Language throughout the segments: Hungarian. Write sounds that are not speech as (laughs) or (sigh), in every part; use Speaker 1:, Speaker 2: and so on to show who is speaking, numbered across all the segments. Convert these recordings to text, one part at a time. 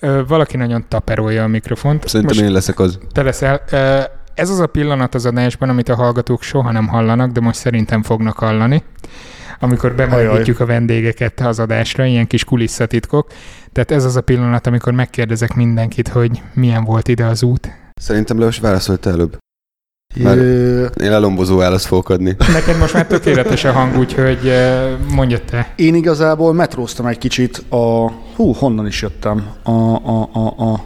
Speaker 1: Ö, Valaki nagyon taperolja a mikrofont.
Speaker 2: Szerintem
Speaker 1: most
Speaker 2: én leszek az.
Speaker 1: te leszel. Ö, Ez az a pillanat az adásban, amit a hallgatók soha nem hallanak, de most szerintem fognak hallani, amikor bemondítjuk a vendégeket az adásra, ilyen kis kulisszatitkok. Tehát ez az a pillanat, amikor megkérdezek mindenkit, hogy milyen volt ide az út.
Speaker 2: Szerintem Leos válaszolt előbb. Már-
Speaker 3: Ö,
Speaker 2: Én lelombozó választ fogok adni.
Speaker 1: Neked most már tökéletes a hang, úgyhogy ö, mondja te.
Speaker 3: Én igazából metróztam egy kicsit a... Hú, honnan is jöttem? A, a, a, a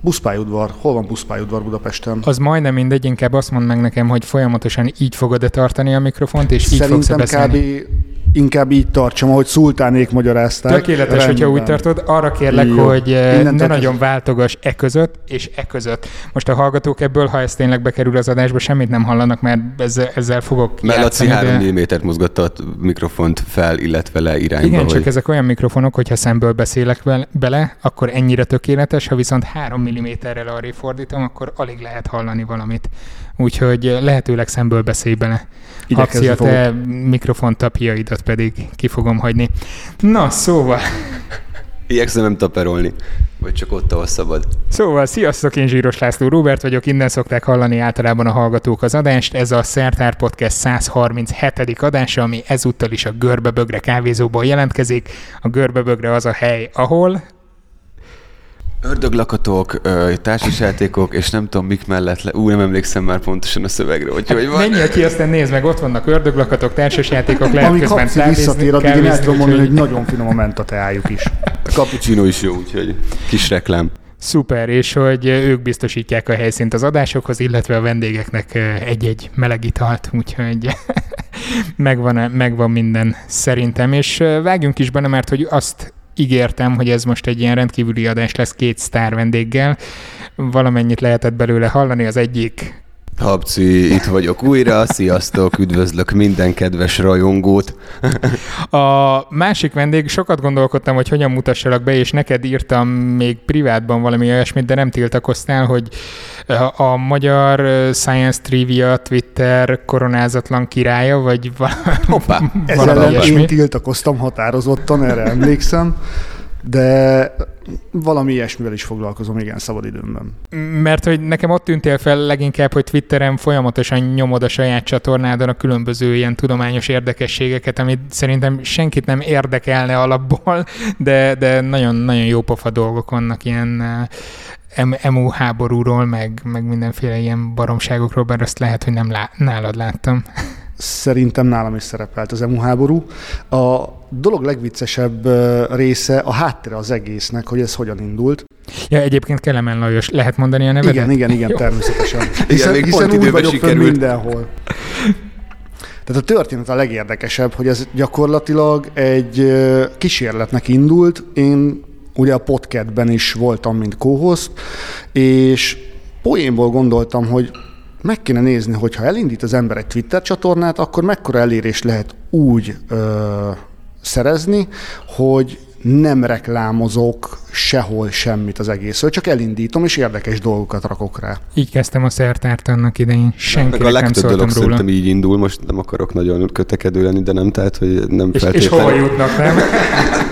Speaker 3: buszpályaudvar. Hol van buszpályaudvar Budapesten?
Speaker 1: Az majdnem mindegy, inkább azt mondd meg nekem, hogy folyamatosan így fogod-e tartani a mikrofont, és így fogsz-e
Speaker 3: Szerintem
Speaker 1: beszélni.
Speaker 3: kb. inkább így tartsam, ahogy szultánék magyarázták.
Speaker 1: Tökéletes, hogyha úgy
Speaker 3: Rendben.
Speaker 1: tartod. Arra kérlek,
Speaker 3: Jó.
Speaker 1: hogy eh,
Speaker 3: Innentől
Speaker 1: ne
Speaker 3: kezdve.
Speaker 1: nagyon váltogass e között és e között. Most a hallgatók ebből, ha ez tényleg bekerül az adásba, semmit nem hallanak, mert ezzel, ezzel fogok
Speaker 2: Mert Laci
Speaker 1: játszani,
Speaker 2: 3
Speaker 1: de...
Speaker 2: mm-et mozgatta a mikrofont fel, illetve le irányba.
Speaker 1: Igen,
Speaker 2: hogy...
Speaker 1: csak ezek olyan mikrofonok, hogyha szemből beszélek vel- bele, akkor ennyire tökéletes, ha viszont 3 mm-rel arra fordítom, akkor alig lehet hallani valamit. Úgyhogy eh, lehetőleg szemből beszélj bele.
Speaker 3: Igyekezni
Speaker 1: Haxi, a
Speaker 3: fogok.
Speaker 1: te mikrofontapjaidat pedig ki fogom hagyni. Na, szóval...
Speaker 2: Igyekszem nem taperolni. Vagy csak ott, ahol szabad.
Speaker 1: Szóval, sziasztok, én Zsíros László Róbert vagyok, innen szokták hallani általában a hallgatók az adást. Ez a Szertár Podcast 137. adása, ami ezúttal is a Görbebögre kávézóból jelentkezik. A Görbebögre az a hely, ahol...
Speaker 2: Ördöglakatok, ö, társasjátékok, és nem tudom mik mellett le... Ú, nem emlékszem már pontosan a szövegre,
Speaker 1: Hát
Speaker 2: hogy hogy van.
Speaker 1: Menjél ki, aztán nézd meg, ott vannak ördöglakatok, társasjátékok, lehet
Speaker 3: Amíg
Speaker 1: közben
Speaker 3: kapci visszatér, addig én el
Speaker 1: kávézni,
Speaker 3: tudom mondani, hogy
Speaker 1: úgyhogy-
Speaker 3: nagyon finom a menta teájuk is.
Speaker 2: A cappuccino is jó, úgyhogy kis reklám.
Speaker 1: Szuper, és hogy ők biztosítják a helyszínt az adásokhoz, illetve a vendégeknek egy-egy meleg italt, úgyhogy (laughs) megvan, megvan minden szerintem. És vágjunk is bele, mert hogy azt ígértem, hogy ez most egy ilyen rendkívüli adás lesz két sztár vendéggel. Valamennyit lehetett belőle hallani, az egyik
Speaker 2: Habci, itt vagyok újra, sziasztok, üdvözlök minden kedves rajongót.
Speaker 1: A másik vendég, sokat gondolkodtam, hogy hogyan mutassalak be, és neked írtam még privátban valami olyasmit, de nem tiltakoztál, hogy eh, a magyar ö, Science Trivia Twitter koronázatlan királya, vagy val- (laughs)
Speaker 2: Hoppá!
Speaker 3: Ez
Speaker 1: valami
Speaker 3: ellen
Speaker 1: ilyesmi.
Speaker 3: én tiltakoztam határozottan, erre emlékszem, de valami ilyesmivel is foglalkozom, igen, szabadidőmben.
Speaker 1: Mert hogy nekem ott tűntél fel leginkább, hogy Twitteren folyamatosan nyomod a saját csatornádon a különböző ilyen tudományos érdekességeket, amit szerintem senkit nem érdekelne alapból, de, de nagyon-nagyon jó pofa dolgok vannak ilyen eh, em- emu háborúról, meg, meg mindenféle ilyen baromságokról, bár azt lehet, hogy nem lá- nálad láttam.
Speaker 3: Szerintem nálam is szerepelt az EMU háború. A dolog legviccesebb ö, része a háttere az egésznek, hogy ez hogyan indult.
Speaker 1: Ja, egyébként Kelemen Lajos, lehet mondani a nevedet?
Speaker 3: Igen, igen, igen,
Speaker 1: Jó.
Speaker 3: természetesen. Hiszen,
Speaker 2: még
Speaker 3: hiszen
Speaker 2: pont
Speaker 3: úgy
Speaker 2: időben
Speaker 3: vagyok fönn
Speaker 2: sikerült.
Speaker 3: mindenhol. Tehát a történet a legérdekesebb, hogy ez gyakorlatilag egy ö, kísérletnek indult. Én ugye a podcastben is voltam, mint co-host, és poénból gondoltam, hogy meg kéne nézni, hogy ha elindít az ember egy Twitter csatornát, akkor mekkora elérést lehet úgy ö, szerezni, hogy nem reklámozok sehol semmit az egészről, csak elindítom és érdekes dolgokat rakok rá.
Speaker 1: Így kezdtem a szertárt annak idején,
Speaker 2: Meg a
Speaker 1: senkinek nem
Speaker 2: legtöbb
Speaker 1: szóltam
Speaker 2: dolog
Speaker 1: róla.
Speaker 2: szerintem így indul, most nem akarok nagyon kötekedő lenni, de nem, tehát, hogy nem
Speaker 1: És, és hova
Speaker 2: feltétlenül.
Speaker 1: jutnak, nem?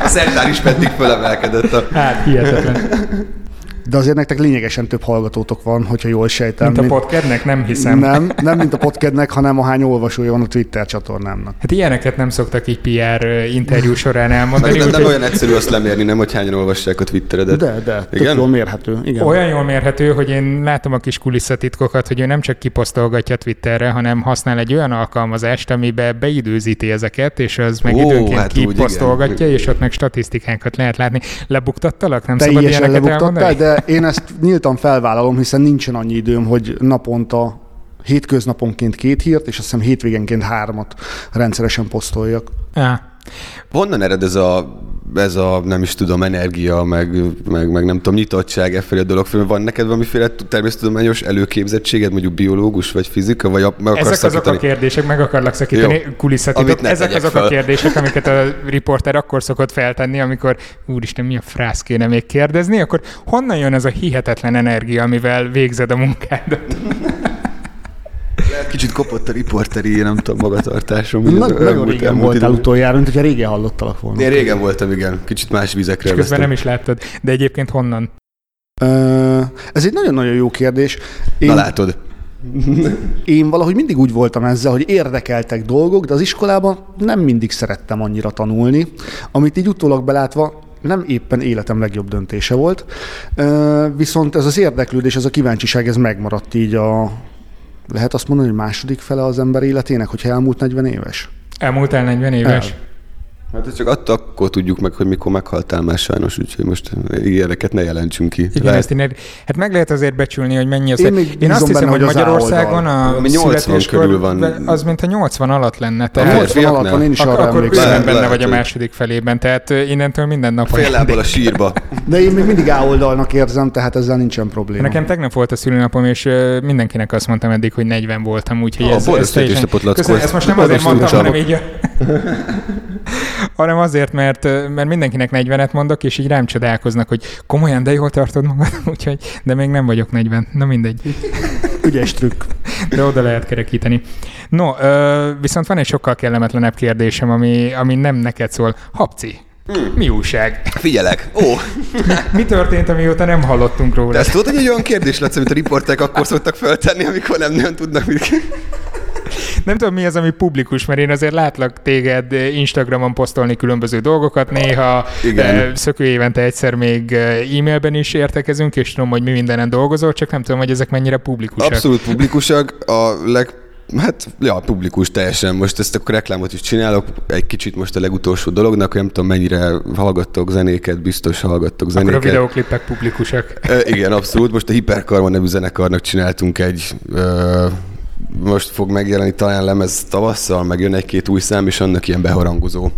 Speaker 2: a szertár is pedig fölemelkedett a...
Speaker 1: Hát, hihetetlen.
Speaker 3: De azért nektek lényegesen több hallgatótok van, hogyha jól sejtem.
Speaker 1: Mint a podcastnek? Nem hiszem.
Speaker 3: Nem, nem mint a podcastnek, hanem ahány olvasója van a Twitter csatornámnak.
Speaker 1: Hát ilyeneket nem szoktak így PR ö, interjú során elmondani.
Speaker 2: Meg nem, nem
Speaker 1: úgyhogy
Speaker 2: olyan egyszerű azt lemérni, nem, hogy hányan olvassák a Twitteredet.
Speaker 3: De, de, tök
Speaker 2: Igen?
Speaker 3: jól mérhető. Igen.
Speaker 1: olyan jól mérhető, hogy én látom a kis kulisszatitkokat, hogy ő nem csak kiposztolgatja Twitterre, hanem használ egy olyan alkalmazást, amiben beidőzíti ezeket, és az meg
Speaker 2: Ó,
Speaker 1: időnként
Speaker 2: hát úgy,
Speaker 1: kiposztolgatja,
Speaker 2: igen.
Speaker 1: és ott meg statisztikákat lehet látni. Lebuktattalak? Nem szabad
Speaker 3: Teljesen
Speaker 1: ilyeneket
Speaker 3: lebuktattál,
Speaker 1: elmondani?
Speaker 3: de én ezt nyíltan felvállalom, hiszen nincsen annyi időm, hogy naponta hétköznaponként két hírt, és azt hiszem hétvégenként hármat rendszeresen posztoljak.
Speaker 1: Á,
Speaker 2: Honnan ered ez a, ez a, nem is tudom, energia, meg, meg, meg nem tudom, nyitottság e felé a dolog felé? Van neked valamiféle természettudományos előképzettséged, mondjuk biológus vagy fizika, vagy a- meg akarsz
Speaker 1: Ezek azok a
Speaker 2: szakítani?
Speaker 1: kérdések, meg akarlak szakítani,
Speaker 2: Jó.
Speaker 1: kulisszatitok.
Speaker 2: Amit ne
Speaker 1: Ezek
Speaker 2: tegyek
Speaker 1: azok a
Speaker 2: fel.
Speaker 1: kérdések, amiket a riporter akkor szokott feltenni, amikor úristen, mi a frász kéne még kérdezni, akkor honnan jön ez a hihetetlen energia, amivel végzed a munkádat?
Speaker 2: Lehet, Kicsit kopott a riporteri, nem tudom, magatartásom. így az
Speaker 3: Nagy, nagyon
Speaker 2: elmúlt-
Speaker 3: régen
Speaker 2: elmúlt
Speaker 3: voltál
Speaker 2: időben.
Speaker 3: utoljára, mint hogyha régen hallottalak volna.
Speaker 2: Én régen voltam, igen. Kicsit más vizekre.
Speaker 1: És közben
Speaker 2: elvesztem.
Speaker 1: nem is láttad. De egyébként honnan?
Speaker 3: Ö, Ez egy nagyon-nagyon jó kérdés. Én,
Speaker 2: Na látod.
Speaker 3: én valahogy mindig úgy voltam ezzel, hogy érdekeltek dolgok, de az iskolában nem mindig szerettem annyira tanulni, amit így utólag belátva nem éppen életem legjobb döntése volt. Ö, Viszont ez az érdeklődés, ez a kíváncsiság, ez megmaradt így a lehet azt mondani, hogy második fele az ember életének, hogyha elmúlt 40 éves?
Speaker 1: Elmúltál 40 éves?
Speaker 3: El.
Speaker 2: Hát ezt csak attól akkor tudjuk meg, hogy mikor meghaltál már sajnos, úgyhogy most eh, ilyeneket ne jelentsünk ki.
Speaker 1: Igen,
Speaker 2: Lehet-
Speaker 1: ezt én, hát meg lehet azért becsülni, hogy mennyi az.
Speaker 3: Én még
Speaker 1: én azt
Speaker 3: bízom
Speaker 1: hiszem,
Speaker 3: benne,
Speaker 1: hogy
Speaker 3: hogy az A
Speaker 1: Magyarországon a
Speaker 2: Ami 80
Speaker 1: születéskor
Speaker 2: körül van.
Speaker 1: az mintha 80 alatt lenne.
Speaker 3: A
Speaker 2: Lehet,
Speaker 3: 80 alatt
Speaker 2: fiatnál.
Speaker 3: van, én is
Speaker 1: Ak-
Speaker 3: arra
Speaker 1: akkor
Speaker 3: emlékszem.
Speaker 1: bőven benne
Speaker 2: Lehet,
Speaker 1: vagy a
Speaker 2: hogy-
Speaker 1: második felében, tehát ö, innentől minden nap
Speaker 2: Fél lábbal a
Speaker 1: (laughs)
Speaker 2: sírba.
Speaker 3: De én még mindig A oldalnak érzem, tehát ezzel nincsen probléma.
Speaker 1: Nekem tegnap volt a szülőnapom, és ö, mindenkinek azt mondtam eddig, hogy 40 voltam, úgyhogy
Speaker 2: A
Speaker 1: ez,
Speaker 2: boldog
Speaker 1: ez
Speaker 2: születésnapot, Lackó.
Speaker 1: Köszönöm, ezt most nem
Speaker 2: Boldog
Speaker 1: azért mondtam, hanem
Speaker 2: születésnapot.
Speaker 1: így a... (laughs) hanem azért, mert, ö, mert mindenkinek 40-et mondok, és így rám csodálkoznak, hogy komolyan, de jól tartod magad, (laughs) úgyhogy, de még nem vagyok 40, na mindegy,
Speaker 3: Ügyes trükk.
Speaker 1: de oda lehet kerekíteni. No, ö, viszont van egy sokkal kellemetlenebb kérdésem, ami, ami nem neked szól. Hapci, mi újság?
Speaker 2: Figyelek. Ó,
Speaker 1: Mi történt, amióta nem hallottunk róla?
Speaker 2: de ezt tudod, hogy egy olyan kérdés lesz, amit a riporterek akkor szoktak feltenni, amikor nem, nem tudnak mit.
Speaker 1: Nem tudom, mi az, ami publikus, mert én azért látlak téged Instagramon posztolni különböző dolgokat néha,
Speaker 2: Igen.
Speaker 1: eh, szökő évente egyszer még eh, e-mailben is értekezünk, és tudom, hogy mi mindenen dolgozol, csak nem tudom, hogy ezek mennyire publikusak.
Speaker 2: Abszolút publikusak. A leg, hát, ja, publikus teljesen. Most ezt akkor reklámot is csinálok. Egy kicsit most a legutolsó dolognak, nem tudom mennyire hallgattok zenéket, biztos hallgattok
Speaker 1: Akkor a
Speaker 2: zenéket.
Speaker 1: videóklipek publikusak.
Speaker 2: Ö, Igen, abszolút. Most a Hiperkarma nevű zenekarnak csináltunk egy ö, most fog megjelenni talán lemez tavasszal, meg jön egy-két új szám, és annak ilyen beharangozó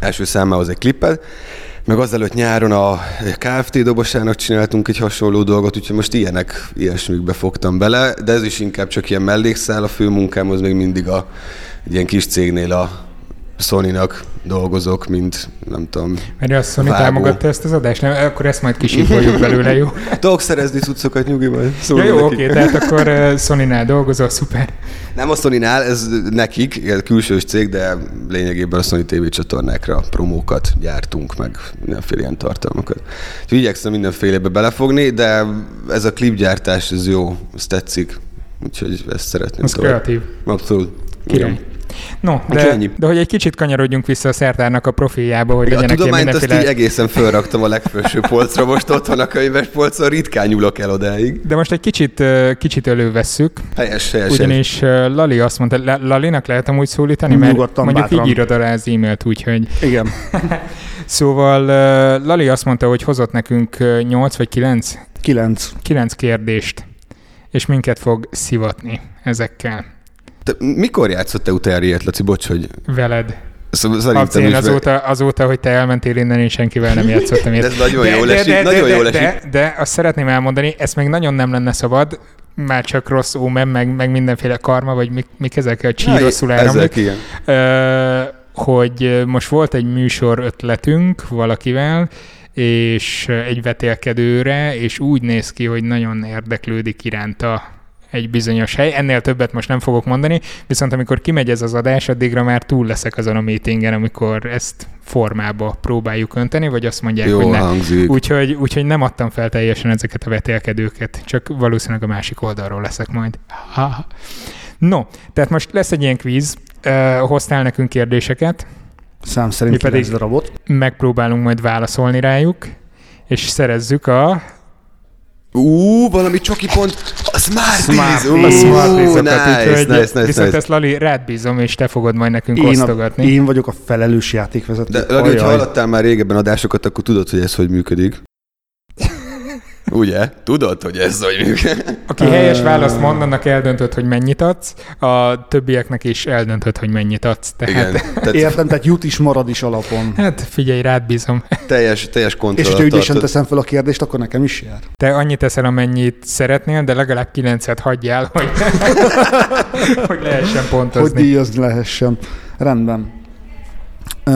Speaker 2: első számához egy klippet. Meg azelőtt nyáron a KFT dobosának csináltunk egy hasonló dolgot, úgyhogy most ilyenek, ilyesmikbe fogtam bele, de ez is inkább csak ilyen mellékszál, a fő munkám az még mindig a egy ilyen kis cégnél a Sony-nak dolgozok, mint nem tudom,
Speaker 1: Mert a Sony
Speaker 2: Vágó.
Speaker 1: támogatta ezt az adást, nem? Akkor ezt majd kisípoljuk belőle, jó?
Speaker 2: tudok szerezni cuccokat nyugi, majd
Speaker 1: Ja,
Speaker 2: szólok
Speaker 1: jó,
Speaker 2: nekik.
Speaker 1: oké, tehát akkor eh, Sony-nál dolgozol, szuper.
Speaker 2: Nem a sony ez nekik, ilyen külsős cég, de lényegében a Sony TV csatornákra promókat gyártunk, meg mindenféle ilyen tartalmakat. Úgyhogy igyekszem mindenfélebe belefogni, de ez a klipgyártás, ez jó, ez tetszik. Úgyhogy ezt szeretném
Speaker 1: Az kreatív.
Speaker 2: Abszolút.
Speaker 1: Király.
Speaker 2: Igen.
Speaker 1: No,
Speaker 2: Úgyhogy
Speaker 1: de,
Speaker 2: ennyi.
Speaker 1: de hogy egy kicsit kanyarodjunk vissza a szertárnak a profiljába, hogy
Speaker 2: A
Speaker 1: legyenek ilyen
Speaker 2: tudományt azt
Speaker 1: mindenféle...
Speaker 2: így egészen fölraktam a legfelső polcra, most ott van a könyves polcon, ritkán nyúlok el odáig.
Speaker 1: De most egy kicsit, eh, kicsit elővesszük,
Speaker 2: Helyes, helyes. helyes.
Speaker 1: Ugyanis ö, Lali azt mondta, La- Lalinak lehet amúgy szólítani, mert
Speaker 3: Nyugodtan,
Speaker 1: mondjuk
Speaker 3: bátran.
Speaker 1: így írod alá az e-mailt, úgyhogy.
Speaker 3: Igen.
Speaker 1: Szóval ö, Lali azt mondta, hogy hozott nekünk 8 vagy 9,
Speaker 3: Kilenc.
Speaker 1: 9 kérdést, és minket fog szivatni ezekkel.
Speaker 2: Te, mikor játszott te utána ilyet, Laci? Bocs, hogy
Speaker 1: Veled.
Speaker 2: Szóval
Speaker 1: Abci,
Speaker 2: szerintem
Speaker 1: én
Speaker 2: is be-
Speaker 1: azóta, azóta, hogy te elmentél innen, én senkivel nem játszottam
Speaker 2: (laughs) De
Speaker 1: ilyet.
Speaker 2: ez nagyon jól esik, nagyon
Speaker 1: de,
Speaker 2: jól
Speaker 1: de,
Speaker 2: esik.
Speaker 1: de, de azt szeretném elmondani, ezt még nagyon nem lenne szabad, már csak rossz ómen, meg, meg mindenféle karma, vagy mik, mik ezek a
Speaker 2: Na,
Speaker 1: csíroszul áramlik.
Speaker 2: Ezek ilyen.
Speaker 1: Ö, hogy most volt egy műsor ötletünk valakivel, és egy vetélkedőre, és úgy néz ki, hogy nagyon érdeklődik iránta egy bizonyos hely. Ennél többet most nem fogok mondani, viszont amikor kimegy ez az adás, addigra már túl leszek azon a meetingen, amikor ezt formába próbáljuk önteni, vagy azt mondják, hogy
Speaker 2: Jó
Speaker 1: ne.
Speaker 2: hangzik.
Speaker 1: Úgyhogy, úgyhogy nem adtam fel teljesen ezeket a vetélkedőket, csak valószínűleg a másik oldalról leszek majd. Ha. No, tehát most lesz egy ilyen kvíz, Ö, hoztál nekünk kérdéseket,
Speaker 3: Szám
Speaker 1: Mi
Speaker 3: szerint
Speaker 1: pedig-
Speaker 3: 9 darabot.
Speaker 1: megpróbálunk majd válaszolni rájuk, és szerezzük a...
Speaker 2: Ú, valami csoki pont. A Smarties. Ú,
Speaker 1: a smart
Speaker 2: nice,
Speaker 1: quizokat,
Speaker 2: nice,
Speaker 1: úgyhogy-
Speaker 2: nice, nice,
Speaker 1: Viszont
Speaker 2: nice.
Speaker 1: ezt Lali, rád bízom, és te fogod majd nekünk
Speaker 3: Én, a,
Speaker 1: osztogatni.
Speaker 3: én vagyok a felelős játékvezető.
Speaker 2: De Lani, hogyha
Speaker 3: Ajaj.
Speaker 2: hallottál már régebben adásokat, akkor tudod, hogy ez hogy
Speaker 1: (laughs)
Speaker 2: működik. Ugye? Tudod, hogy ez hogy működik.
Speaker 1: Aki helyes
Speaker 3: Ö-
Speaker 1: választ mond, annak eldöntött, hogy mennyit adsz, a többieknek is eldöntött, hogy mennyit adsz. Tehát,
Speaker 2: Igen. Tehát
Speaker 3: Értem, tehát jut is, marad is alapon.
Speaker 1: Hát figyelj, rád bízom.
Speaker 2: teljes, teljes kontroll.
Speaker 3: És hogyha ügyesen teszem fel a kérdést, akkor nekem is jár.
Speaker 1: Te annyit teszel, amennyit szeretnél, de legalább kilencet hagyjál,
Speaker 3: (laughs)
Speaker 1: hogy, hogy lehessen
Speaker 3: Hogy
Speaker 1: pontozni.
Speaker 3: díjazni lehessen. Rendben. Ö,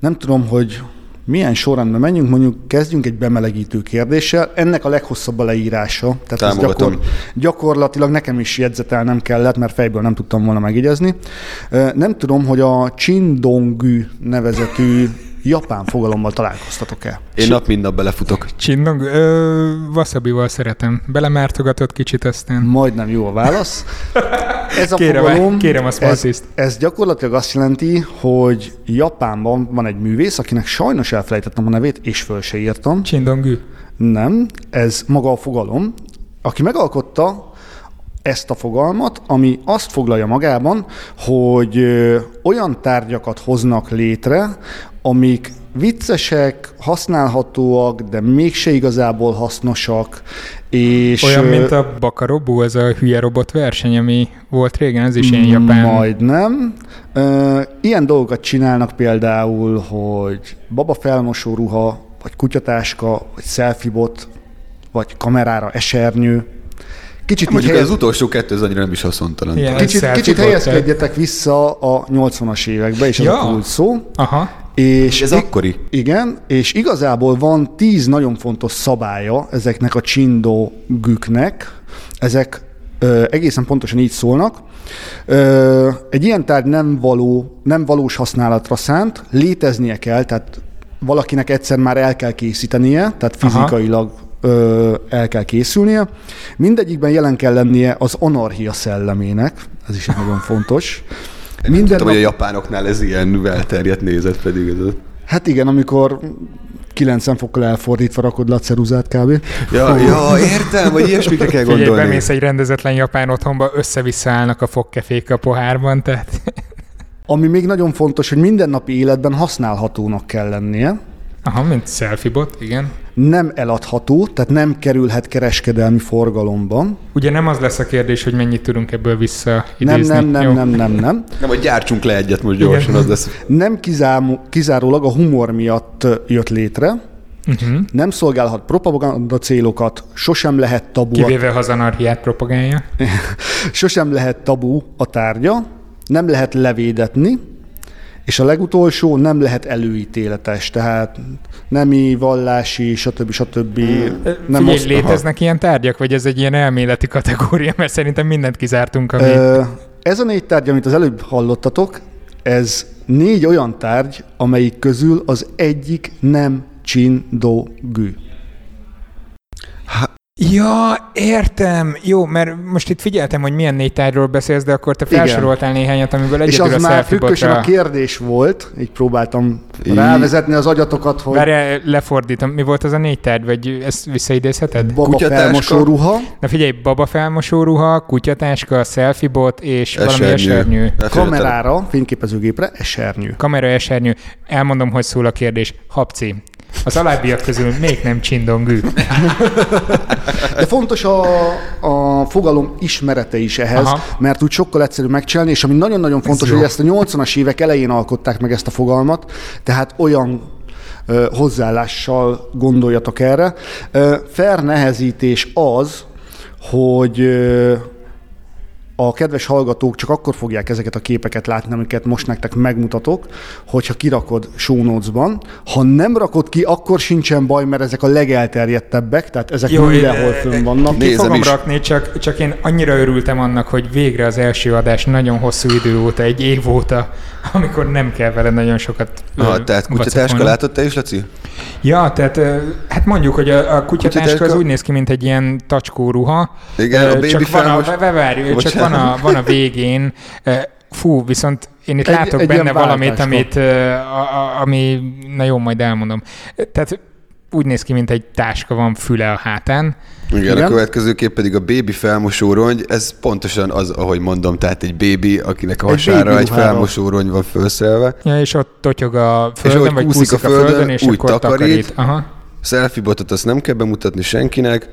Speaker 3: nem tudom, hogy milyen sorrendben menjünk, mondjuk kezdjünk egy bemelegítő kérdéssel. Ennek a leghosszabb a leírása, tehát ez
Speaker 2: Támogatom.
Speaker 3: gyakor, gyakorlatilag nekem is jegyzetelnem kellett, mert fejből nem tudtam volna megjegyezni. Ö, Nem tudom, hogy a Chindongű nevezetű japán fogalommal találkoztatok-e.
Speaker 2: Én nap mint nap belefutok.
Speaker 1: Csindong, ö, wasabival szeretem. Belemártogatott kicsit, aztán
Speaker 3: Majdnem jó a válasz. Ez a
Speaker 1: Kérem,
Speaker 3: fogalom,
Speaker 1: kérem a
Speaker 3: ez,
Speaker 1: smartiszt.
Speaker 3: ez gyakorlatilag azt jelenti, hogy Japánban van egy művész, akinek sajnos elfelejtettem a nevét, és föl se írtam.
Speaker 1: Csindongű.
Speaker 3: Nem, ez maga a fogalom, aki megalkotta ezt a fogalmat, ami azt foglalja magában, hogy ö, olyan tárgyakat hoznak létre, amik viccesek, használhatóak, de mégse igazából hasznosak, és...
Speaker 1: Olyan,
Speaker 3: ö,
Speaker 1: mint a Bakarobó, ez a hülye robot verseny, ami volt régen, ez is ilyen
Speaker 3: Mm,
Speaker 1: japán.
Speaker 3: Majdnem. Ö, Ilyen dolgokat csinálnak például, hogy baba felmosó ruha, vagy kutyatáska, vagy selfiebot, vagy kamerára esernyő. Kicsit így
Speaker 2: Mondjuk
Speaker 3: helyez-
Speaker 2: az utolsó kettő az annyira nem is haszontalan.
Speaker 1: Igen.
Speaker 3: Kicsit,
Speaker 1: Selfie
Speaker 3: kicsit
Speaker 1: bot, eh?
Speaker 3: helyezkedjetek vissza a 80-as évekbe, és az ja.
Speaker 1: Ja.
Speaker 3: a cool szó.
Speaker 1: Aha.
Speaker 3: És
Speaker 2: És ez
Speaker 3: ig-
Speaker 2: akkori.
Speaker 3: Igen, és igazából van tíz nagyon fontos szabálya ezeknek a csindogüknek. Ezek ö, egészen pontosan így szólnak. Ö, egy ilyen tárgy nem, való, nem valós használatra szánt, léteznie kell, tehát valakinek egyszer már el kell készítenie, tehát
Speaker 1: Aha.
Speaker 3: fizikailag ö, el kell készülnie. Mindegyikben jelen kell lennie az anarchia szellemének, ez is egy nagyon fontos. Minden
Speaker 2: Tudom, hogy a japánoknál ez ilyen elterjedt nézet pedig. Ez a...
Speaker 3: Hát igen, amikor 90 fokkal elfordítva rakod le a ceruzát kb.
Speaker 2: ja, ja, értem, hogy ilyesmikre kell
Speaker 1: Figyelj,
Speaker 2: gondolni.
Speaker 1: bemész egy rendezetlen japán otthonba, össze-vissza állnak a fogkefék a pohárban, tehát (laughs)
Speaker 3: Ami még nagyon fontos, hogy mindennapi életben használhatónak kell lennie,
Speaker 1: aha, mint selfiebot, igen.
Speaker 3: nem eladható, tehát nem kerülhet kereskedelmi forgalomban.
Speaker 1: Ugye nem az lesz a kérdés, hogy mennyit tudunk ebből
Speaker 3: Nem,
Speaker 1: visszaidézni.
Speaker 3: nem, nem,
Speaker 1: Jó.
Speaker 3: nem, nem, nem.
Speaker 2: Nem, hogy gyártsunk le egyet most gyorsan,
Speaker 1: Igen.
Speaker 2: az lesz.
Speaker 3: Nem kizámo- kizárólag a humor miatt jött létre,
Speaker 1: Uh-huh.
Speaker 3: nem szolgálhat propaganda célokat, sosem lehet tabu a
Speaker 1: Kivéve ha az anarchiát propagálja.
Speaker 3: (laughs) Sosem lehet tabu a tárgya, nem lehet levédetni, és a legutolsó nem lehet előítéletes, tehát nemi, vallási, stb. stb.
Speaker 1: Nem
Speaker 3: Nem
Speaker 1: Figyelj,
Speaker 3: oszthat.
Speaker 1: léteznek ilyen tárgyak, vagy ez egy ilyen elméleti kategória, mert szerintem mindent kizártunk, ami...
Speaker 3: Ö, Ez a négy tárgy, amit az előbb hallottatok, ez négy olyan tárgy, amelyik közül az egyik nem csindogű.
Speaker 1: Ja, értem. Jó, mert most itt figyeltem, hogy milyen négy tárgyról beszélsz, de akkor te
Speaker 3: Igen.
Speaker 1: felsoroltál néhányat, amiből
Speaker 3: És
Speaker 1: egyedül
Speaker 3: az
Speaker 1: a
Speaker 3: már függösen a
Speaker 1: selfiebotra...
Speaker 3: kérdés volt, így próbáltam
Speaker 2: Í-
Speaker 3: rávezetni az agyatokat, hogy
Speaker 1: Várjál, lefordítom. Mi volt az a négy tárgy, vagy ezt visszaidézheted?
Speaker 3: baba
Speaker 2: Kutyatáska.
Speaker 3: felmosó ruha,
Speaker 1: Na figyelj, baba felmosó ruha, kutyatáska, selfie bot és valami esernyő.
Speaker 2: Esernyő. Hát, Elfelejtettem.
Speaker 3: kamerára, fényképezőgépre, esernyő.
Speaker 1: Kamera esernyő. Elmondom, hogy szól a kérdés. Hapci. Az alábbiak közül még nem csindongű.
Speaker 3: De fontos a, a fogalom ismerete is ehhez, Aha.
Speaker 1: Aha.
Speaker 3: mert úgy sokkal egyszerűbb megcsinálni, és ami nagyon-nagyon fontos,
Speaker 1: jó.
Speaker 3: hogy ezt a 80-as évek elején alkották meg ezt a fogalmat, tehát olyan ö, hozzáállással gondoljatok erre. Ö, fair nehezítés az, hogy ö, a kedves hallgatók csak akkor fogják ezeket a képeket látni, amiket most nektek megmutatok, hogyha kirakod show notes-ban. Ha nem rakod ki, akkor sincsen baj, mert ezek a legelterjedtebbek, tehát ezek
Speaker 1: Jó,
Speaker 3: mindenhol
Speaker 1: eh,
Speaker 3: fönn vannak.
Speaker 1: Ki
Speaker 2: Nézem
Speaker 1: fogom
Speaker 2: is.
Speaker 1: rakni, csak, csak én annyira örültem annak, hogy végre az első adás nagyon hosszú idő óta, egy év óta, amikor nem kell vele nagyon sokat ö,
Speaker 2: Ha, tehát kutyatáska
Speaker 1: vacakolnom.
Speaker 2: látott te is, Laci?
Speaker 1: Ja, tehát ö, hát mondjuk, hogy a, a kutyatáska az
Speaker 2: Kutyatáska-
Speaker 1: úgy néz ki, mint egy ilyen tacskó ruha.
Speaker 2: Igen,
Speaker 1: Ö,
Speaker 2: a
Speaker 1: csak
Speaker 2: baby
Speaker 1: van a,
Speaker 2: felmos-
Speaker 1: vá- vá- várj, ö, csak van
Speaker 2: Bocsánat.
Speaker 1: a, van a végén. ö, Fú, viszont én itt
Speaker 3: Egy-
Speaker 1: látok
Speaker 3: egy ilyen
Speaker 1: benne valamit,
Speaker 3: váltáska.
Speaker 1: amit, ö, a, a, ami, na jó, majd elmondom. Tehát úgy néz ki, mint egy táska van füle a hátán.
Speaker 2: Igen,
Speaker 3: Igen.
Speaker 2: a következő kép pedig a bébi felmosó rony, ez pontosan az, ahogy mondom, tehát egy bébi, akinek a
Speaker 3: Egy
Speaker 2: hasára
Speaker 3: bébi
Speaker 2: egy
Speaker 3: ruhára.
Speaker 2: felmosó rony van felszelve.
Speaker 1: Ja, és ott totyog a földön,
Speaker 2: ahogy
Speaker 1: vagy
Speaker 2: kúszik
Speaker 1: kúszik a földön, és
Speaker 2: úgy
Speaker 1: akkor takarít.
Speaker 2: takarít.
Speaker 1: Aha.
Speaker 2: Selfie botot azt nem kell bemutatni senkinek,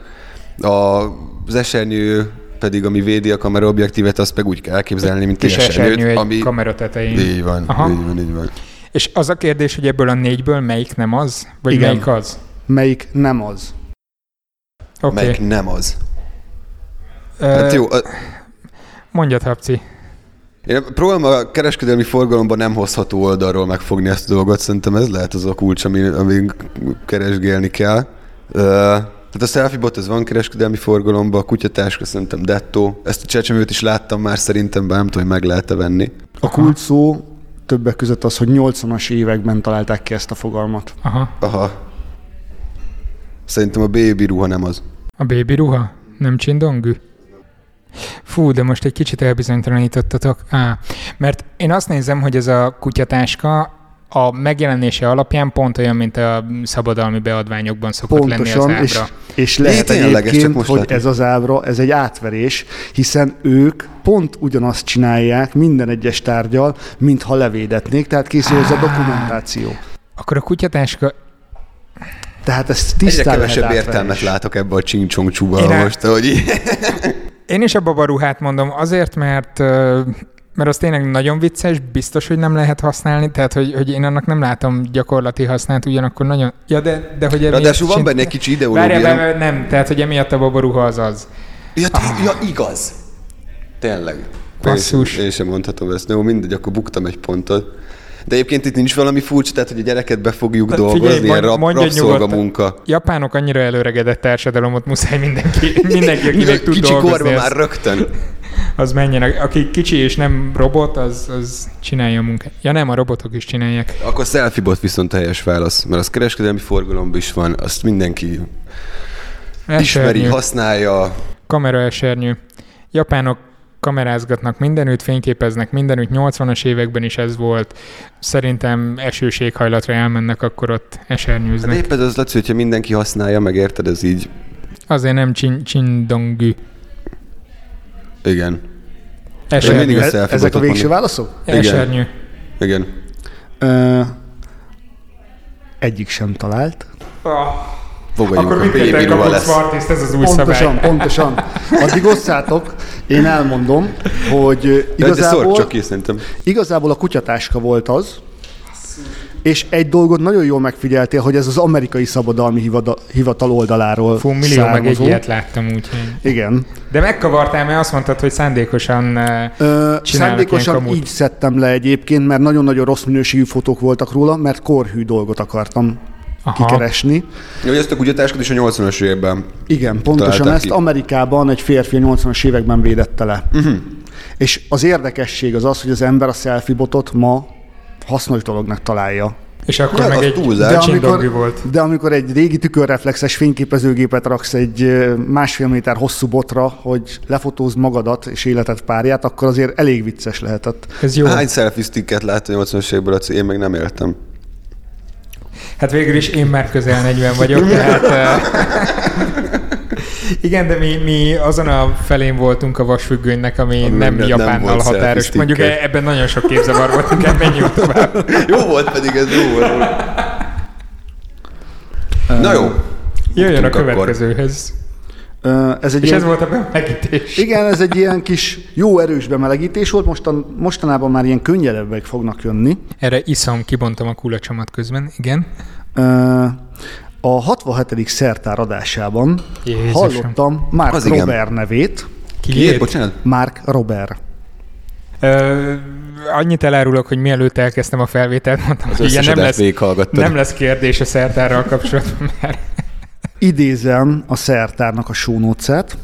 Speaker 2: a, az esernyő pedig, ami védi a kamera objektívet, azt meg úgy kell elképzelni, mint
Speaker 1: Kis
Speaker 2: egy
Speaker 1: esernyő
Speaker 2: esernyőt,
Speaker 1: egy
Speaker 2: ami...
Speaker 1: kamera tetején.
Speaker 2: Így van,
Speaker 1: Aha.
Speaker 2: így van, így van.
Speaker 1: És az a kérdés, hogy ebből a négyből melyik nem az? Vagy
Speaker 3: Igen.
Speaker 1: melyik az?
Speaker 3: Melyik nem az.
Speaker 1: Oké.
Speaker 2: Melyik nem az.
Speaker 1: Ö,
Speaker 2: Hát jó, a-
Speaker 1: Mondjad, Habci.
Speaker 2: Én próbálom a kereskedelmi forgalomban nem hozható oldalról megfogni ezt a dolgot, szerintem ez lehet az a kulcs, amin, amin keresgélni kell. Ö, tehát a selfie bot, ez van kereskedelmi forgalomban, a kutyatáska szerintem dettó. Ezt a csecsemőt is láttam már szerintem, bár nem tudom, hogy meg lehet-e venni.
Speaker 3: A kult szó többek között az, hogy 80-as években találták ki ezt a fogalmat.
Speaker 1: Aha.
Speaker 2: Aha. Szerintem a baby ruha nem az.
Speaker 1: A bébi ruha? Nem csindongű? Fú, de most egy kicsit elbizonytalanítottatok. Á, mert én azt nézem, hogy ez a kutyatáska a megjelenése alapján pont olyan, mint a szabadalmi beadványokban szokott
Speaker 3: Pontosan,
Speaker 1: lenni az
Speaker 3: és,
Speaker 1: ábra.
Speaker 3: és lehet
Speaker 2: Tényleg, ezt csak
Speaker 3: egyébként,
Speaker 2: most
Speaker 3: hogy
Speaker 2: látom.
Speaker 3: ez az ábra, ez egy átverés, hiszen ők pont ugyanazt csinálják minden egyes tárgyal, mintha levédetnék, tehát készül ez a dokumentáció.
Speaker 1: Akkor a kutyatáska
Speaker 3: Tehát ez
Speaker 2: Egyre
Speaker 3: tisztán lehet
Speaker 2: kevesebb
Speaker 3: átverés.
Speaker 2: értelmet látok ebbe a csingcsong
Speaker 1: Én el-
Speaker 2: csúba most, hogy így-
Speaker 1: Én is a babaruhát mondom azért, mert ö, mert az tényleg nagyon vicces, biztos, hogy nem lehet használni, tehát hogy, hogy én annak nem látom gyakorlati hasznát, ugyanakkor nagyon... Ja, de, de hogy...
Speaker 2: Ráadásul szóval van benne egy kicsi
Speaker 1: Várjál,
Speaker 2: ideológia.
Speaker 1: várjál, nem, tehát hogy emiatt a babaruha az az.
Speaker 2: Ja, t- ja, igaz. Tényleg.
Speaker 1: Basszus.
Speaker 2: Én, én sem mondhatom ezt. Jó, mindegy, akkor buktam egy pontot. De egyébként itt nincs valami furcsa, tehát hogy a gyereket be fogjuk
Speaker 1: Tehát
Speaker 2: dolgozni,
Speaker 1: Hát figyelj,
Speaker 2: ilyen rab,
Speaker 1: mondj- mondjad
Speaker 2: rabszolga
Speaker 1: nyugodtan.
Speaker 2: munka.
Speaker 1: Japánok annyira előregedett társadalomot muszáj
Speaker 2: (laughs)
Speaker 1: mindenki, mindenki aki
Speaker 2: Mivel
Speaker 1: meg tud
Speaker 2: Kicsi
Speaker 1: dolgozni,
Speaker 2: korban
Speaker 1: az,
Speaker 2: már rögtön.
Speaker 1: az menjen. Aki kicsi és nem robot, az, az csinálja a munkát. Ja nem, a robotok is csinálják.
Speaker 2: Akkor selfie bot viszont helyes válasz, mert az kereskedelmi forgalomban is van, azt mindenki ismeri,
Speaker 1: Esernyő.
Speaker 2: használja.
Speaker 1: Kamera esernyő. Japánok kamerázgatnak mindenütt, fényképeznek mindenütt, 80-as években is ez volt. Szerintem esős éghajlatra elmennek, akkor ott
Speaker 2: De
Speaker 1: esernyőznek.
Speaker 2: Hát épp ez az Laci, hogyha mindenki használja, meg érted, ez így.
Speaker 1: Azért nem csin- csindongű.
Speaker 2: Igen. mindig
Speaker 1: Esernyő.
Speaker 2: a
Speaker 3: E-
Speaker 2: selfie
Speaker 3: Ezek a
Speaker 2: botot
Speaker 3: végső
Speaker 2: mondom.
Speaker 3: válaszok?
Speaker 2: Igen.
Speaker 1: Esernyő.
Speaker 2: Igen.
Speaker 3: Ö, egyik sem talált.
Speaker 2: Fogadjunk
Speaker 1: Ah, Akkor
Speaker 2: a
Speaker 1: mindketten
Speaker 2: baby ruha
Speaker 1: kapunk
Speaker 2: lesz.
Speaker 1: Svartiszt, ez az új szabály.
Speaker 3: Pontosan,
Speaker 1: (laughs)
Speaker 3: pontosan. Addig osszátok, én elmondom, hogy ö,
Speaker 2: De, de szort
Speaker 3: igazából,
Speaker 2: csak ki, szerintem.
Speaker 3: igazából a kutyatáska volt az, és egy dolgot nagyon jól megfigyeltél, hogy ez az amerikai szabadalmi hivada, hivatal oldaláról
Speaker 1: Fú, millió meg egy
Speaker 3: származó.
Speaker 1: ilyet láttam, úgyhogy.
Speaker 3: Igen.
Speaker 1: De megkavartál, mert azt mondtad, hogy szándékosan... eh,
Speaker 3: Ö,
Speaker 1: Csinálnak ilyen
Speaker 3: szándékosan
Speaker 1: kamut.
Speaker 3: így szedtem le egyébként, mert nagyon-nagyon rossz minőségű fotók voltak róla, mert korhű dolgot akartam
Speaker 1: Aha.
Speaker 3: kikeresni.
Speaker 2: Jó, hogy ezt a kutyatáskat is a 80-as években.
Speaker 3: Igen, pontosan
Speaker 2: Találták
Speaker 3: ezt
Speaker 2: ki.
Speaker 3: Amerikában egy férfi a 80-as években védette le.
Speaker 2: Mhm.
Speaker 3: Uh-huh. És az érdekesség az az, hogy az ember a selfie botot ma hasznos dolognak találja.
Speaker 1: És akkor
Speaker 2: Ja,
Speaker 1: meg
Speaker 2: az
Speaker 1: egy
Speaker 2: túlzás.
Speaker 1: de amikor... volt.
Speaker 3: de amikor egy régi tükörreflexes fényképezőgépet raksz egy ö, másfél méter hosszú botra, hogy lefotózd magadat és életed párját, akkor azért elég vicces lehetett.
Speaker 1: Ez jó.
Speaker 2: Jó. Hány selfie sticket láttam a 80-as években, Laci? Én meg nem éltem.
Speaker 1: Hát végül is én már közel 40 vagyok, tehát... eh, Igen, de mi, mi azon a felén voltunk a vasfüggönynek, ami nem
Speaker 2: Ami nem- nem
Speaker 1: Japánnal
Speaker 2: volt
Speaker 1: határos.
Speaker 2: selfie
Speaker 1: Mondjuk
Speaker 2: sticker.
Speaker 1: ebben nagyon sok képzavar volt, inkább menjünk tovább.
Speaker 2: (laughs) Jó volt pedig, ez jó volt. Na jó.
Speaker 1: Jöjjön a
Speaker 2: Tudtunk akkor.
Speaker 1: következőhöz.
Speaker 3: Ö, Ez egy
Speaker 1: És
Speaker 3: ilyen-
Speaker 1: ez volt a bemelegítés.
Speaker 3: Igen, ez egy ilyen kis jó erős bemelegítés volt, Mostan, mostanában már ilyen könnyedebbek fognak jönni.
Speaker 1: Erre iszom, kibontam a kulacsomat közben, igen.
Speaker 3: Ö, A 67. szertár adásában
Speaker 1: Jézusom.
Speaker 3: hallottam Mark
Speaker 2: Az igen.
Speaker 3: Robert nevét.
Speaker 2: Kiért, bocsánat?
Speaker 3: Mark Robert.
Speaker 1: Ö, annyit elárulok, hogy mielőtt elkezdtem a felvételt, mondtam, hogy igen,
Speaker 2: összes
Speaker 1: nem
Speaker 2: adást
Speaker 1: lesz,
Speaker 2: végighallgattad.
Speaker 1: nem lesz kérdés a szertárral kapcsolatban, mert
Speaker 3: Idézem a szertárnak a sónócát.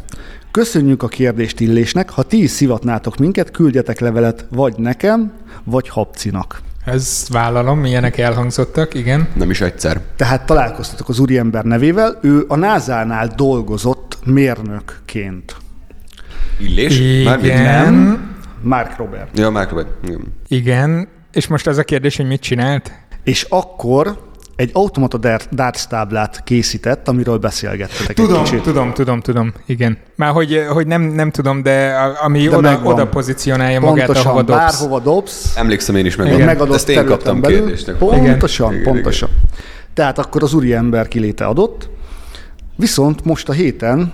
Speaker 3: Köszönjük a kérdést illésnek, ha ti is szivatnátok minket, küldjetek levelet vagy nekem, vagy Habcinak.
Speaker 1: ezt vállalom, ilyenek elhangzottak, igen.
Speaker 2: Nem is egyszer.
Speaker 3: Tehát találkoztatok az úriember nevével, ő a NASA-nál dolgozott mérnökként.
Speaker 2: Illés? Mármint?
Speaker 1: Igen,
Speaker 3: Mark Robert.
Speaker 2: Ja, Márkobet. Igen.
Speaker 1: igen. És most az a kérdés, hogy mit csinált?
Speaker 3: És akkor egy automata dar- darts táblát készített, amiről beszélgettetek egy kicsit.
Speaker 1: tudom, tudom, tudom, igen. Már hogy, hogy nem, nem tudom, de a- ami
Speaker 3: De
Speaker 1: oda,
Speaker 3: megvan.
Speaker 1: oda pozícionálja magát,
Speaker 3: Pontosan,
Speaker 1: ahova dobsz.
Speaker 3: bárhova dobsz,
Speaker 2: Emlékszem én is meg.
Speaker 1: Igen.
Speaker 3: egy
Speaker 2: Igen.
Speaker 3: megadott
Speaker 2: Ezt én
Speaker 3: területen
Speaker 2: kaptam
Speaker 3: belül.
Speaker 2: kérdésnek.
Speaker 3: Pontosan,
Speaker 2: Igen,
Speaker 3: igen,
Speaker 2: igen,
Speaker 3: pontosan. Tehát akkor az úriember kiléte adott, viszont most a héten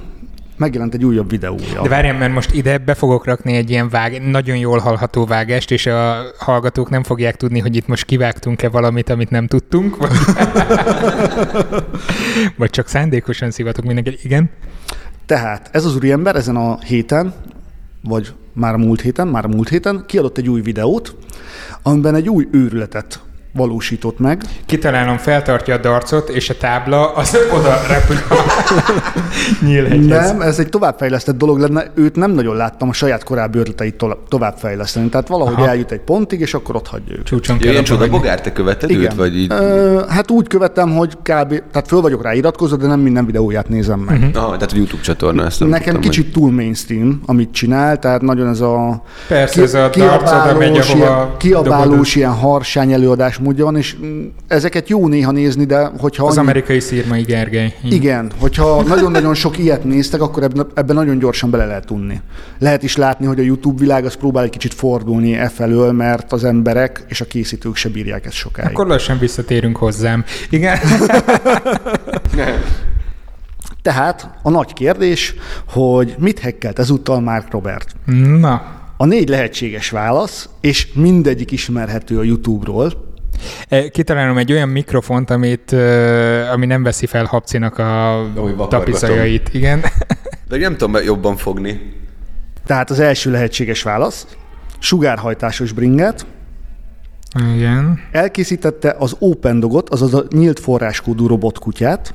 Speaker 3: megjelent egy újabb videója.
Speaker 1: De várjál, mert most ide be fogok rakni egy ilyen vág, nagyon jól hallható vágást, és a hallgatók nem fogják tudni, hogy itt most kivágtunk-e valamit, amit nem tudtunk, (laughs) vagy, vagy csak szándékosan szivatok mindenkit. Igen?
Speaker 3: Tehát ez az úriember ezen a héten vagy már múlt héten, már múlt héten kiadott egy új videót, amiben egy új őrületet valósított meg.
Speaker 1: Kitalálom, feltartja a darcot, és a tábla az (laughs) oda repül a nyílhegyhez.
Speaker 3: Nem, ez egy továbbfejlesztett dolog lenne, őt nem nagyon láttam a saját korábbi ötleteit tol- továbbfejleszteni, tehát valahogy
Speaker 1: Aha.
Speaker 3: Aha. eljut egy pontig, és akkor ott hagyja őt.
Speaker 1: Csúcson
Speaker 2: Ja,
Speaker 1: kell
Speaker 2: ilyen
Speaker 1: abba
Speaker 2: csoda
Speaker 1: hagyni.
Speaker 2: bogár, te követed őt, vagy így?
Speaker 3: Ö, hát úgy követem, hogy kb. Tehát föl vagyok rá iratkozva, de nem minden videóját nézem meg.
Speaker 1: Mhm.
Speaker 3: Uh-huh.
Speaker 2: Aha, tehát a YouTube csatorna, ezt nem
Speaker 3: Nekem
Speaker 2: tudtam,
Speaker 3: kicsit túl mainstream, amit csinál, tehát nagyon ez a
Speaker 1: Persze,
Speaker 3: ki-
Speaker 1: ez a darc oda megy,
Speaker 3: kiabálós,
Speaker 1: ahova
Speaker 3: ilyen, kiabálós
Speaker 1: dobod.
Speaker 3: ilyen harsány előadás módja van, és mm, ezeket jó néha nézni, de hogyha
Speaker 1: Az
Speaker 3: annyi-
Speaker 1: amerikai szírmai Gergely. Hm. Így.
Speaker 3: igen,
Speaker 1: (laughs)
Speaker 3: hogyha nagyon-nagyon sok ilyet néztek, akkor ebben, ebben nagyon gyorsan bele lehet unni. Lehet is látni, hogy a YouTube világ az próbál egy kicsit fordulni e felől, mert az emberek és a készítők se bírják ezt sokáig.
Speaker 1: Akkor lassan visszatérünk hozzám. Igen. (laughs)
Speaker 3: Tehát a nagy kérdés, hogy mit hekkelt ezúttal Mark Robert?
Speaker 1: Na,
Speaker 3: A négy lehetséges válasz, és mindegyik ismerhető a YouTube-ról.
Speaker 1: E, Kitalálom egy olyan mikrofont, amit, ö, ami nem veszi fel Habcinak a
Speaker 2: vakargatom.
Speaker 1: tapizajait. Igen.
Speaker 2: hogy- De nem tudom jobban fogni.
Speaker 3: Tehát az első lehetséges válasz, sugárhajtásos bringet,
Speaker 1: Igen.
Speaker 3: elkészítette az OpenDogot, azaz a nyílt forráskódú robotkutyát,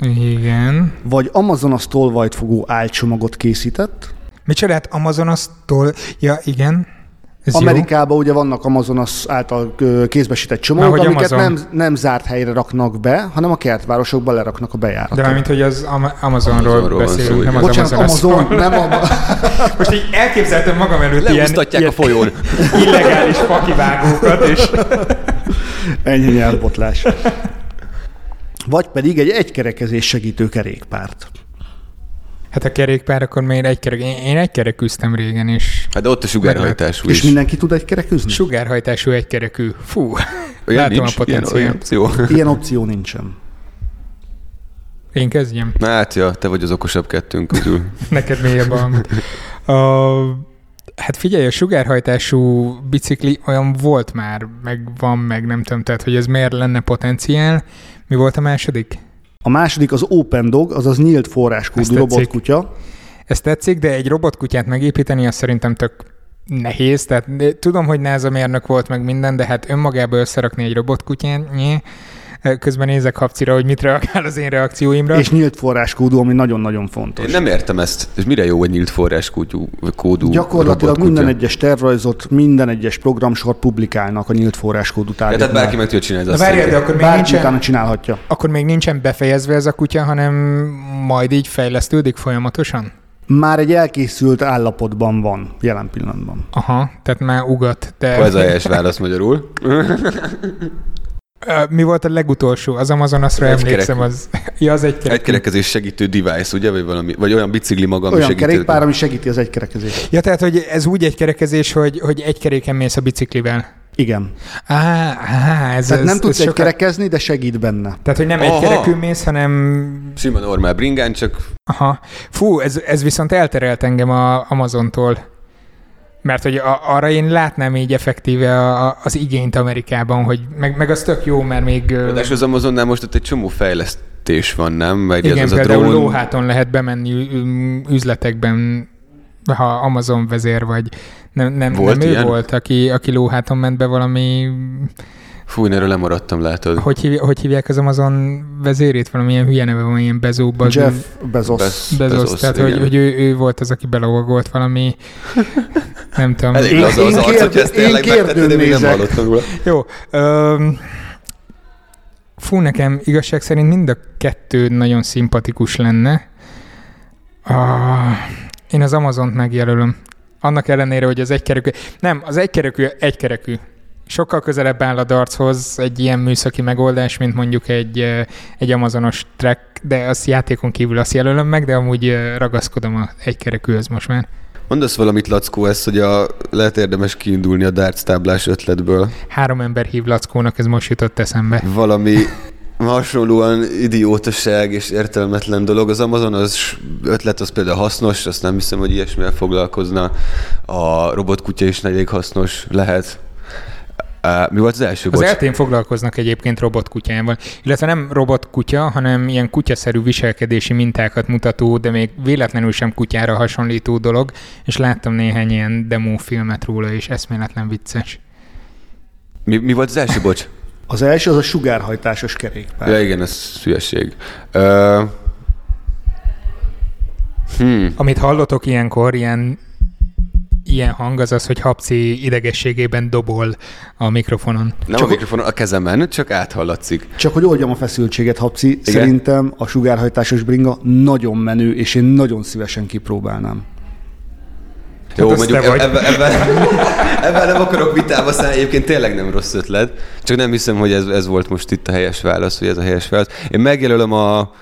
Speaker 1: Igen.
Speaker 3: vagy Amazonas tolvajtfogó álcsomagot készített.
Speaker 1: Micsodát Amazonastól? Hát Ja, igen. Ez
Speaker 3: Ez Amerikában ugye vannak Amazonas által ö, kézbesített csomagok,
Speaker 1: Már hogy
Speaker 3: amiket
Speaker 1: Amazon.
Speaker 3: nem, nem zárt helyre raknak be, hanem a kertvárosokban leraknak a
Speaker 1: jó. De
Speaker 3: bejáratot.
Speaker 1: mármint, hogy az Ama- Amazonról,
Speaker 2: Amazonról
Speaker 1: Amazonról
Speaker 2: van
Speaker 1: beszélünk,
Speaker 2: szó,
Speaker 1: nem
Speaker 2: igen.
Speaker 1: az
Speaker 3: Bocsánat,
Speaker 1: Amazonastól.
Speaker 3: Amazon, nem a...
Speaker 1: Most így elképzeltem magam előtt ilyen,
Speaker 2: Leúsztatják
Speaker 1: ilyen
Speaker 2: a folyón. (laughs)
Speaker 1: illegális fakivágókat, és
Speaker 3: Ennyi nyelvbotlás. (laughs) Vagy pedig egy egykerekezés segítő kerékpárt.
Speaker 1: hát a kerékpár, akkor miért egy kerek? Én, én egy kerek küzdtem régen, és
Speaker 2: Hát de ott a sugárhajtású
Speaker 3: És
Speaker 2: is.
Speaker 3: mindenki tud egykereküzni?
Speaker 1: sugárhajtású egy kerekű. Fú,
Speaker 2: (laughs) Olyan
Speaker 1: látom
Speaker 2: nincs?
Speaker 1: a
Speaker 2: Ilyen,
Speaker 1: potenciált.
Speaker 2: olyan, jó.
Speaker 1: (laughs)
Speaker 3: Ilyen opció nincsen.
Speaker 1: Én kezdjem.
Speaker 2: Na hát, ja, te vagy az okosabb kettőnk közül.
Speaker 1: Neked mélyebb a
Speaker 2: (laughs)
Speaker 1: hangod. A, hát figyelj, a sugárhajtású bicikli olyan volt már, meg van, meg nem tudom, tehát hogy ez miért lenne potenciál. Mi volt a második?
Speaker 3: A második az Open Dog, azaz nyílt forráskódú
Speaker 1: Ezt tetszik.
Speaker 3: robotkutya.
Speaker 1: Ez tetszik, de egy robotkutyát megépíteni, az szerintem tök nehéz, tehát de tudom, hogy NASA mérnök volt meg minden, de hát önmagába összerakni egy robotkutyán, nyé. Közben nézek Habcira, hogy mit reagál az én reakcióimra.
Speaker 3: És nyílt forráskódú, ami nagyon-nagyon
Speaker 2: Én
Speaker 3: fontos.
Speaker 2: nem értem ezt. És mire jó egy nyílt forráskódú kódú
Speaker 3: Gyakorlatilag
Speaker 2: robotkutya?
Speaker 3: minden egyes tervrajzot, minden egyes programsor publikálnak a nyílt forráskódú
Speaker 2: Ja, tehát bárki
Speaker 3: tárgyaknál.
Speaker 2: meg tudja csinálni
Speaker 1: Na
Speaker 2: ezt.
Speaker 1: várjál, de akkor még
Speaker 3: Bárki
Speaker 1: nincsen...
Speaker 3: utána csinálhatja.
Speaker 1: Akkor még nincsen befejezve ez a kutya, hanem majd így fejlesztődik folyamatosan?
Speaker 3: Már egy elkészült állapotban van jelen pillanatban.
Speaker 1: Aha, tehát már ugat. De...
Speaker 2: Ez a helyes válasz magyarul.
Speaker 1: Ö, Mi volt a legutolsó? Az Amazonasra
Speaker 2: Egy
Speaker 1: emlékszem,
Speaker 2: kerek.
Speaker 1: az... Ja, az egy kerek.
Speaker 2: Egy kerekezés segítő device, ugye? Vagy, valami, vagy olyan bicikli maga, ami
Speaker 3: Olyan
Speaker 2: segítő.
Speaker 3: kerékpár, ami segíti az egykerekezést.
Speaker 1: Ja, tehát, hogy ez úgy egy kerekezés, hogy, hogy egy keréken mész a biciklivel.
Speaker 3: Igen.
Speaker 1: Á, á ez,
Speaker 3: Tehát
Speaker 1: ez,
Speaker 3: nem tudsz
Speaker 1: ez
Speaker 3: egy
Speaker 1: sokat-
Speaker 3: kerekezni, de segít benne.
Speaker 1: Tehát, hogy nem Aha.
Speaker 2: Aha.
Speaker 1: egy kerekű mész, hanem...
Speaker 2: Sima normál bringán, csak
Speaker 1: Aha. Fú, ez, ez viszont elterelt engem a Amazontól. Mert hogy a, arra én látnám így effektíve a, a, az igényt Amerikában, hogy meg, meg az tök jó, mert még... ö,
Speaker 2: ráadásul az Amazonnál most ott egy csomó fejlesztés van, nem? Meg
Speaker 1: Igen,
Speaker 2: az,
Speaker 1: az
Speaker 2: az a
Speaker 1: például
Speaker 2: drón...
Speaker 1: drón... lóháton lehet bemenni ü- üzletekben, ha Amazon vezér vagy. Nem, nem,
Speaker 2: Volt
Speaker 1: nem ő
Speaker 2: ilyen?
Speaker 1: volt, aki, aki lóháton ment be valami,
Speaker 2: Fú, én erről lemaradtam, látod.
Speaker 1: hogy, hívj, hogy hívják az Amazon vezérét, valamilyen hülye neve van, ilyen bezóba.
Speaker 3: Jeff Bezos.
Speaker 2: Bez-
Speaker 1: Bezos,
Speaker 2: Bezos,
Speaker 1: tehát
Speaker 2: igen.
Speaker 1: hogy, hogy ő, ő, volt az, aki belógolt
Speaker 2: (laughs)
Speaker 1: valami, nem tudom.
Speaker 2: Elég
Speaker 3: Én-
Speaker 2: laza az
Speaker 3: én
Speaker 2: arc,
Speaker 3: kérd-
Speaker 2: hogy ezt
Speaker 3: én
Speaker 2: tényleg megtette, de még nem
Speaker 3: kérdőnézek.
Speaker 2: hallottam róla.
Speaker 1: Jó. Öm, fú, nekem igazság szerint mind a kettő nagyon szimpatikus lenne. Ah, én az Amazont megjelölöm. Annak ellenére, hogy az egykerekű... Nem, az egykerekű egykerekű. Sokkal közelebb áll a darchoz egy ilyen műszaki megoldás, mint mondjuk egy, ö, egy amazonos track, de azt játékon kívül azt jelölöm meg, de amúgy ö, ragaszkodom a egykerekűhöz most már.
Speaker 2: Mondasz valamit, Lackó, ezt, hogy a, lehet érdemes kiindulni a darts táblás ötletből.
Speaker 1: Három ember hív Lackónak, ez most jutott eszembe.
Speaker 2: Valami hasonlóan idiótaság és értelmetlen dolog. Az Amazon az ötlet az például hasznos, azt nem hiszem, hogy ilyesmivel foglalkozna. A robotkutya is elég hasznos lehet. Uh, mi volt az első?
Speaker 1: Az eltén foglalkoznak egyébként robotkutyával, illetve nem robotkutya, hanem ilyen kutyaszerű viselkedési mintákat mutató, de még véletlenül sem kutyára hasonlító dolog, és láttam néhány ilyen demo filmet róla, és eszméletlen vicces.
Speaker 2: Mi, mi volt az első, bocs?
Speaker 3: Az első az a sugárhajtásos kerékpár.
Speaker 2: ja igen, ez hülyeség. Uh, hmm.
Speaker 1: Amit hallotok ilyenkor, ilyen ilyen hang az az, hogy Habci idegességében dobol a mikrofonon.
Speaker 2: Nem csak a mikrofonon, a kezemen, csak áthallatszik.
Speaker 3: Csak hogy oldjam a feszültséget, Habci, Igen? szerintem a sugárhajtásos bringa nagyon menő, és én nagyon szívesen kipróbálnám.
Speaker 2: Jó,
Speaker 1: az
Speaker 2: mondjuk
Speaker 1: Hát te vagy.
Speaker 2: ebben, ebben, (laughs) ebben nem akarok vitába szállni, egyébként tényleg nem rossz ötlet, csak nem hiszem, hogy ez, ez volt most itt a helyes válasz, hogy ez a helyes válasz. Én megjelölöm a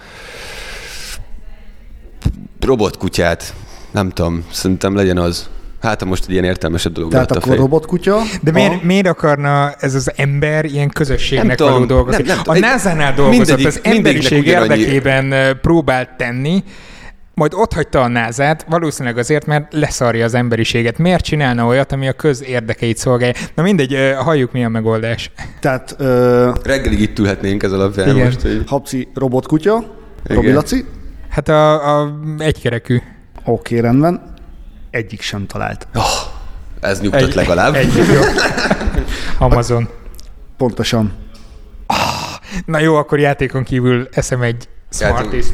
Speaker 2: robotkutyát, nem tudom, szerintem legyen az. Hát, ha most egy ilyen értelmesebb dolog
Speaker 3: Tehát
Speaker 2: lett a
Speaker 3: akkor
Speaker 2: fej.
Speaker 3: robotkutya.
Speaker 1: De miért,
Speaker 3: A-
Speaker 1: miért akarna ez az ember ilyen
Speaker 2: Nem
Speaker 1: közösségnek
Speaker 2: tudom,
Speaker 1: való dolgozni?
Speaker 2: nem, nem
Speaker 1: A
Speaker 2: tudom.
Speaker 1: NASA-nál dolgozott,
Speaker 2: Mindegyik-
Speaker 1: az
Speaker 2: mindegyiknek
Speaker 1: emberiség
Speaker 2: ugyanannyi-
Speaker 1: érdekében ö, próbált tenni, majd ott hagyta a názát, valószínűleg azért, mert leszarja az emberiséget. Miért csinálna olyat, ami a közérdekeit szolgálja? Na mindegy, ö, halljuk mi a megoldás.
Speaker 3: Tehát ö,
Speaker 2: Reggelig itt ülhetnénk ez alapján
Speaker 1: Igen.
Speaker 2: most, hogy...
Speaker 3: Habci robotkutya,
Speaker 2: Igen.
Speaker 3: Robi Laci.
Speaker 1: Hát a, a egykerekű.
Speaker 3: Oké, rendben. Egyik sem talált.
Speaker 2: Oh, ez nyugtat legalább.
Speaker 1: Egy,
Speaker 2: (laughs)
Speaker 1: jó. Amazon.
Speaker 3: Pontosan.
Speaker 1: Na jó, akkor játékon kívül eszem egy Smarties.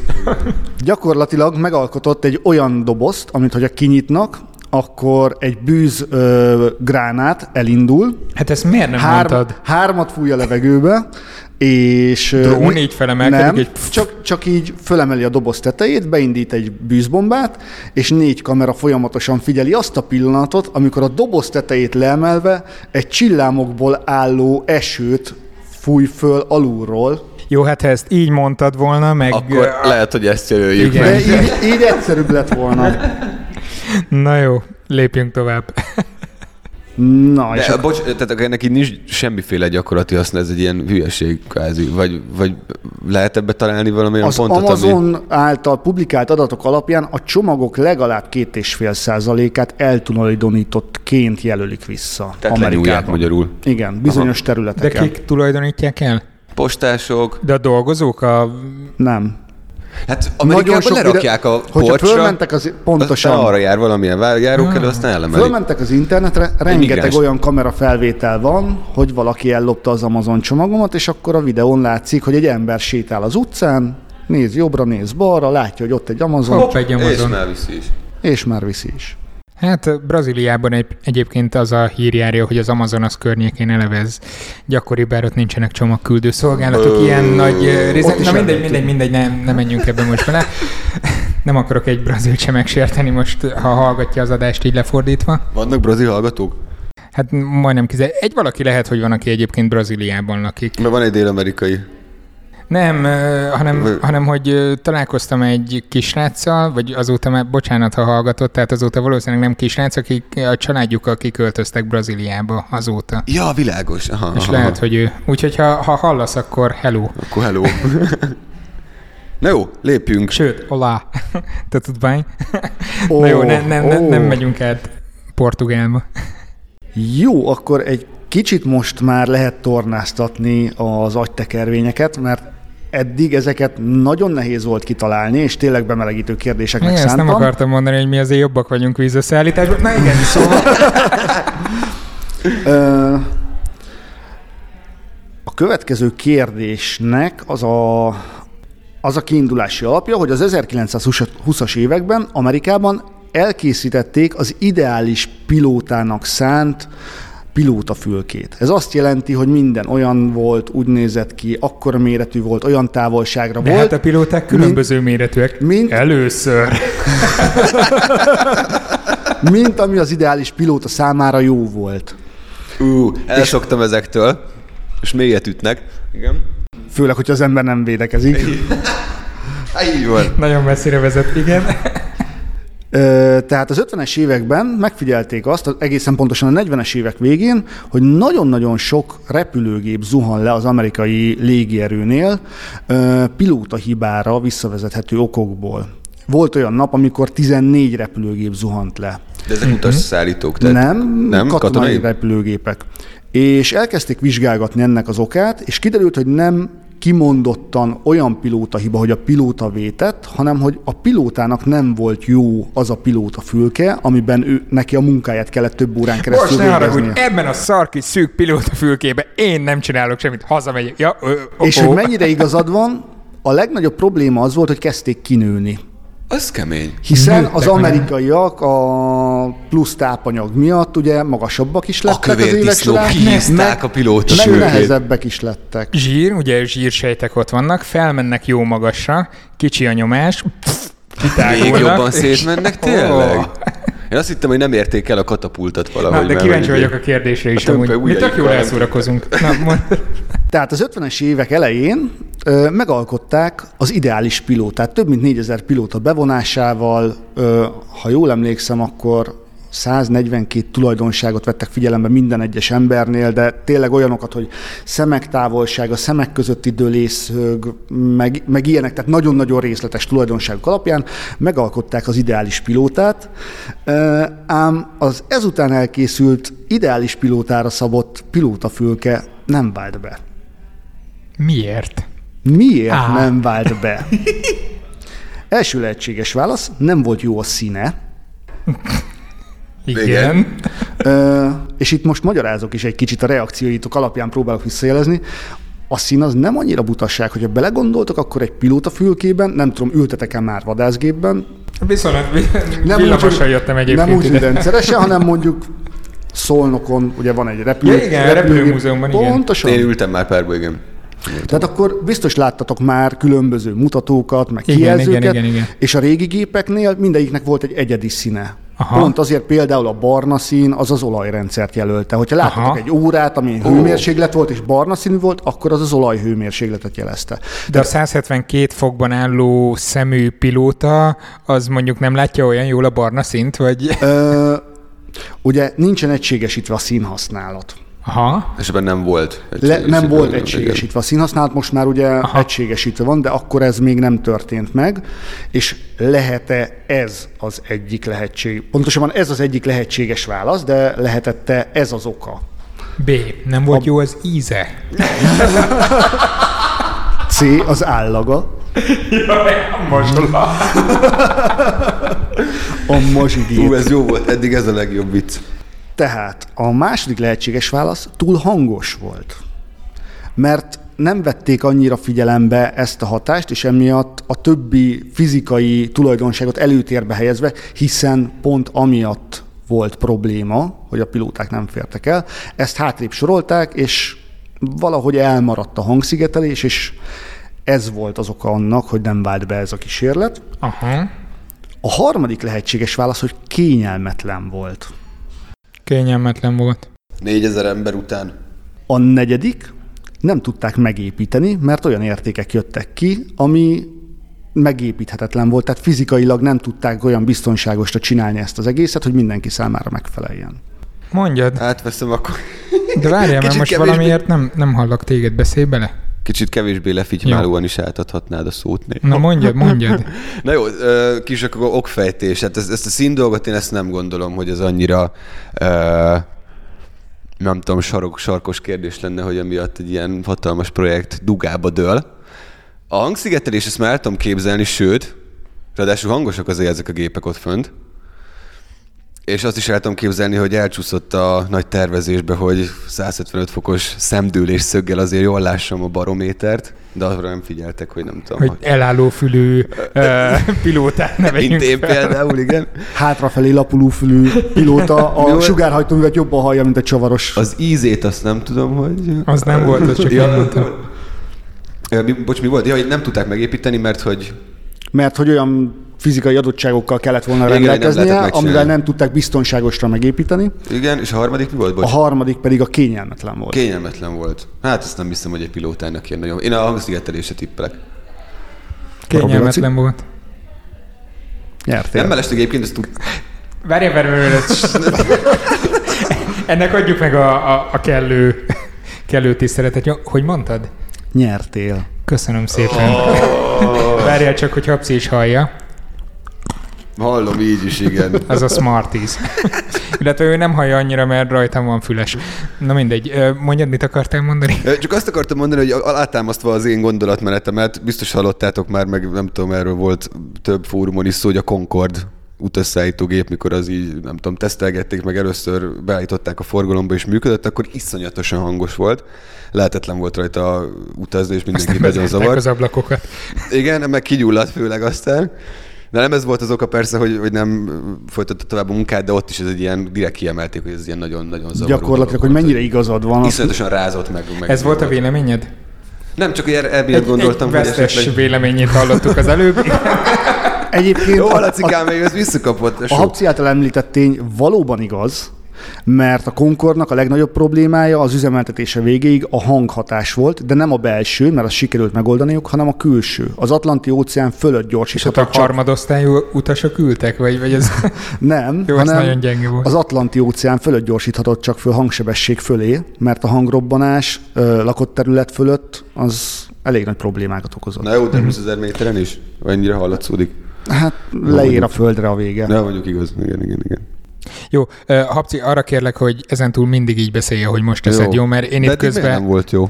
Speaker 3: Gyakorlatilag megalkotott egy olyan dobozt, amit hogyha kinyitnak, akkor egy bűz ö, gránát elindul,
Speaker 1: Hát ezt miért nem
Speaker 3: Hár,
Speaker 1: mondtad?
Speaker 3: hármat fúj a levegőbe, és... ö,
Speaker 1: Drón
Speaker 3: mi-
Speaker 1: így felemelkedik,
Speaker 3: nem,
Speaker 1: egy pff.
Speaker 3: csak, csak így fölemeli a doboz tetejét, beindít egy bűzbombát, és négy kamera folyamatosan figyeli azt a pillanatot, amikor a doboz tetejét leemelve egy csillámokból álló esőt fúj föl alulról.
Speaker 1: Jó, hát ha ezt így mondtad volna, meg...
Speaker 2: Akkor
Speaker 1: ö,
Speaker 2: lehet, hogy ezt jelöljük
Speaker 1: Igen.
Speaker 2: meg.
Speaker 3: De így, így egyszerűbb lett volna.
Speaker 1: Na jó, lépjünk tovább.
Speaker 3: Na, Ah, és
Speaker 2: De,
Speaker 3: akkor
Speaker 2: bocs, tehát akkor ennek így nincs semmiféle gyakorlati haszna, ez egy ilyen hülyeség kvázi, vagy, vagy lehet ebbe találni valamilyen
Speaker 3: az
Speaker 2: pontot, ami...
Speaker 3: Amazon által publikált adatok alapján a csomagok legalább 2,5 százalékát eltulajdonítottként jelölik vissza
Speaker 2: Tehát lenyúlják
Speaker 3: Amerikában.
Speaker 2: magyarul.
Speaker 3: Igen, bizonyos
Speaker 1: (laughs)
Speaker 3: Aha.
Speaker 1: De
Speaker 3: területeken.
Speaker 1: kik tulajdonítják el?
Speaker 2: Postások,
Speaker 1: De a dolgozók a...
Speaker 3: Nem.
Speaker 2: hát Amerikában lerakják a
Speaker 3: Hogyha
Speaker 2: porcsra,
Speaker 3: fölmentek az,
Speaker 2: aztán
Speaker 3: pontosan, Ah.
Speaker 2: arra jár valamilyen vá- járókelő, aztán elemelik.
Speaker 3: fölmentek az internetre, rengeteg
Speaker 2: migráns.
Speaker 3: olyan kamerafelvétel van, hogy valaki ellopta az Amazon csomagomat, és akkor a videón látszik, hogy egy ember sétál az utcán, néz jobbra, néz balra, látja, hogy ott egy Amazon,
Speaker 1: Hopp, egy
Speaker 2: És
Speaker 1: Amazon.
Speaker 2: már viszi is.
Speaker 3: és már viszi is.
Speaker 1: Hát Brazíliában egy, egyébként az a hírjárja, hogy az Amazonas környékén elevez gyakori, bár ott nincsenek csomagküldő szolgálatok,
Speaker 2: Ö,
Speaker 1: ilyen nagy ö,
Speaker 3: ott
Speaker 1: részek.
Speaker 3: is
Speaker 1: Na mindegy,
Speaker 3: elmentünk.
Speaker 1: mindegy, mindegy, nem, nem menjünk ebbe most bele. Nem akarok egy brazil sem megsérteni most, ha hallgatja az adást így lefordítva.
Speaker 2: Vannak brazil hallgatók?
Speaker 1: Hát majdnem kizár. Egy valaki lehet, hogy van, aki egyébként Brazíliában lakik.
Speaker 2: Mert van egy dél-amerikai.
Speaker 1: Nem, ö, hanem,
Speaker 2: Vagy-
Speaker 1: hanem hogy ö, találkoztam egy kisráccal, vagy azóta már, bocsánat, ha hallgatott, tehát azóta valószínűleg nem kisrác, akik a családjukkal kiköltöztek Brazíliába azóta.
Speaker 2: Ja, világos. Aha,
Speaker 1: És
Speaker 2: aha,
Speaker 1: lehet, hogy ő. Úgyhogy ha, ha hallasz, akkor hello.
Speaker 2: Akkor hello. (laughs) Na jó, lépjünk.
Speaker 1: Sőt, olá. (laughs) Te tudod bány? Na jó, ne, ne, ne, nem megyünk át Portugálba.
Speaker 3: Jó, akkor egy kicsit most már lehet tornáztatni az agytekervényeket, mert eddig ezeket nagyon nehéz volt kitalálni, és tényleg bemelegítő kérdéseknek
Speaker 1: Igen, ezt
Speaker 3: szántam.
Speaker 1: nem akartam mondani, hogy mi azért jobbak vagyunk vízösszeállításban. Na igen, szóval.
Speaker 3: Ö, A következő kérdésnek az a, az a kiindulási alapja, hogy az 1920-as években Amerikában elkészítették az ideális pilótának szánt pilótafülkét. Ez azt jelenti, hogy minden olyan volt, úgy nézett ki, akkora méretű volt, olyan távolságra
Speaker 1: De
Speaker 3: volt.
Speaker 1: hát a pilóták különböző méretűek.
Speaker 3: mint-
Speaker 1: Először.
Speaker 3: mint ami az ideális pilóta számára jó volt.
Speaker 2: Ú, elszoktam ezektől, és mélyet ütnek. Igen.
Speaker 3: Főleg, hogy az ember nem
Speaker 1: (laughs)
Speaker 3: védekezik.
Speaker 2: Hát így van.
Speaker 1: Nagyon messzire vezet, igen.
Speaker 3: Ö, Tehát az 50-es években megfigyelték azt, egészen pontosan a 40-es évek végén, hogy nagyon-nagyon sok repülőgép zuhan le az amerikai légierőnél ö, pilóta hibára visszavezethető okokból. Volt olyan nap, amikor 14 repülőgép zuhant le.
Speaker 2: De ezek utasszállítók, tehát
Speaker 3: Mhm. nem,
Speaker 2: nem
Speaker 3: nem katonai,
Speaker 2: katonai?
Speaker 3: repülőgépek. És elkezdték vizsgálgatni ennek az okát, és kiderült, hogy nem kimondottan olyan pilóta hiba, hogy a pilóta vétett, hanem hogy a pilótának nem volt jó az a pilóta fülke, amiben ő, neki a munkáját kellett több órán keresztül
Speaker 1: Most ne haragudj,
Speaker 3: végeznie.
Speaker 1: ebben a szarki szűk pilóta fülkébe én nem csinálok semmit, hazamegyek. Ja, ö, ö,
Speaker 3: És
Speaker 1: ó,
Speaker 3: hogy mennyire igazad van, a legnagyobb probléma az volt, hogy kezdték kinőni.
Speaker 2: Az kemény.
Speaker 3: Hiszen
Speaker 1: Nőttek
Speaker 3: az
Speaker 1: meg.
Speaker 3: amerikaiak a plusz tápanyag miatt ugye magasabbak is
Speaker 2: A
Speaker 3: lettek az
Speaker 2: kövér
Speaker 3: évek
Speaker 2: disznók
Speaker 3: során,
Speaker 2: kihízták a pilóta
Speaker 3: meg
Speaker 2: sülkét.
Speaker 3: nehezebbek is lettek.
Speaker 1: Zsír, ugye zsírsejtek ott vannak, felmennek jó magasra, kicsi a nyomás, pff,
Speaker 2: Még
Speaker 1: kitágulnak,
Speaker 2: jobban
Speaker 1: és-
Speaker 2: szétmennek,
Speaker 1: Ó.
Speaker 2: tényleg? Én azt hittem, hogy nem érték el a katapultat valahogy.
Speaker 1: Na, de
Speaker 2: mert
Speaker 1: kíváncsi
Speaker 2: hogy-
Speaker 1: vagyok a kérdésre is,
Speaker 2: tömpe
Speaker 1: amúgy. Mi tök jól
Speaker 2: ujjaikkal.
Speaker 1: elszórakozunk. Na, mond.
Speaker 3: Tehát az 50-es évek elején ö, megalkották az ideális pilótát, több mint 4000 pilóta bevonásával, ö, ha jól emlékszem, akkor 142 tulajdonságot vettek figyelembe minden egyes embernél, de tényleg olyanokat, hogy szemek távolsága, szemek közötti dőlészög, meg, meg ilyenek, tehát nagyon-nagyon részletes tulajdonságok alapján megalkották az ideális pilótát, Ö, ám az ezután elkészült ideális pilótára szabott pilótafülke nem vált be.
Speaker 1: Miért?
Speaker 3: Miért
Speaker 1: Á.
Speaker 3: Á. nem vált be? Első lehetséges válasz, nem volt jó a színe.
Speaker 1: Igen.
Speaker 3: Ö, és itt most magyarázok is egy kicsit a reakcióitok alapján próbálok visszajelezni. A szín az nem annyira butasság, hogyha belegondoltok, akkor egy pilóta fülkében, nem tudom, ültetek-e már vadászgépben,
Speaker 1: Viszont
Speaker 3: nem
Speaker 1: villamosan jöttem egyébként
Speaker 3: Nem úgy
Speaker 1: ide.
Speaker 3: rendszeresen, hanem mondjuk Szolnokon, ugye van egy repülő,
Speaker 1: Ja, igen, repülőmúzeumban, igen.
Speaker 3: Pontosan.
Speaker 2: Én ültem már párba, igen.
Speaker 3: Tehát akkor biztos láttatok már különböző mutatókat, meg
Speaker 1: Igen, igen,
Speaker 3: kijelzőket,
Speaker 1: igen, igen.
Speaker 3: és a régi gépeknél mindegyiknek volt egy egyedi színe.
Speaker 1: Aha.
Speaker 3: Aha. Pont azért például a barna szín az az olajrendszert jelölte. Hogyha láttatok
Speaker 1: Aha.
Speaker 3: Aha. egy órát, ami hőmérséklet volt, és barna színű volt, akkor az az olajhőmérsékletet jelezte.
Speaker 1: De a 172 fokban álló szemű pilóta, az mondjuk nem látja olyan jól a barna szint, vagy...
Speaker 3: Ö, ugye nincsen egységesítve a színhasználat.
Speaker 1: Aha.
Speaker 2: És ebben nem volt.
Speaker 3: Le, nem
Speaker 2: egységesítő,
Speaker 3: volt
Speaker 2: igen.
Speaker 3: egységesítve a színhasználat, most már ugye Aha. egységesítve van, de akkor ez még nem történt meg, és lehet-e ez az egyik lehetség, pontosabban ez az egyik lehetséges válasz, de lehetette ez az oka.
Speaker 1: B. Nem volt jó az íze.
Speaker 3: C. Az állaga,
Speaker 1: Jaj, mosola.
Speaker 3: a mazsigép.
Speaker 2: Ú, ez jó volt, eddig ez a legjobb vicc.
Speaker 3: Tehát a második lehetséges válasz túl hangos volt. Mert nem vették annyira figyelembe ezt a hatást, és emiatt a többi fizikai tulajdonságot előtérbe helyezve, hiszen pont amiatt volt probléma, hogy a pilóták nem fértek el, ezt hátrébb sorolták, és valahogy elmaradt a hangszigetelés, és ez volt az oka annak, hogy nem vált be ez a kísérlet.
Speaker 1: Aha.
Speaker 3: A harmadik lehetséges válasz, hogy kényelmetlen volt.
Speaker 1: Kényelmetlen volt.
Speaker 2: Négyezer ember után.
Speaker 3: A negyedik nem tudták megépíteni, mert olyan értékek jöttek ki, ami megépíthetetlen volt, tehát fizikailag nem tudták olyan biztonságosra csinálni ezt az egészet, hogy mindenki számára megfeleljen.
Speaker 1: Mondjad.
Speaker 2: Átveszem akkor.
Speaker 1: De várjál, mert
Speaker 2: Kicsit
Speaker 1: most
Speaker 2: kevésbé-
Speaker 1: valamiért nem, nem hallak téged. Beszélj bele.
Speaker 2: Kicsit kevésbé lefigymálóan is átadhatnád a szót. né?
Speaker 1: Na mondjad, mondjad.
Speaker 2: Na jó, ö, kis akkor okfejtés. Hát ezt, ezt a szín dolgot én ezt nem gondolom, hogy ez annyira ö, nem tudom, sarok, sarkos kérdés lenne, hogy emiatt egy ilyen hatalmas projekt dugába dől. A hangszigetelés ezt már el tudom képzelni, sőt, ráadásul hangosak azért ezek a gépek ott fönt. És azt is el tudom képzelni, hogy elcsúszott a nagy tervezésbe, hogy 155 fokos szemdőlés szöggel azért jól lássam a barométert, de arra nem figyeltek, hogy nem tudom.
Speaker 1: Hogy elálló fülű
Speaker 2: (laughs)
Speaker 1: ö, pilótát
Speaker 2: Mint én
Speaker 1: neveljünk fel.
Speaker 2: például, igen.
Speaker 3: Hátrafelé lapuló fülű
Speaker 2: (laughs)
Speaker 3: pilóta
Speaker 2: Jó.
Speaker 3: a sugárhajtóművet jobban hallja, mint a csavaros.
Speaker 2: Az ízét azt nem tudom, hogy...
Speaker 1: Az nem volt, az csak én mondtam.
Speaker 2: Ö, Mi, bocs, mi volt? Ja, hogy nem tudták megépíteni, mert hogy...
Speaker 3: Mert hogy olyan fizikai adottságokkal kellett volna
Speaker 2: Igen, hogy nem
Speaker 3: rendelkeznie,
Speaker 2: lehetett megcsinálni.
Speaker 3: amivel nem tudták biztonságosra megépíteni.
Speaker 2: Igen, és a harmadik mi volt? Bocs.
Speaker 3: A harmadik pedig a kényelmetlen volt.
Speaker 2: Kényelmetlen volt. Hát ezt nem hiszem, hogy egy pilótának ilyen nagyon... Én a hangszigetelésre tippelek.
Speaker 1: Kényelmetlen volt.
Speaker 3: Nyertél.
Speaker 2: Nem mellesleg egyébként ezt tud...
Speaker 1: Várjál, várjál, várjál. Ennek adjuk meg a, a, a kellő, kellő tiszteletet. Ja, Hogy mondtad?
Speaker 3: Nyertél.
Speaker 2: Oh.
Speaker 1: Köszönöm szépen. Várjál csak, hogy Hapsi is hallja.
Speaker 2: Hallom így is, igen.
Speaker 1: Az a Smarties. Illetve ő nem hallja annyira, mert rajtam van füles. Na mindegy, Ö, mondjad, mit akartál mondani?
Speaker 2: Ö, Csak azt akartam mondani, hogy alátámasztva az én gondolatmenetemet, biztos hallottátok már, meg nem tudom, erről volt több fórumon is szó, hogy a Concord utasszállítógép, mikor az így, nem tudom, tesztelgették, meg először beállították a forgalomba, és működött, akkor iszonyatosan hangos volt. Lehetetlen volt rajta utazni, és
Speaker 1: Aztán
Speaker 2: mindenki nagyon
Speaker 1: bezárták
Speaker 2: zavar.
Speaker 1: az ablakokat.
Speaker 2: Igen, meg kigyulladt főleg aztán. De nem ez volt az oka persze, hogy, hogy nem folytatta tovább a munkát, de ott is ez egy ilyen, direkt kiemelték, hogy ez ilyen nagyon-nagyon zavaró.
Speaker 3: Gyakorlatilag,
Speaker 2: dolog
Speaker 3: hogy
Speaker 2: volt,
Speaker 3: mennyire igazad van. az-
Speaker 2: Iszonyatosan rázott meg. meg
Speaker 1: Ez volt a véleményed?
Speaker 2: Nem, csak ilyen emiatt gondoltam,
Speaker 1: egy
Speaker 2: hogy
Speaker 1: vesztes
Speaker 2: esetleg...
Speaker 1: véleményét hallottuk az
Speaker 2: (laughs)
Speaker 1: előbb.
Speaker 3: Egyébként
Speaker 2: Jó,
Speaker 3: a- a-
Speaker 2: halacikám, még ez visszakapott.
Speaker 3: A
Speaker 2: sok.
Speaker 3: Habci által említett tény valóban igaz, mert a Concordnak a legnagyobb problémája az üzemeltetése végéig a hanghatás volt, de nem a belső, mert azt sikerült megoldaniuk, hanem a külső. Az Atlanti óceán fölött
Speaker 1: És ott a
Speaker 3: gyorsítottak csak.
Speaker 1: harmadosztályú utasok ültek, vagy, vagy ez...
Speaker 3: Nem,
Speaker 1: Jó, ez
Speaker 3: hanem
Speaker 1: nagyon gyenge volt.
Speaker 3: az Atlanti óceán fölött gyorsíthatott csak föl hangsebesség fölé, mert a hangrobbanás ö, lakott terület fölött az elég nagy problémákat okozott.
Speaker 2: Na jó, de 20 ezer méteren is? Annyira hallatszódik.
Speaker 3: Hát leér a földre a vége.
Speaker 2: De mondjuk igaz. Igen, igen, igen.
Speaker 1: Jó, ö, Habci, arra kérlek, hogy ezentúl mindig így beszélje, hogy most teszed, jó, jó mert én
Speaker 2: de
Speaker 1: itt
Speaker 2: eddig miért
Speaker 1: közben...
Speaker 2: nem volt jó.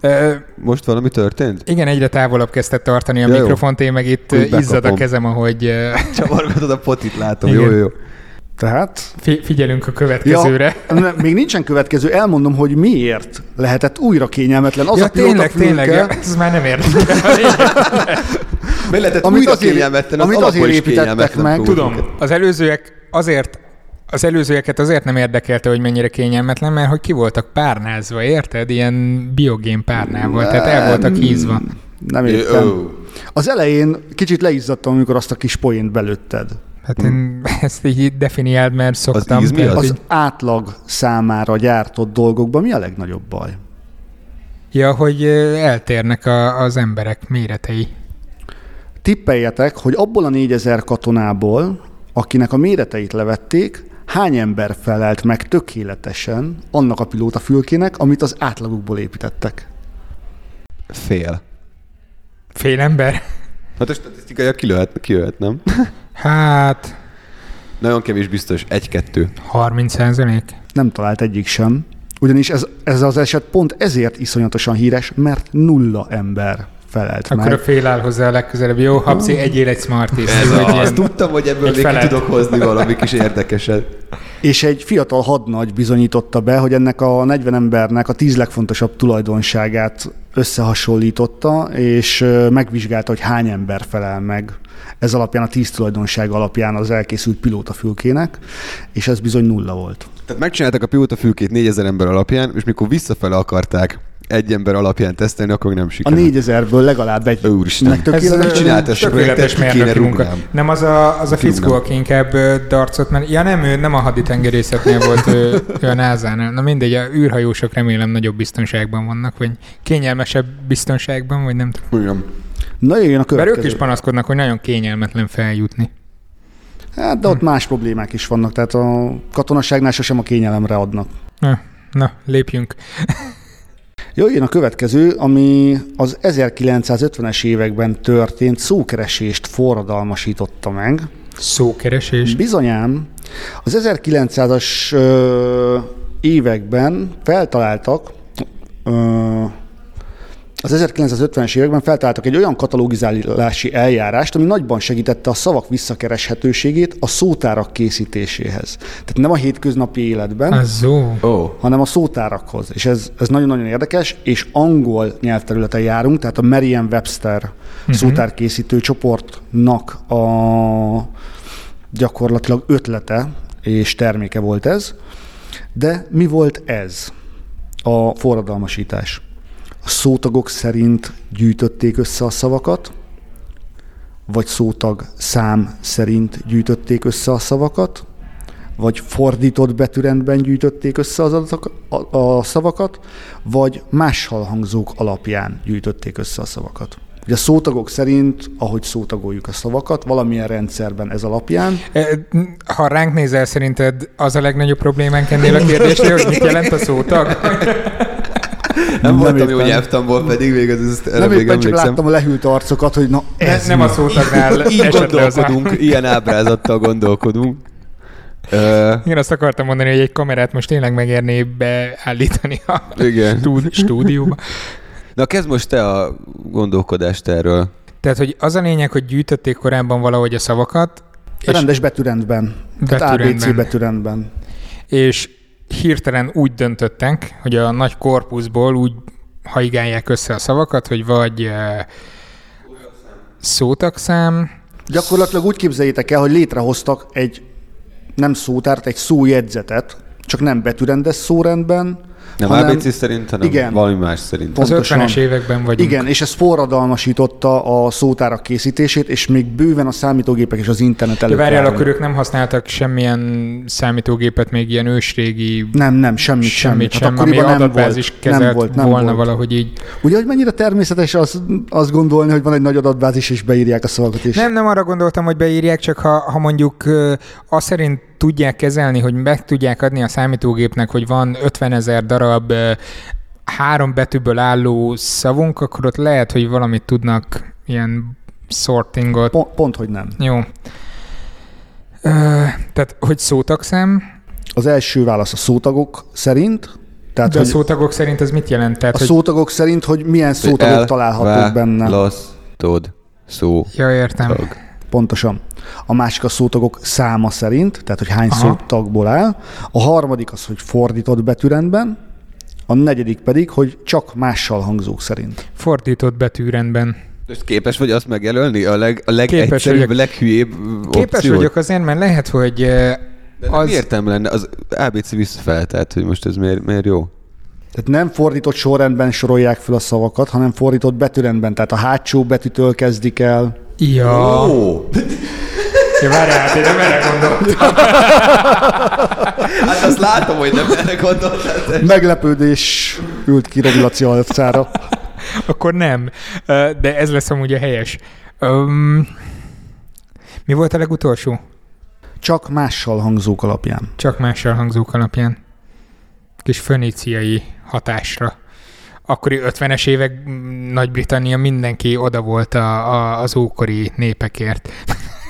Speaker 1: Ö,
Speaker 2: Most valami történt?
Speaker 1: Igen, egyre távolabb kezdett tartani a
Speaker 2: Ja, jó.
Speaker 1: mikrofont, én meg itt
Speaker 2: Úgy
Speaker 1: ö, izzad a
Speaker 2: bekapom.
Speaker 1: kezem, ahogy ö,
Speaker 2: (laughs) Csavargatod a potit, látom.
Speaker 1: Igen.
Speaker 2: Jó, jó, jó.
Speaker 3: Tehát
Speaker 1: fi- figyelünk a következőre.
Speaker 3: Ja, ne, még nincsen következő, elmondom, hogy miért lehetett újra kényelmetlen az
Speaker 1: Ja,
Speaker 3: a pilóta
Speaker 1: tényleg, tényleg, ja,
Speaker 3: fülke,
Speaker 1: ez már nem érdekel.
Speaker 2: Miért lehetett
Speaker 3: Amit
Speaker 2: újra
Speaker 3: azért-
Speaker 2: kényelmetlen, az
Speaker 3: amit
Speaker 2: alapból
Speaker 3: azért
Speaker 2: is
Speaker 3: építettek
Speaker 2: kényelmetlen
Speaker 3: meg.
Speaker 2: volt.
Speaker 1: Tudom, (laughs) az előzőek azért az előzőeket azért nem érdekelte, hogy mennyire kényelmetlen, mert hogy ki voltak párnázva, érted? Ilyen biogén párnával, tehát el voltak hízva.
Speaker 3: nem
Speaker 2: Ö,
Speaker 3: értem.
Speaker 2: Ó,
Speaker 3: Az elején kicsit leizzadtam, amikor azt a kis poént belőtted.
Speaker 1: Hát én ezt így definiáld, mert szoktam.
Speaker 2: íz mi
Speaker 1: tehát
Speaker 2: az?
Speaker 1: így-
Speaker 3: Az átlag számára gyártott dolgokban mi a legnagyobb baj?
Speaker 1: Ja, hogy ö, eltérnek a, az emberek méretei.
Speaker 3: Tippeljetek, hogy abból a 4000 katonából, akinek a méreteit levették, hány ember felelt meg tökéletesen annak a pilóta fülkének, amit az átlagukból építettek?
Speaker 2: Fél.
Speaker 1: Fél ember?
Speaker 2: Hát a statisztikai kijöhet, kijöhet, nem?
Speaker 1: Hát,
Speaker 2: Nagyon kevés biztos. Egy-kettő.
Speaker 1: 30 százalék.
Speaker 3: Nem talált egyik sem, ugyanis ez, ez az eset pont ezért iszonyatosan híres, mert nulla ember felelt
Speaker 1: Akkor
Speaker 3: meg.
Speaker 1: a fél áll hozzá a legközelebb. Jó, Habci, egyél egy Smarties.
Speaker 2: Ez
Speaker 1: Jó, egy
Speaker 2: a,
Speaker 1: ilyen-
Speaker 2: azt tudtam, hogy ebből
Speaker 1: egy
Speaker 2: még ki
Speaker 1: felett.
Speaker 2: tudok hozni valami kis érdekeset.
Speaker 3: És egy fiatal hadnagy bizonyította be, hogy ennek a 40 embernek a 10 legfontosabb tulajdonságát összehasonlította, és ö, megvizsgálta, hogy hány ember felel meg ez alapján, a 10 tulajdonság alapján az elkészült pilótafülkének, és ez bizony nulla volt.
Speaker 2: Tehát megcsináltak a pilótafülkét 4000 ember alapján, és mikor visszafele akarták egy ember alapján tesztelni, akkor nem
Speaker 3: A
Speaker 2: sikerült.
Speaker 3: 4000-ből legalább egy
Speaker 2: Úristen.
Speaker 3: nek
Speaker 1: Ez,
Speaker 3: tökéletes
Speaker 1: ö,
Speaker 2: csinált ezt a
Speaker 1: tökéletes
Speaker 2: projektet, ki kéne
Speaker 1: mérnöki munka.
Speaker 2: rúgnám.
Speaker 1: Nem az a, az a fickó,
Speaker 2: Kirúgnám.
Speaker 1: aki inkább ö, darcot men... Ja nem, ő nem a haditengerészetnél volt,
Speaker 2: (laughs)
Speaker 1: ő, ő a NASA-nál. Na mindegy, a űrhajósok remélem nagyobb biztonságban vannak, vagy kényelmesebb biztonságban, vagy nem tudom.
Speaker 2: Igen.
Speaker 3: Na jöjjön a
Speaker 1: Mert
Speaker 3: következő.
Speaker 1: ők is panaszkodnak, hogy nagyon kényelmetlen feljutni.
Speaker 3: Hát, de ott más problémák is vannak, tehát a katonaságnál sosem a kényelemre adnak.
Speaker 1: Na, na lépjünk.
Speaker 3: Jöjjön a következő, ami az 1950-es években történt szókeresést forradalmasította meg.
Speaker 1: Szókeresés.
Speaker 3: Bizonyám, az 1900-as ö, években feltaláltak ö, az 1950-es években feltaláltak egy olyan katalogizálási eljárást, ami nagyban segítette a szavak visszakereshetőségét a szótárak készítéséhez. Tehát nem a hétköznapi életben,
Speaker 1: Azó.
Speaker 2: Ó,
Speaker 3: hanem a szótárakhoz. És ez, ez nagyon-nagyon érdekes, és angol nyelvterületen járunk, tehát a Merriam-Webster uh-huh. szótárkészítő csoportnak a gyakorlatilag ötlete és terméke volt ez. De mi volt ez a forradalmasítás? A szótagok szerint gyűjtötték össze a szavakat, vagy szótag szám szerint gyűjtötték össze a szavakat, vagy fordított betűrendben gyűjtötték össze az adatok, a, a szavakat, vagy más hangzók alapján gyűjtötték össze a szavakat. Ugye a szótagok szerint, ahogy szótagoljuk a szavakat, valamilyen rendszerben ez alapján.
Speaker 1: Ö, Ha ránk nézel, szerinted az a legnagyobb problémánk ennél a kérdésnél, hogy mit jelent a szótag?
Speaker 2: nem, nem voltam jó nyelvtamból, pedig még az, ezt erre
Speaker 3: Nem
Speaker 2: még
Speaker 3: éppen csak
Speaker 2: emlékszem.
Speaker 3: láttam a lehűlt arcokat, hogy na
Speaker 1: Ez
Speaker 3: ez
Speaker 1: nem a szót adnál
Speaker 2: (laughs) Így
Speaker 1: esetleg az
Speaker 2: gondolkodunk, ilyen ábrázattal gondolkodunk. Ö,
Speaker 1: Igen, azt akartam mondani, hogy egy kamerát most tényleg megérné beállítani a
Speaker 2: igen.
Speaker 1: stúd- stúdióba.
Speaker 2: Na kezd most te a gondolkodást erről.
Speaker 1: Tehát, hogy az a lényeg, hogy gyűjtötték korábban valahogy a szavakat, és,
Speaker 3: rendes betűrendben. Tehát
Speaker 1: Betűrendben.
Speaker 3: ABC betűrendben.
Speaker 1: és hirtelen úgy döntöttek, hogy a nagy korpuszból úgy haigálják össze a szavakat, hogy vagy eh, szótakszám,
Speaker 3: Gyakorlatilag úgy képzeljétek el, hogy létrehoztak egy nem szótárt, egy szójegyzetet, csak nem betűrendes szórendben,
Speaker 2: Nem
Speaker 3: hanem-
Speaker 2: ABC szerint, hanem
Speaker 3: igen.
Speaker 2: valami más szerint.
Speaker 3: Pont-
Speaker 1: az
Speaker 3: Pontosan.
Speaker 1: 50-es években vagyunk.
Speaker 3: Igen, és ez forradalmasította a szótárak készítését, és még bőven a számítógépek és az internet
Speaker 1: De
Speaker 3: előtt.
Speaker 1: várjál,
Speaker 3: állnak.
Speaker 1: akkor ők nem használtak semmilyen számítógépet, még ilyen ősrégi
Speaker 3: Nem, nem, semmit, Hát semmit.
Speaker 1: semmit sem, ami adatbázis kezelt volna valahogy így.
Speaker 3: Ugye, hogy mennyire természetes az, azt gondolni, hogy van egy nagy adatbázis, és beírják a szavakat is.
Speaker 1: Nem, nem arra gondoltam, hogy beírják, csak ha, ha mondjuk ö, azt szerint tudják kezelni, hogy meg tudják adni a számítógépnek, hogy van 50 ezer darab ö, három betűből álló szavunk, akkor ott lehet, hogy valamit tudnak ilyen sortingot.
Speaker 3: Pont, pont, hogy nem.
Speaker 1: Jó. Ö, tehát, hogy szótakszám,
Speaker 3: Az első válasz a szótagok szerint, tehát
Speaker 1: de a
Speaker 3: hogy
Speaker 1: szótagok szerint ez mit jelent? Tehát,
Speaker 3: a
Speaker 1: hogy...
Speaker 3: szótagok szerint, hogy milyen szótagok találhatók benne.
Speaker 2: Elválasztod szó.
Speaker 1: Ja, értem.
Speaker 2: Tag.
Speaker 3: Pontosan. A másik a szótagok száma szerint, tehát hogy hány
Speaker 1: Aha.
Speaker 3: szótagból áll. A harmadik az, hogy fordított betűrendben. A negyedik pedig, hogy csak mással hangzók szerint.
Speaker 1: Fordított betűrendben.
Speaker 2: Most képes vagy azt megjelölni? A, leg, a
Speaker 1: Képes
Speaker 2: legegyszerűbb,
Speaker 1: vagyok.
Speaker 2: leghülyébb
Speaker 1: Képes
Speaker 2: opciót?
Speaker 1: vagyok azért, mert lehet, hogy eh,
Speaker 2: De nem
Speaker 1: az...
Speaker 2: értem lenne, az ABC visszafele, tehát hogy most ez miért, miért jó?
Speaker 3: Tehát nem fordított sorrendben sorolják fel a szavakat, hanem fordított betűrendben. Tehát a hátsó betűtől kezdik el.
Speaker 1: Ja.
Speaker 2: Ó!
Speaker 1: Ja, várjál, hát én nem erre gondoltam.
Speaker 2: (laughs) Hát azt látom, hogy nem erre gondoltál.
Speaker 3: Meglepődés ült ki Robi Laci arcára.
Speaker 1: Akkor nem. Ö, De ez lesz amúgy a helyes. Öm, mi volt a legutolsó?
Speaker 3: Csak mással hangzók alapján.
Speaker 1: Csak mással hangzók alapján. Kis föníciai hatásra. Akkori 50-es évek mm, Nagy-Britannia mindenki oda volt a, a, az ókori népekért.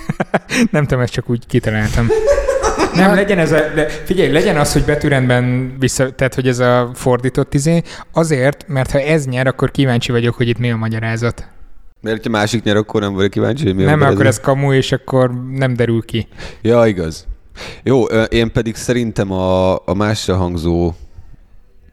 Speaker 1: (laughs) nem tudom, ezt csak úgy kitaláltam. Nem, legyen ez a, de figyelj, legyen az, hogy betűrendben vissza, tehát hogy ez a fordított izé, azért, mert ha ez nyer, akkor kíváncsi vagyok, hogy itt mi a magyarázat.
Speaker 2: Mert ha másik nyer, akkor nem vagyok kíváncsi, hogy mi a
Speaker 1: nem,
Speaker 2: magyarázat.
Speaker 1: akkor ez kamu, és akkor nem derül ki.
Speaker 2: Ja, igaz. Jó, ö, én pedig szerintem a, a másra hangzó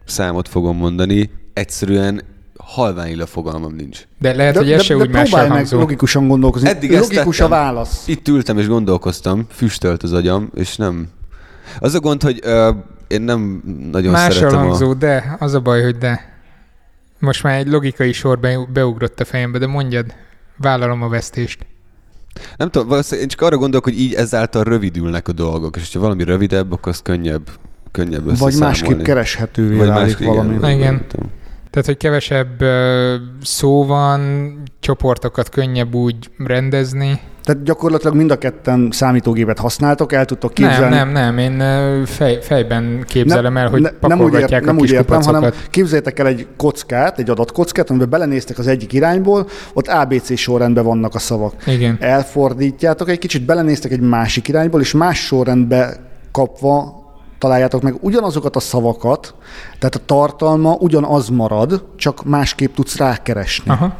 Speaker 2: számot fogom mondani. Egyszerűen halvány illa fogalmam nincs.
Speaker 1: De lehet, de, Hát, hogy ez se úgy mással
Speaker 3: próbálj meg
Speaker 1: hangzó.
Speaker 3: logikusan gondolkozni.
Speaker 2: Eddig ezt
Speaker 3: Logikus a
Speaker 2: tettem.
Speaker 3: válasz.
Speaker 2: Itt ültem és gondolkoztam, füstölt az agyam, és nem... Az a gond, hogy ö, én nem nagyon
Speaker 1: Mással
Speaker 2: szeretem
Speaker 1: hangzó,
Speaker 2: a...
Speaker 1: de. Az a baj, hogy de. Most már egy logikai sor be- beugrott a fejembe, de mondjad, vállalom a vesztést.
Speaker 2: Nem tudom, valószínűleg én csak arra gondolok, hogy így ezáltal rövidülnek a dolgok, és ha valami rövidebb, akkor az könnyebb, könnyebb
Speaker 3: Vagy
Speaker 2: összeszámolni.
Speaker 3: másképp kereshetővé
Speaker 2: Vagy
Speaker 3: válik
Speaker 2: másképp,
Speaker 3: valami.
Speaker 2: igen.
Speaker 1: Igen.
Speaker 2: nem tudom.
Speaker 1: Tehát, hogy kevesebb ö, szó van, csoportokat könnyebb úgy rendezni.
Speaker 3: Tehát gyakorlatilag mind a ketten számítógépet használtok, el tudtok képzelni.
Speaker 1: Nem, nem, nem, én ö, fej, fejben képzelem el, hogy ne,
Speaker 3: nem úgy, ért,
Speaker 1: pakolgatják
Speaker 3: nem
Speaker 1: a
Speaker 3: úgy
Speaker 1: kis
Speaker 3: értem, hanem
Speaker 1: kupacokat.
Speaker 3: képzeljétek el egy kockát, egy adatkockát, amiben belenéztek az egyik irányból, ott ABC sorrendben vannak a szavak.
Speaker 1: Igen.
Speaker 3: Elfordítjátok egy kicsit, belenéztek egy másik irányból, és más sorrendbe kapva találjátok meg ugyanazokat a szavakat, tehát a tartalma ugyanaz marad, csak másképp tudsz rákeresni.
Speaker 1: Aha.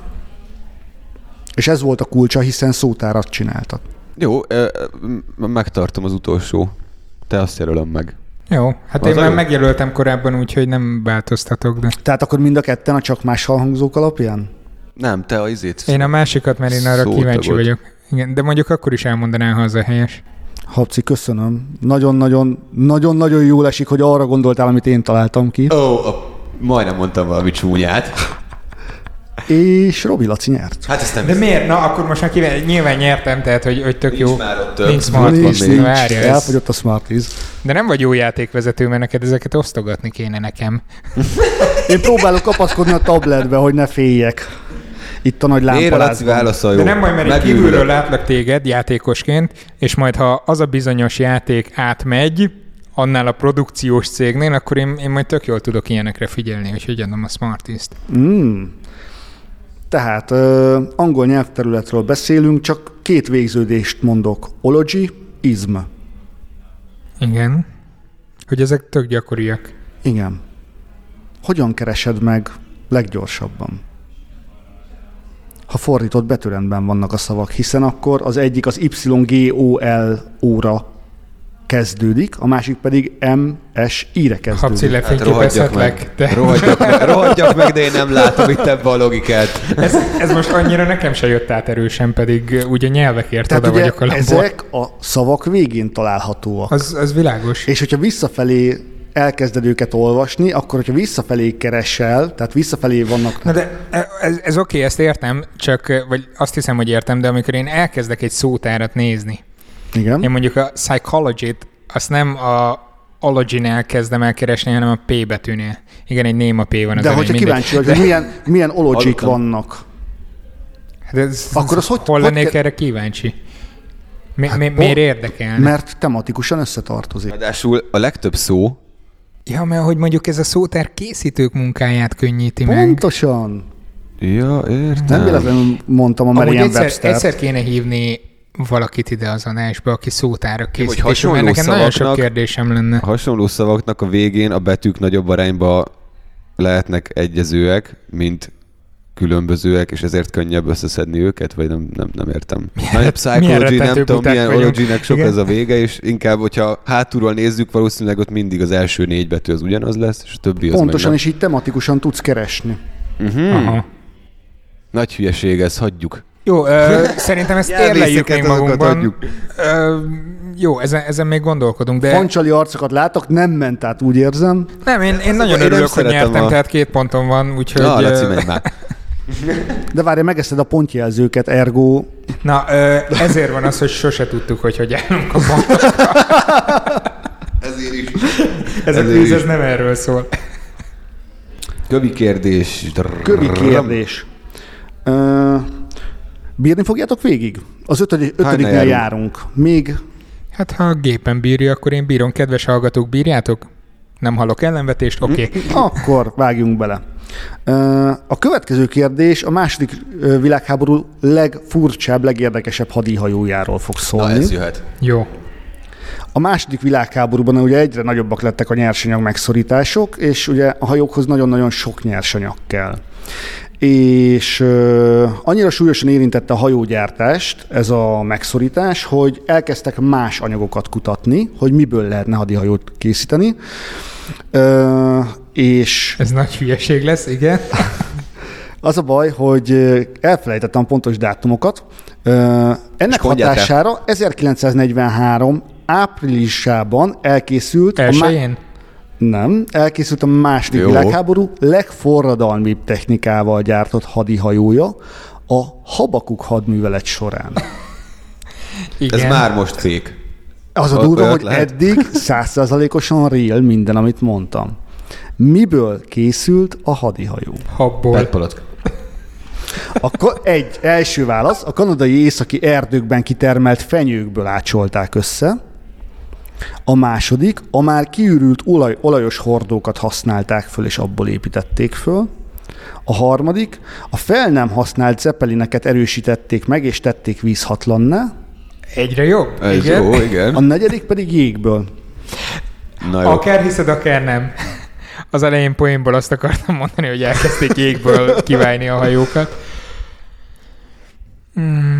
Speaker 3: És ez volt a kulcsa, hiszen szótárat csináltak.
Speaker 2: Jó, ö, ö, megtartom az utolsó. Te azt jelölöm meg.
Speaker 1: Jó, hát
Speaker 2: Az
Speaker 1: én
Speaker 2: a
Speaker 1: már
Speaker 2: jó.
Speaker 1: megjelöltem korábban, úgyhogy nem változtatok, de
Speaker 3: Tehát akkor mind a ketten a csak más hangzók alapján?
Speaker 2: Nem, te a izét.
Speaker 1: én a másikat, mert én arra
Speaker 2: Szótagod.
Speaker 1: kíváncsi vagyok. Igen, de mondjuk akkor is elmondanál, ha az a helyes.
Speaker 3: Habci, köszönöm. Nagyon-nagyon, nagyon-nagyon jól esik, hogy arra gondoltál, amit én találtam ki.
Speaker 2: Ó, a... majdnem mondtam valami csúnyát.
Speaker 3: És Robi Laci nyert.
Speaker 2: Hát ezt nem
Speaker 1: De miért? Na, akkor most már kíván, nyilván nyertem, tehát, hogy, hogy tök
Speaker 2: Nincs
Speaker 1: jó.
Speaker 2: már ott több.
Speaker 1: Nincs smart
Speaker 2: Nincs,
Speaker 1: nincs,
Speaker 2: nincs.
Speaker 1: nincs. Várja, ez.
Speaker 3: Elfogyott a Smarties.
Speaker 1: De nem vagy jó játékvezető, mert neked ezeket osztogatni kéne nekem.
Speaker 3: Én próbálok kapaszkodni a tabletbe, hogy ne féljek. Itt a nagy
Speaker 2: Miért a Laci
Speaker 3: lámpalázban.
Speaker 2: válaszol jó?
Speaker 1: De nem majd, mert én
Speaker 2: Megőrülök.
Speaker 1: kívülről látlak téged játékosként, és majd ha az a bizonyos játék átmegy, annál a produkciós cégnél, akkor én, én majd tök jól tudok ilyenekre figyelni, úgyhogy adom a Smartist.
Speaker 3: Mm. Tehát ö, angol nyelvterületről beszélünk, csak két végződést mondok. Ology, izm.
Speaker 1: Igen. Hogy ezek tök gyakoriak.
Speaker 3: Igen. Hogyan keresed meg leggyorsabban? Ha fordított betűrendben vannak a szavak, hiszen akkor az egyik az YGOL óra kezdődik, a másik pedig MSI-re
Speaker 1: Habci,
Speaker 3: kezdődik.
Speaker 2: Hát rohadjak meg,
Speaker 1: lefényképezhetlek. De (laughs)
Speaker 2: rohadjak, meg, rohadjak meg, de én nem látom itt ebbe a logikát.
Speaker 1: ez, ez most annyira nekem se jött át erősen, pedig ö, ugye nyelvekért
Speaker 3: Tehát
Speaker 1: oda
Speaker 3: ugye
Speaker 1: vagyok a labból.
Speaker 3: ezek a szavak végén találhatóak.
Speaker 1: Az, az világos.
Speaker 3: És hogyha visszafelé elkezded őket olvasni, akkor hogyha visszafelé keresel, tehát visszafelé vannak...
Speaker 1: Na de e, ez, ez oké, ezt értem, csak vagy azt hiszem, hogy értem, de amikor én elkezdek egy szótárat nézni,
Speaker 3: Igen.
Speaker 1: én mondjuk a psychology-t, azt nem a ology-nál kezdem el keresni, hanem a P betűnél. Igen, egy néma P van az
Speaker 3: De hogyha kíváncsi vagy, hogy milyen, milyen ologik
Speaker 2: Hallottam.
Speaker 3: vannak.
Speaker 1: Hát ez,
Speaker 3: Akkor az hogy-
Speaker 1: Hol
Speaker 3: hogy
Speaker 1: lennék
Speaker 3: ke- Hát
Speaker 1: erre kíváncsi? Mi, mi,
Speaker 3: hol-
Speaker 1: miért érdekelne?
Speaker 3: Mert tematikusan összetartozik.
Speaker 2: Ráadásul a legtöbb szó
Speaker 1: Ja, mert hogy mondjuk ez a szótár készítők munkáját könnyíti meg.
Speaker 3: Pontosan.
Speaker 2: Ja,
Speaker 3: Nem
Speaker 2: értem.
Speaker 3: véletlenül mondtam a
Speaker 1: Amúgy
Speaker 3: Merriam
Speaker 1: egyszer,
Speaker 3: Webster.
Speaker 1: egyszer kéne hívni valakit ide az adásba, aki szótára készít, és
Speaker 2: hasonló
Speaker 1: mert nekem nagyon sok
Speaker 2: szavaknak-
Speaker 1: kérdésem lenne.
Speaker 2: A hasonló szavaknak a végén a betűk nagyobb arányba lehetnek egyezőek, mint különbözőek, és ezért könnyebb összeszedni őket, vagy nem, nem, nem értem. Nagyobb psychology,
Speaker 1: rettentő
Speaker 2: nem tudom,
Speaker 1: buták
Speaker 2: milyen
Speaker 1: vagyunk.
Speaker 2: ology-nek sok
Speaker 1: Igen.
Speaker 2: ez a vége, és inkább, hogyha hátulról nézzük, valószínűleg ott mindig az első négy betű az ugyanaz lesz, és a többi az
Speaker 3: Pontosan,
Speaker 2: meg
Speaker 3: és így tematikusan tudsz keresni.
Speaker 1: Hmm. Aha.
Speaker 2: nem. Nagy hülyeség ez, hagyjuk.
Speaker 1: Jó,
Speaker 2: (laughs)
Speaker 1: ö, szerintem ezt
Speaker 2: Nyelvészeket,
Speaker 1: érleljük még
Speaker 2: azokat
Speaker 1: magunkban.
Speaker 2: adjuk.
Speaker 1: Ö, jó, ezen, ezen még gondolkodunk, de
Speaker 3: Pancsali arcokat látok, nem ment át, úgy érzem.
Speaker 1: nem, én, én nagyon
Speaker 2: Én nem
Speaker 1: örülök, hogy
Speaker 2: szeretem
Speaker 1: nyertem,
Speaker 2: a-
Speaker 1: tehát két pontom van, úgyhogy...
Speaker 2: Na,
Speaker 1: ö,
Speaker 2: Laci, menj már.
Speaker 3: De várj, megeszed a pontjelzőket, ergo
Speaker 1: na ö, ezért van az, hogy sose tudtuk, hogy hogy állunk a
Speaker 2: (laughs)
Speaker 1: pontok.
Speaker 2: Ezért is.
Speaker 1: Ez a
Speaker 2: Ezért
Speaker 1: kvíz,
Speaker 2: is.
Speaker 1: ez nem erről szól.
Speaker 2: Kövi kérdés.
Speaker 3: kövi kérdés. Ö, bírni fogjátok végig? Az ötödik, ötödiknél
Speaker 2: járunk?
Speaker 3: járunk. Még
Speaker 1: Hát ha a gépen bírja, akkor én bírom. Kedves hallgatók, bírjátok? Nem hallok ellenvetést? Oké.
Speaker 2: (laughs)
Speaker 1: Okay.
Speaker 3: Akkor vágjunk bele. Ö, A következő kérdés a második ö, világháború legfurcsább, legérdekesebb hadihajójáról fog
Speaker 2: Na,
Speaker 3: szólni.
Speaker 2: ez jöhet.
Speaker 1: Jó.
Speaker 3: a második világháborúban ugye egyre nagyobbak lettek a nyersanyag megszorítások, és ugye a hajókhoz nagyon-nagyon sok nyersanyag kell. És ö, annyira súlyosan érintette a hajógyártást ez a megszorítás, hogy elkezdtek más anyagokat kutatni, hogy miből lehetne hadihajót készíteni. Ö, és
Speaker 1: Ez nagy hülyeség lesz, igen.
Speaker 3: Az a baj, hogy ö, elfelejtettem pontos dátumokat. Ö, Ennek
Speaker 2: És mondját el.
Speaker 3: hatására 1943 áprilisában elkészült a,
Speaker 1: Elsőjén?
Speaker 3: nem, elkészült a második
Speaker 2: Jó.
Speaker 3: világháború legforradalmibb technikával gyártott hadihajója, a Habakuk hadművelet során.
Speaker 1: Igen.
Speaker 2: Ez már most fék.
Speaker 3: Az a
Speaker 2: Olyat
Speaker 3: durva, hogy
Speaker 2: lehet?
Speaker 3: eddig százszázalékosan real minden, amit mondtam. Miből készült a hadihajó?
Speaker 1: Habból.
Speaker 2: Petpalack.
Speaker 3: Akkor egy első válasz, a kanadai északi erdőkben kitermelt fenyőkből ácsolták össze. A második, a már kiürült olaj, olajos hordókat használták föl, és abból építették föl. A harmadik, a fel nem használt zeppelineket erősítették meg, és tették vízhatlanná.
Speaker 1: Egyre jobb?
Speaker 2: Ez
Speaker 1: igen.
Speaker 2: jó, igen.
Speaker 3: A negyedik pedig jégből.
Speaker 2: Na jó.
Speaker 1: Akár hiszed, akár nem. Az elején poénból azt akartam mondani, hogy elkezdték jégből kiválni a hajókat. Mm.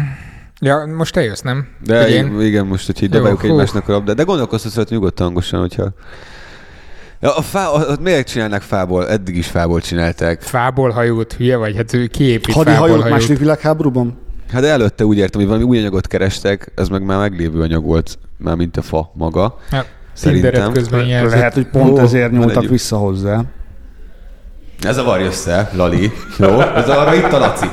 Speaker 1: Ja, most te jössz, nem?
Speaker 2: De
Speaker 1: Hogy
Speaker 2: igen, igen most, hogy így
Speaker 1: Jó,
Speaker 2: dobáljuk
Speaker 1: hú.
Speaker 2: egymásnak a labdát. De gondolkozhatsz nyugodtan hangosan, hogyha... Ja, a fá, a, a, miért csinálnak fából? Eddig is fából csinálták.
Speaker 1: Fából hajót, hülye vagy? Hát ő kiépít fából
Speaker 3: Hadihajók
Speaker 1: hajót.
Speaker 3: második világháborúban?
Speaker 2: Hát előtte úgy értem, hogy valami új anyagot kerestek, ez meg már meglévő anyag volt, már mint a fa maga.
Speaker 1: Hát,
Speaker 2: Szerintem.
Speaker 1: Tinderet közben jelzett.
Speaker 3: Lehet, hogy pont
Speaker 2: Ó,
Speaker 3: ezért nyúltak
Speaker 2: legyünk.
Speaker 3: vissza hozzá.
Speaker 2: Ez a varj össze, Lali. Jó, ez a varj itt a Laci.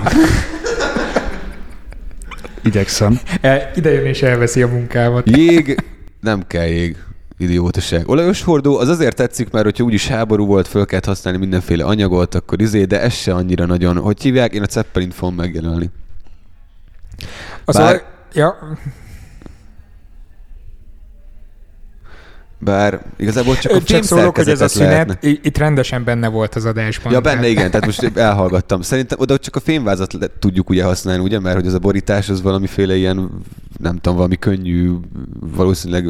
Speaker 3: Igyekszem.
Speaker 1: E, ide jön és elveszi a munkámat.
Speaker 2: Jég, nem kell jég. Idiótaság. Olajos hordó, az azért tetszik, mert hogyha úgyis háború volt, föl kellett használni mindenféle anyagot, akkor izé, de ez se annyira nagyon. Hogy hívják? Én a Zeppelin fogom megjelölni.
Speaker 1: Az
Speaker 2: Bár-
Speaker 1: a, ja,
Speaker 2: Bár igazából csak a
Speaker 1: Csak szólok, hogy ez a
Speaker 2: fémszerkezetet
Speaker 1: szünet
Speaker 2: lehetne.
Speaker 1: i- itt rendesen benne volt az adásban.
Speaker 2: Ja, benne
Speaker 1: Tehát hát
Speaker 2: igen, tehát most épp elhallgattam. Szerintem oda csak a fémvázat le- tudjuk ugye használni, ugye? Mert hogy az a borítás az valamiféle ilyen, nem tudom, valami könnyű, valószínűleg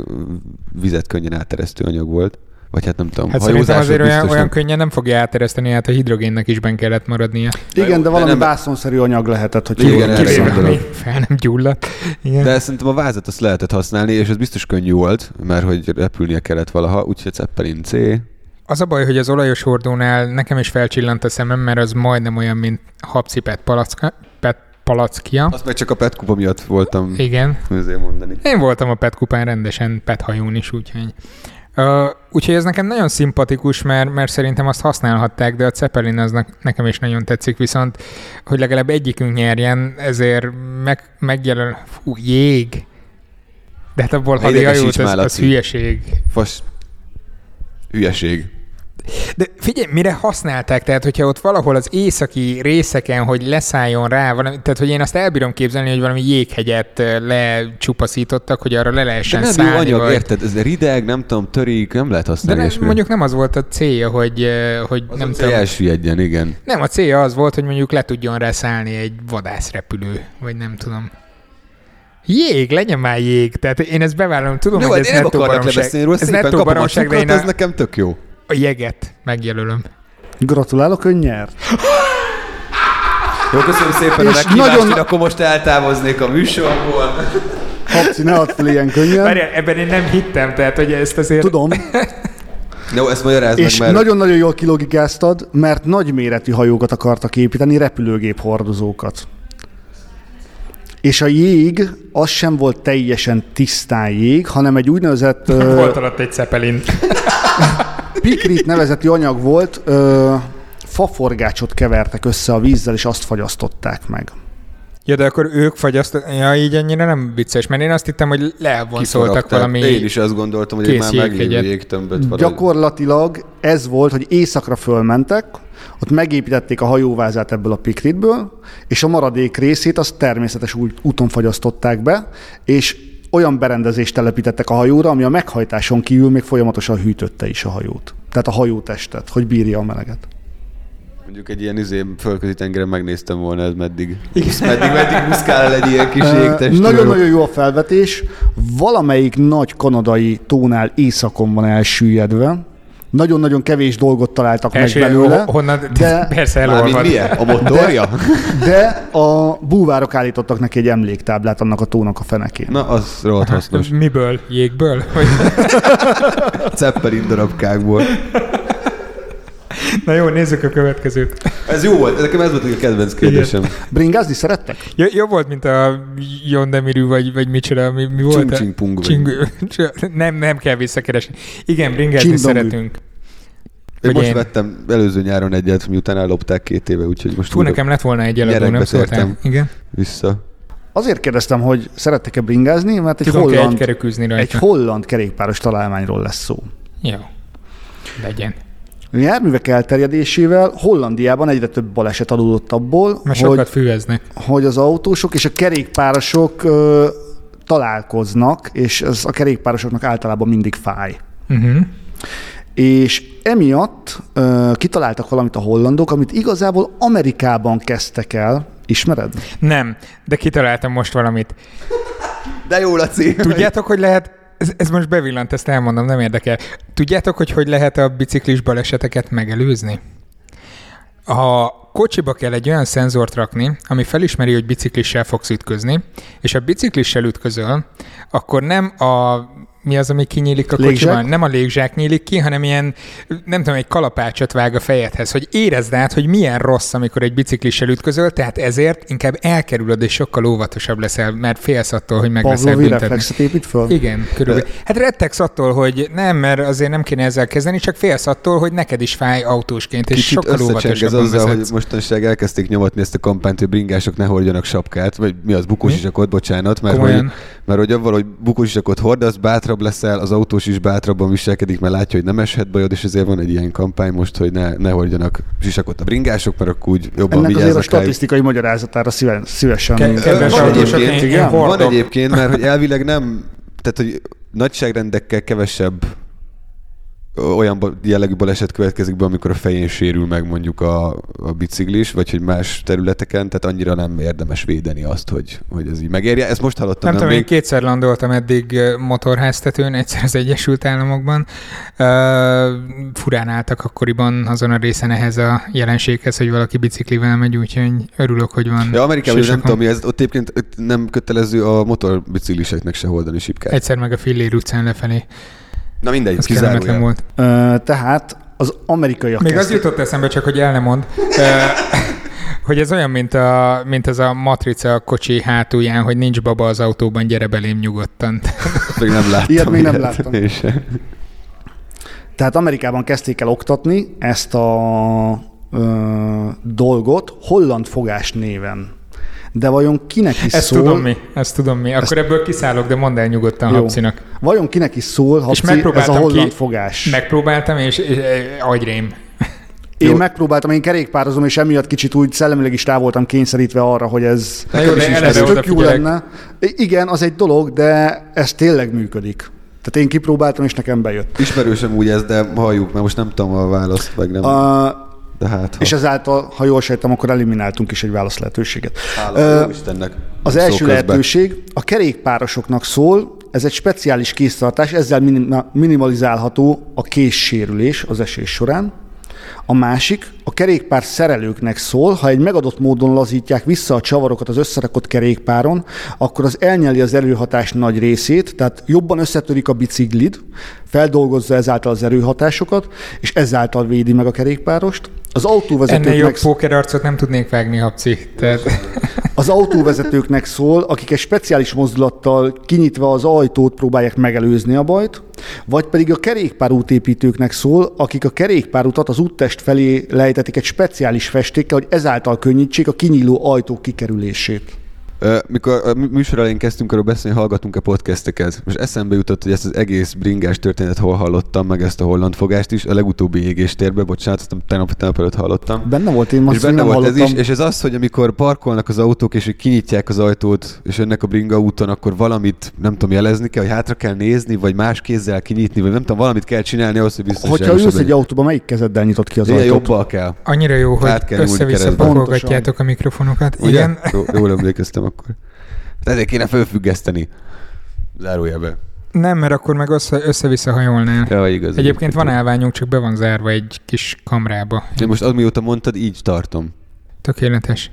Speaker 2: vizet könnyen áteresztő anyag volt. Vagy hát nem tudom,
Speaker 1: Hát szerintem
Speaker 2: hajózás
Speaker 1: azért
Speaker 2: biztos
Speaker 1: olyan, olyan
Speaker 2: nem.
Speaker 1: könnyen nem fogja átereszteni, hát a hidrogénnek is benne kellett maradnia.
Speaker 2: Na jó,
Speaker 3: Igen,
Speaker 2: de
Speaker 3: de valami
Speaker 2: nem-
Speaker 3: vászonszerű anyag lehetett, hogy
Speaker 2: Igen,
Speaker 3: jól
Speaker 2: erre
Speaker 3: emlékszem.
Speaker 1: Kivéve,
Speaker 2: gondolok.
Speaker 1: ami fel nem gyulladt. Igen.
Speaker 2: De szerintem a vázat azt lehetett használni, és ez biztos könnyű volt, mert hogy repülnie kellett valaha, úgyhogy Zeppelin C.
Speaker 1: Az a baj, hogy az olajos hordónál nekem is felcsillant a szemem, mert az majdnem olyan, mint habcipet palacka, pet palackia.
Speaker 2: Azt meg csak a petkupa miatt voltam
Speaker 1: Igen.
Speaker 2: azért mondani.
Speaker 1: Én voltam a PET kupán rendesen, PET hajón is, úgyhogy. Uh, úgyhogy ez nekem nagyon szimpatikus, mert, mert szerintem azt használhatták, de a Zeppelin az ne- nekem is nagyon tetszik, viszont hogy legalább egyikünk nyerjen, ezért meg, megjelöl... Fú, jég! De hát abból
Speaker 2: Érdekes
Speaker 1: hadihajót,
Speaker 2: is már,
Speaker 1: az, az
Speaker 2: Laci.
Speaker 1: hülyeség.
Speaker 2: Fas... Hülyeség.
Speaker 1: De figyelj, mire használták? Tehát, hogyha ott valahol az északi részeken, hogy leszálljon rá, valami, tehát, hogy én azt elbírom képzelni, hogy valami jéghegyet ö, lecsupaszítottak, hogy arra le
Speaker 2: De
Speaker 1: lehessen
Speaker 2: nem jó
Speaker 1: szállni.
Speaker 2: anyag,
Speaker 1: vagy...
Speaker 2: érted? Ez rideg, nem tudom, törik, nem lehet
Speaker 1: De
Speaker 2: használni
Speaker 1: nem,
Speaker 2: ilyesmire.
Speaker 1: mondjuk nem az volt a célja, hogy, eh, hogy
Speaker 2: Az
Speaker 1: nem
Speaker 2: nem
Speaker 1: tudom.
Speaker 2: elsüllyedjen, igen.
Speaker 1: Nem, a célja az volt, hogy mondjuk le tudjon rá szállni egy vadászrepülő, vagy nem tudom. Jég, legyen már jég. Tehát én ezt bevállalom, tudom,
Speaker 2: Jó,
Speaker 1: hogy
Speaker 2: hát
Speaker 1: ez
Speaker 2: én nem
Speaker 1: nettó
Speaker 2: akarok
Speaker 1: baromság.
Speaker 2: lebeszélni róla,
Speaker 1: Ez
Speaker 2: szépen
Speaker 1: nettó
Speaker 2: kapom a
Speaker 1: baromság, de én
Speaker 2: cukrot, ez
Speaker 1: a,
Speaker 2: nekem tök jó.
Speaker 1: a jeget megjelölöm.
Speaker 3: Gratulálok, ön nyert.
Speaker 2: Jó, köszönöm szépen
Speaker 3: És
Speaker 2: a meghívást,
Speaker 3: nagyon-
Speaker 2: én akkor most eltávoznék a műsorból.
Speaker 3: Habci, ne add fel ilyen könnyen.
Speaker 1: Várjál, ebben én nem hittem, tehát hogy ezt azért...
Speaker 3: Tudom,
Speaker 2: Jó, ezt magyarázd meg,
Speaker 3: és
Speaker 2: mert
Speaker 3: nagyon-nagyon jól kilogikáztad, mert nagyméretű hajókat akartak építeni, repülőgép hordozókat. És a jég az sem volt teljesen tisztán jég, hanem egy úgynevezett ö,
Speaker 1: Volt alatt egy cepelin.
Speaker 3: pikrit nevezeti anyag volt, ö, faforgácsot kevertek össze a vízzel, és azt fagyasztották meg.
Speaker 1: Ja, de akkor ők fagyaszt... Ja, így annyira nem vicces, mert én azt hittem, hogy leelvonszoltak
Speaker 2: kiforogták.
Speaker 1: valami...
Speaker 2: Én is azt gondoltam, hogy itt
Speaker 1: kész
Speaker 2: már meglévő
Speaker 1: jéghegyet.
Speaker 2: jégtömböt van.
Speaker 3: Gyakorlatilag ez volt, hogy éjszakra fölmentek, ott megépítették a hajóvázát ebből a pikritből, és a maradék részét azt természetes ú- úton fagyasztották be, és olyan berendezést telepítettek a hajóra, ami a meghajtáson kívül még folyamatosan hűtötte is a hajót. Tehát a hajótestet, hogy bírja a meleget.
Speaker 2: Mondjuk egy ilyen izé fölközi tengeren megnéztem volna, ez meddig. Húsz, meddig, meddig muszkál el egy ilyen kis
Speaker 3: Ö,
Speaker 2: jégtestről.
Speaker 3: Nagyon-nagyon jó a felvetés. Valamelyik nagy kanadai tónál északon van elsüllyedve. Nagyon-nagyon kevés dolgot találtak
Speaker 1: Első,
Speaker 3: meg belőle.
Speaker 1: honnan, de...
Speaker 3: de-
Speaker 1: (laughs) persze
Speaker 2: Mármint
Speaker 1: elolvad.
Speaker 2: milyen? A motorja?
Speaker 3: De a búvárok állítottak neki egy emléktáblát annak a tónak a fenekén.
Speaker 2: Na, az rohadt hasznos.
Speaker 1: Miből? Jégből? Vagy...
Speaker 2: Zeppelin darabkákból.
Speaker 1: (laughs) Na jó, nézzük a következőt.
Speaker 2: Ez jó volt, nekem ez volt a kedvenc kérdésem.
Speaker 3: Bringázni szerettek?
Speaker 1: J- jobb volt, mint a Jondemirű, vagy, vagy micsoda, mi, mi volt? a-
Speaker 2: Csing-csing pung.
Speaker 1: Csing, (laughs) nem, nem kell visszakeresni. Igen, bringázni
Speaker 3: Csingdomű.
Speaker 1: szeretünk.
Speaker 2: Én
Speaker 1: Hogy
Speaker 2: most
Speaker 1: én-
Speaker 2: vettem előző nyáron egyet, miután ellopták két éve, úgyhogy most
Speaker 1: Fú,
Speaker 2: újra
Speaker 1: nekem lett volna egy eladó, nem
Speaker 2: Gyerekbe
Speaker 1: szóltál?
Speaker 2: tértem.
Speaker 1: Igen.
Speaker 2: vissza.
Speaker 3: Azért kérdeztem, hogy szerettek-e bringázni, mert egy
Speaker 1: Tudunk egy
Speaker 3: holland,
Speaker 1: kerekűzni
Speaker 3: egy
Speaker 1: rajta.
Speaker 3: holland kerékpáros találmányról lesz szó.
Speaker 1: Jó. Legyen.
Speaker 3: A járművek elterjedésével Hollandiában egyre több baleset adódott abból,
Speaker 1: Mert
Speaker 3: hogy,
Speaker 1: sokat fűveznek.
Speaker 3: hogy az autósok és a kerékpárosok ö, találkoznak, és ez a kerékpárosoknak általában mindig fáj.
Speaker 1: Uh-huh.
Speaker 3: És emiatt ö, kitaláltak valamit a hollandok, amit igazából Amerikában kezdtek el. Ismered?
Speaker 1: Nem, de kitaláltam most valamit.
Speaker 2: De jó, Laci!
Speaker 1: Tudjátok, hogy lehet, ez, ez most bevillant, ezt elmondom, nem érdekel. Tudjátok, hogy hogy lehet a biciklis baleseteket megelőzni? A kocsiba kell egy olyan szenzort rakni, ami felismeri, hogy biciklissel fogsz ütközni, és ha biciklissel ütközöl, akkor nem a mi az, ami kinyílik a
Speaker 3: Légzsák?
Speaker 1: kocsiban? Nem a légzsák nyílik ki, hanem ilyen, nem tudom, egy kalapácsot vág a fejedhez, hogy érezd át, hogy milyen rossz, amikor egy biciklissel ütközöl, tehát ezért inkább elkerülöd, és sokkal óvatosabb leszel, mert félsz attól, hogy meg leszel
Speaker 3: Pavlovi
Speaker 1: büntetni.
Speaker 3: reflexet épít föl?
Speaker 1: Igen, körülbelül. Hát rettegsz attól, hogy nem, mert azért nem kéne ezzel kezdeni, csak félsz attól, hogy neked is fáj autósként, és
Speaker 2: Kicsit
Speaker 1: sokkal
Speaker 2: összecseng ez
Speaker 1: óvatosabban
Speaker 2: azzal, hogy
Speaker 1: vezetsz.
Speaker 2: mostanság elkezdték nyomatni ezt a kampányt, hogy bringások ne hordjanak sapkát, vagy mi az, bukósisakot, bocsánat, mert hogy,
Speaker 1: Komolyan.
Speaker 2: mert hogy avval, hogy bukósisakot hordasz, bátrabb leszel, az autós is bátrabban viselkedik, mert látja, hogy nem eshet bajod, és ezért van egy ilyen kampány most, hogy ne, ne hordjanak sisakot a bringások, mert akkor úgy jobban
Speaker 3: Ennek azért a
Speaker 2: vigyáznak rájuk.
Speaker 3: statisztikai magyarázatára szíve- szívesen.
Speaker 1: Ke- kedves
Speaker 2: van
Speaker 1: autósok, én,
Speaker 2: egyébként,
Speaker 1: én
Speaker 3: igen.
Speaker 2: Van
Speaker 1: hordok.
Speaker 2: egyébként, mert hogy elvileg nem, tehát hogy nagyságrendekkel kevesebb olyan ba- jellegű baleset következik be, amikor a fején sérül meg mondjuk a, a biciklis, vagy hogy más területeken, tehát annyira nem érdemes védeni azt, hogy, hogy ez így megérje. Ezt most hallottam.
Speaker 1: Nem tudom,
Speaker 2: nemrég.
Speaker 1: én kétszer landoltam eddig ö, motorháztetőn, egyszer az Egyesült Államokban. Ö, furán álltak akkoriban azon a részen ehhez a jelenséghez, hogy valaki biciklivel megy, úgyhogy örülök, hogy van.
Speaker 2: Ja, Amerikában is nem
Speaker 1: sisakon.
Speaker 2: tudom, mi ez, ott egyébként ott nem kötelező a motorbicikliseknek se holdani sipkát. Egy,
Speaker 1: Egyszer meg a Fillér utcán lefelé.
Speaker 2: Na mindegy,
Speaker 1: Ez kellemetlen
Speaker 2: kizárólag.
Speaker 1: volt.
Speaker 3: Ö, tehát az amerikaiak
Speaker 1: Még az
Speaker 3: kezdték.
Speaker 1: jutott eszembe, csak hogy el nem mond, ö, (laughs) hogy ez olyan, mint, a, mint ez a matrica a kocsi hátulján, hogy nincs baba az autóban, gyere belém nyugodtan.
Speaker 2: Még nem láttam.
Speaker 3: Ilyet még nem
Speaker 2: ilyet.
Speaker 3: láttam.
Speaker 2: Én sem.
Speaker 3: Tehát Amerikában kezdték el oktatni ezt a ö, dolgot holland fogás néven. De vajon kinek is
Speaker 1: Ezt
Speaker 3: szól?
Speaker 1: tudom mi, ezt tudom mi. Akkor ebből kiszállok, de mondd el nyugodtan
Speaker 3: Jó.
Speaker 1: Hapcinak.
Speaker 3: Vajon kinek is szól, Habci, ez a
Speaker 1: megpróbáltam
Speaker 3: holland
Speaker 1: ki-
Speaker 3: fogás?
Speaker 1: Megpróbáltam, és, és, és agyrém.
Speaker 3: Én
Speaker 2: Jó.
Speaker 3: megpróbáltam, én kerékpározom, és emiatt kicsit úgy szellemileg is rá voltam kényszerítve arra, hogy ez,
Speaker 1: Na jó, de
Speaker 3: ez,
Speaker 1: eleve
Speaker 3: tök jó
Speaker 1: odafigyelek.
Speaker 3: lenne. I- Igen, az egy dolog, de ez tényleg működik. Tehát én kipróbáltam, és nekem bejött.
Speaker 2: Ismerősem úgy ez, de halljuk, mert most nem tudom a választ, meg nem. A...
Speaker 3: Uh,
Speaker 2: De hát, ha.
Speaker 3: és ezáltal, ha jól sejtem, akkor elimináltunk is egy válasz lehetőséget.
Speaker 2: Hála, jó Istennek.
Speaker 3: Az
Speaker 2: Szó
Speaker 3: első
Speaker 2: közben.
Speaker 3: lehetőség a kerékpárosoknak szól, ez egy speciális késztartás, ezzel minima- minimalizálható a késsérülés az esés során. A másik a kerékpár szerelőknek szól, ha egy megadott módon lazítják vissza a csavarokat az összerakott kerékpáron, akkor az elnyeli az erőhatás nagy részét, tehát jobban összetörik a biciklid, feldolgozza ezáltal az erőhatásokat, és ezáltal védi meg a kerékpárost. Az
Speaker 1: Ennél
Speaker 3: autóvezetőknek
Speaker 1: jobb pókerarcot nem tudnék vágni, Hapci. Tehát,
Speaker 3: az autóvezetőknek szól, akik egy speciális mozdulattal kinyitva az ajtót próbálják megelőzni a bajt, vagy pedig a kerékpárútépítőknek szól, akik a kerékpárutat az úttest felé lejtetik egy speciális festékkel, hogy ezáltal könnyítsék a kinyíló ajtó kikerülését.
Speaker 2: Ö, Mikor a mű- műsor elején kezdtünk arról beszélni, hallgatunk-e podcasteket, és eszembe jutott, hogy ezt az egész bringás történetet hol hallottam, meg ezt a holland fogást is, a legutóbbi égéstérbe, bocsánat, azt nem tegnap, tegnap előtt hallottam.
Speaker 3: Benne volt én,
Speaker 2: és
Speaker 3: most
Speaker 2: benne
Speaker 3: nem
Speaker 2: volt ez
Speaker 3: hallottam.
Speaker 2: is, és ez az, hogy amikor parkolnak az autók, és hogy kinyitják az ajtót, és jönnek a bringa úton, akkor valamit, nem tudom, jelezni kell, hogy hátra kell nézni, vagy más kézzel kinyitni, vagy nem tudom, valamit kell csinálni ahhoz, hogy biztonságosabb
Speaker 3: Hogyha ülsz egy
Speaker 2: legyen.
Speaker 3: autóba, melyik kezeddel nyitott ki az
Speaker 2: Igen,
Speaker 3: ajtót?
Speaker 2: jobbal kell.
Speaker 1: annyira jó, hogy
Speaker 2: Át kell nyúlni
Speaker 1: össze-vissza
Speaker 2: keresztbe.
Speaker 1: pakolgatjátok a mikrofonokat.
Speaker 2: Ugye?
Speaker 1: Igen.
Speaker 2: Jó, jól emlékeztem akkor. Hát Ezért kéne felfüggeszteni. Zárójelbe.
Speaker 1: Nem, mert akkor meg össze- össze-vissza hajolnál.
Speaker 2: Ja, igaz.
Speaker 1: Egyébként van állványunk, csak be van zárva egy kis kamrába.
Speaker 2: Én most amióta mondtad, így tartom.
Speaker 1: Tökéletes.